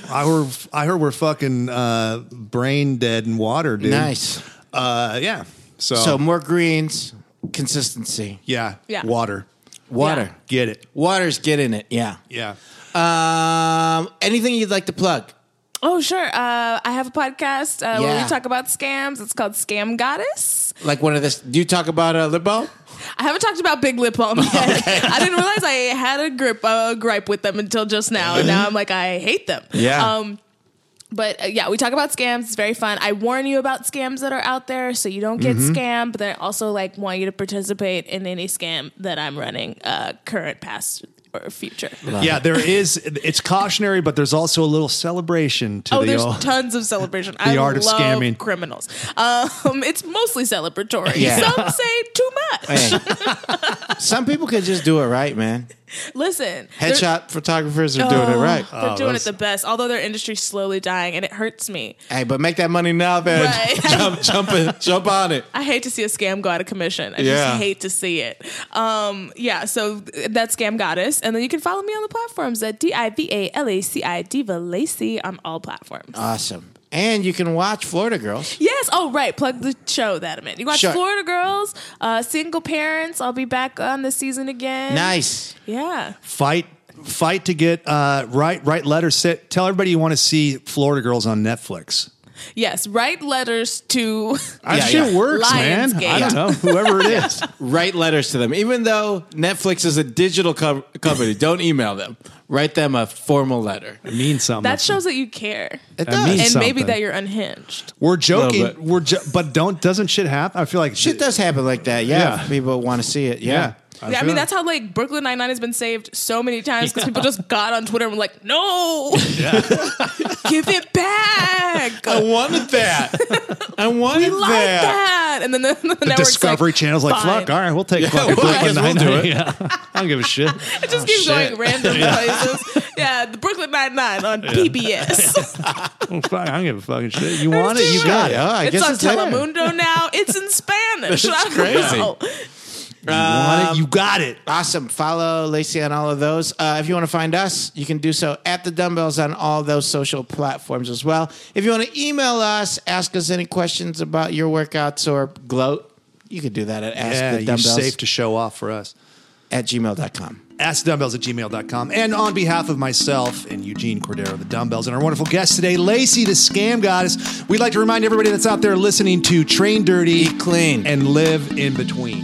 [SPEAKER 3] I were I heard we're fucking uh, brain dead in water, dude.
[SPEAKER 2] nice.
[SPEAKER 3] Uh, yeah. So,
[SPEAKER 2] So more greens, consistency,
[SPEAKER 3] yeah,
[SPEAKER 4] Yeah.
[SPEAKER 3] water.
[SPEAKER 2] water.
[SPEAKER 4] Yeah.
[SPEAKER 3] Get it.
[SPEAKER 2] Water's getting it. Yeah.
[SPEAKER 3] Yeah.
[SPEAKER 2] Um, anything you'd like to plug?
[SPEAKER 4] Oh, sure. Uh, I have a podcast uh, where
[SPEAKER 2] Yeah.
[SPEAKER 4] we talk about scams. It's called Scam Goddess.
[SPEAKER 2] Like one of this? Do you talk about uh, lip balm?
[SPEAKER 4] I haven't talked about Big Lip Balm yet. I didn't realize I had a grip, uh, gripe with them until just now, and now I'm like, I hate them.
[SPEAKER 2] Yeah.
[SPEAKER 4] Um, but uh, yeah, we talk about scams. It's very fun. I warn you about scams that are out there, so you don't get
[SPEAKER 2] Mm-hmm.
[SPEAKER 4] scammed. But then I also like want you to participate in any scam that I'm running, uh, current, past, or future.
[SPEAKER 2] Uh.
[SPEAKER 3] Yeah, there is. It's cautionary, but there's also a little celebration to
[SPEAKER 4] Oh,
[SPEAKER 3] the
[SPEAKER 4] there's
[SPEAKER 3] old.
[SPEAKER 4] tons of celebration. I
[SPEAKER 3] art of
[SPEAKER 4] love
[SPEAKER 3] scamming.
[SPEAKER 4] criminals. Um, it's mostly celebratory.
[SPEAKER 2] Yeah.
[SPEAKER 4] Some say too much.
[SPEAKER 2] Hey. Some people could just do it right, man.
[SPEAKER 4] Listen, there-
[SPEAKER 2] Headshot Oh, photographers are doing it right.
[SPEAKER 4] They're doing it the best, although their industry's slowly dying, and it hurts me.
[SPEAKER 2] Hey, but make that money now, man.
[SPEAKER 4] Right.
[SPEAKER 2] jump, jump, in, jump on it.
[SPEAKER 4] I hate to see a scam go out of commission. I
[SPEAKER 2] Yeah.
[SPEAKER 4] just hate to see it. Um, yeah, so th- that's Scam Goddess. And then you can follow me on the platforms at D I V A L A C I Diva Lacey on all
[SPEAKER 2] Oh.
[SPEAKER 4] platforms.
[SPEAKER 2] Awesome. And you can watch Florida Girls.
[SPEAKER 4] yes, oh, right. Plug the show that I'm in. You watch
[SPEAKER 2] Sure.
[SPEAKER 4] Florida Girls, uh, Single Parents. I'll be back on this season again.
[SPEAKER 2] Nice.
[SPEAKER 4] Yeah.
[SPEAKER 3] fight, fight to get uh, right. Write letters. Sit. Tell everybody you want to see Florida Girls on Netflix.
[SPEAKER 4] Yes, write letters to.
[SPEAKER 3] That
[SPEAKER 2] Yeah,
[SPEAKER 3] shit
[SPEAKER 2] yeah.
[SPEAKER 3] works, man.
[SPEAKER 4] Lionsgate.
[SPEAKER 3] I don't know whoever it is.
[SPEAKER 2] Write letters to them. Even though Netflix is a digital co- company, don't email them. Write them a formal letter.
[SPEAKER 3] It means something.
[SPEAKER 4] that shows that you care.
[SPEAKER 2] It
[SPEAKER 3] That means
[SPEAKER 4] and maybe
[SPEAKER 3] something.
[SPEAKER 4] that you're unhinged.
[SPEAKER 3] We're
[SPEAKER 2] bit.
[SPEAKER 3] joking. We're jo- but don't doesn't shit happen? I feel like
[SPEAKER 2] Shit does happen like that. Yeah.
[SPEAKER 3] Yeah.
[SPEAKER 2] People want to see it.
[SPEAKER 3] Yeah.
[SPEAKER 4] Yeah, I mean
[SPEAKER 3] feel
[SPEAKER 4] that's how like Brooklyn Nine Nine has been saved so many times because people just got on Twitter and were like, "No, give it back."
[SPEAKER 2] I wanted that. I wanted
[SPEAKER 4] We like that, and then the, the network's
[SPEAKER 3] Discovery
[SPEAKER 4] like,
[SPEAKER 3] Channel's like,
[SPEAKER 4] "Fine."
[SPEAKER 3] fuck, all right, we'll take fucking
[SPEAKER 2] well, I
[SPEAKER 3] Brooklyn
[SPEAKER 2] guess we'll do
[SPEAKER 3] Nine-Nine.
[SPEAKER 2] it.
[SPEAKER 3] Yeah. I don't give a shit.
[SPEAKER 4] It just keeps
[SPEAKER 2] shit.
[SPEAKER 4] going random places. yeah, the Brooklyn Nine Nine on PBS.
[SPEAKER 7] Oh, fuck, I don't give a fucking shit. You want it? You got it.
[SPEAKER 3] Oh,
[SPEAKER 2] Yeah, I
[SPEAKER 4] it's
[SPEAKER 2] guess
[SPEAKER 4] on
[SPEAKER 2] it's there.
[SPEAKER 4] Telemundo now. It's in Spanish. I don't
[SPEAKER 8] crazy.
[SPEAKER 4] know.
[SPEAKER 7] You
[SPEAKER 3] Um,
[SPEAKER 7] want it? You got it.
[SPEAKER 2] Awesome. Follow Lacey on all of those. Uh, if you want to find us, you can do so at the dumbbells on all those social platforms as well. If you want to email us, ask us any questions about your workouts or gloat, you could do that at ask
[SPEAKER 3] Yeah,
[SPEAKER 2] the
[SPEAKER 3] you're
[SPEAKER 2] dumbbells
[SPEAKER 3] safe to show off for us.
[SPEAKER 2] at gmail.com.
[SPEAKER 3] askthedumbbells at gmail.com. And on behalf of myself and Eugene Cordero, the dumbbells, and our wonderful guest today, Lacey, the scam goddess, we'd like to remind everybody that's out there listening to Train Dirty,
[SPEAKER 8] Eat clean.
[SPEAKER 3] and Live in Between.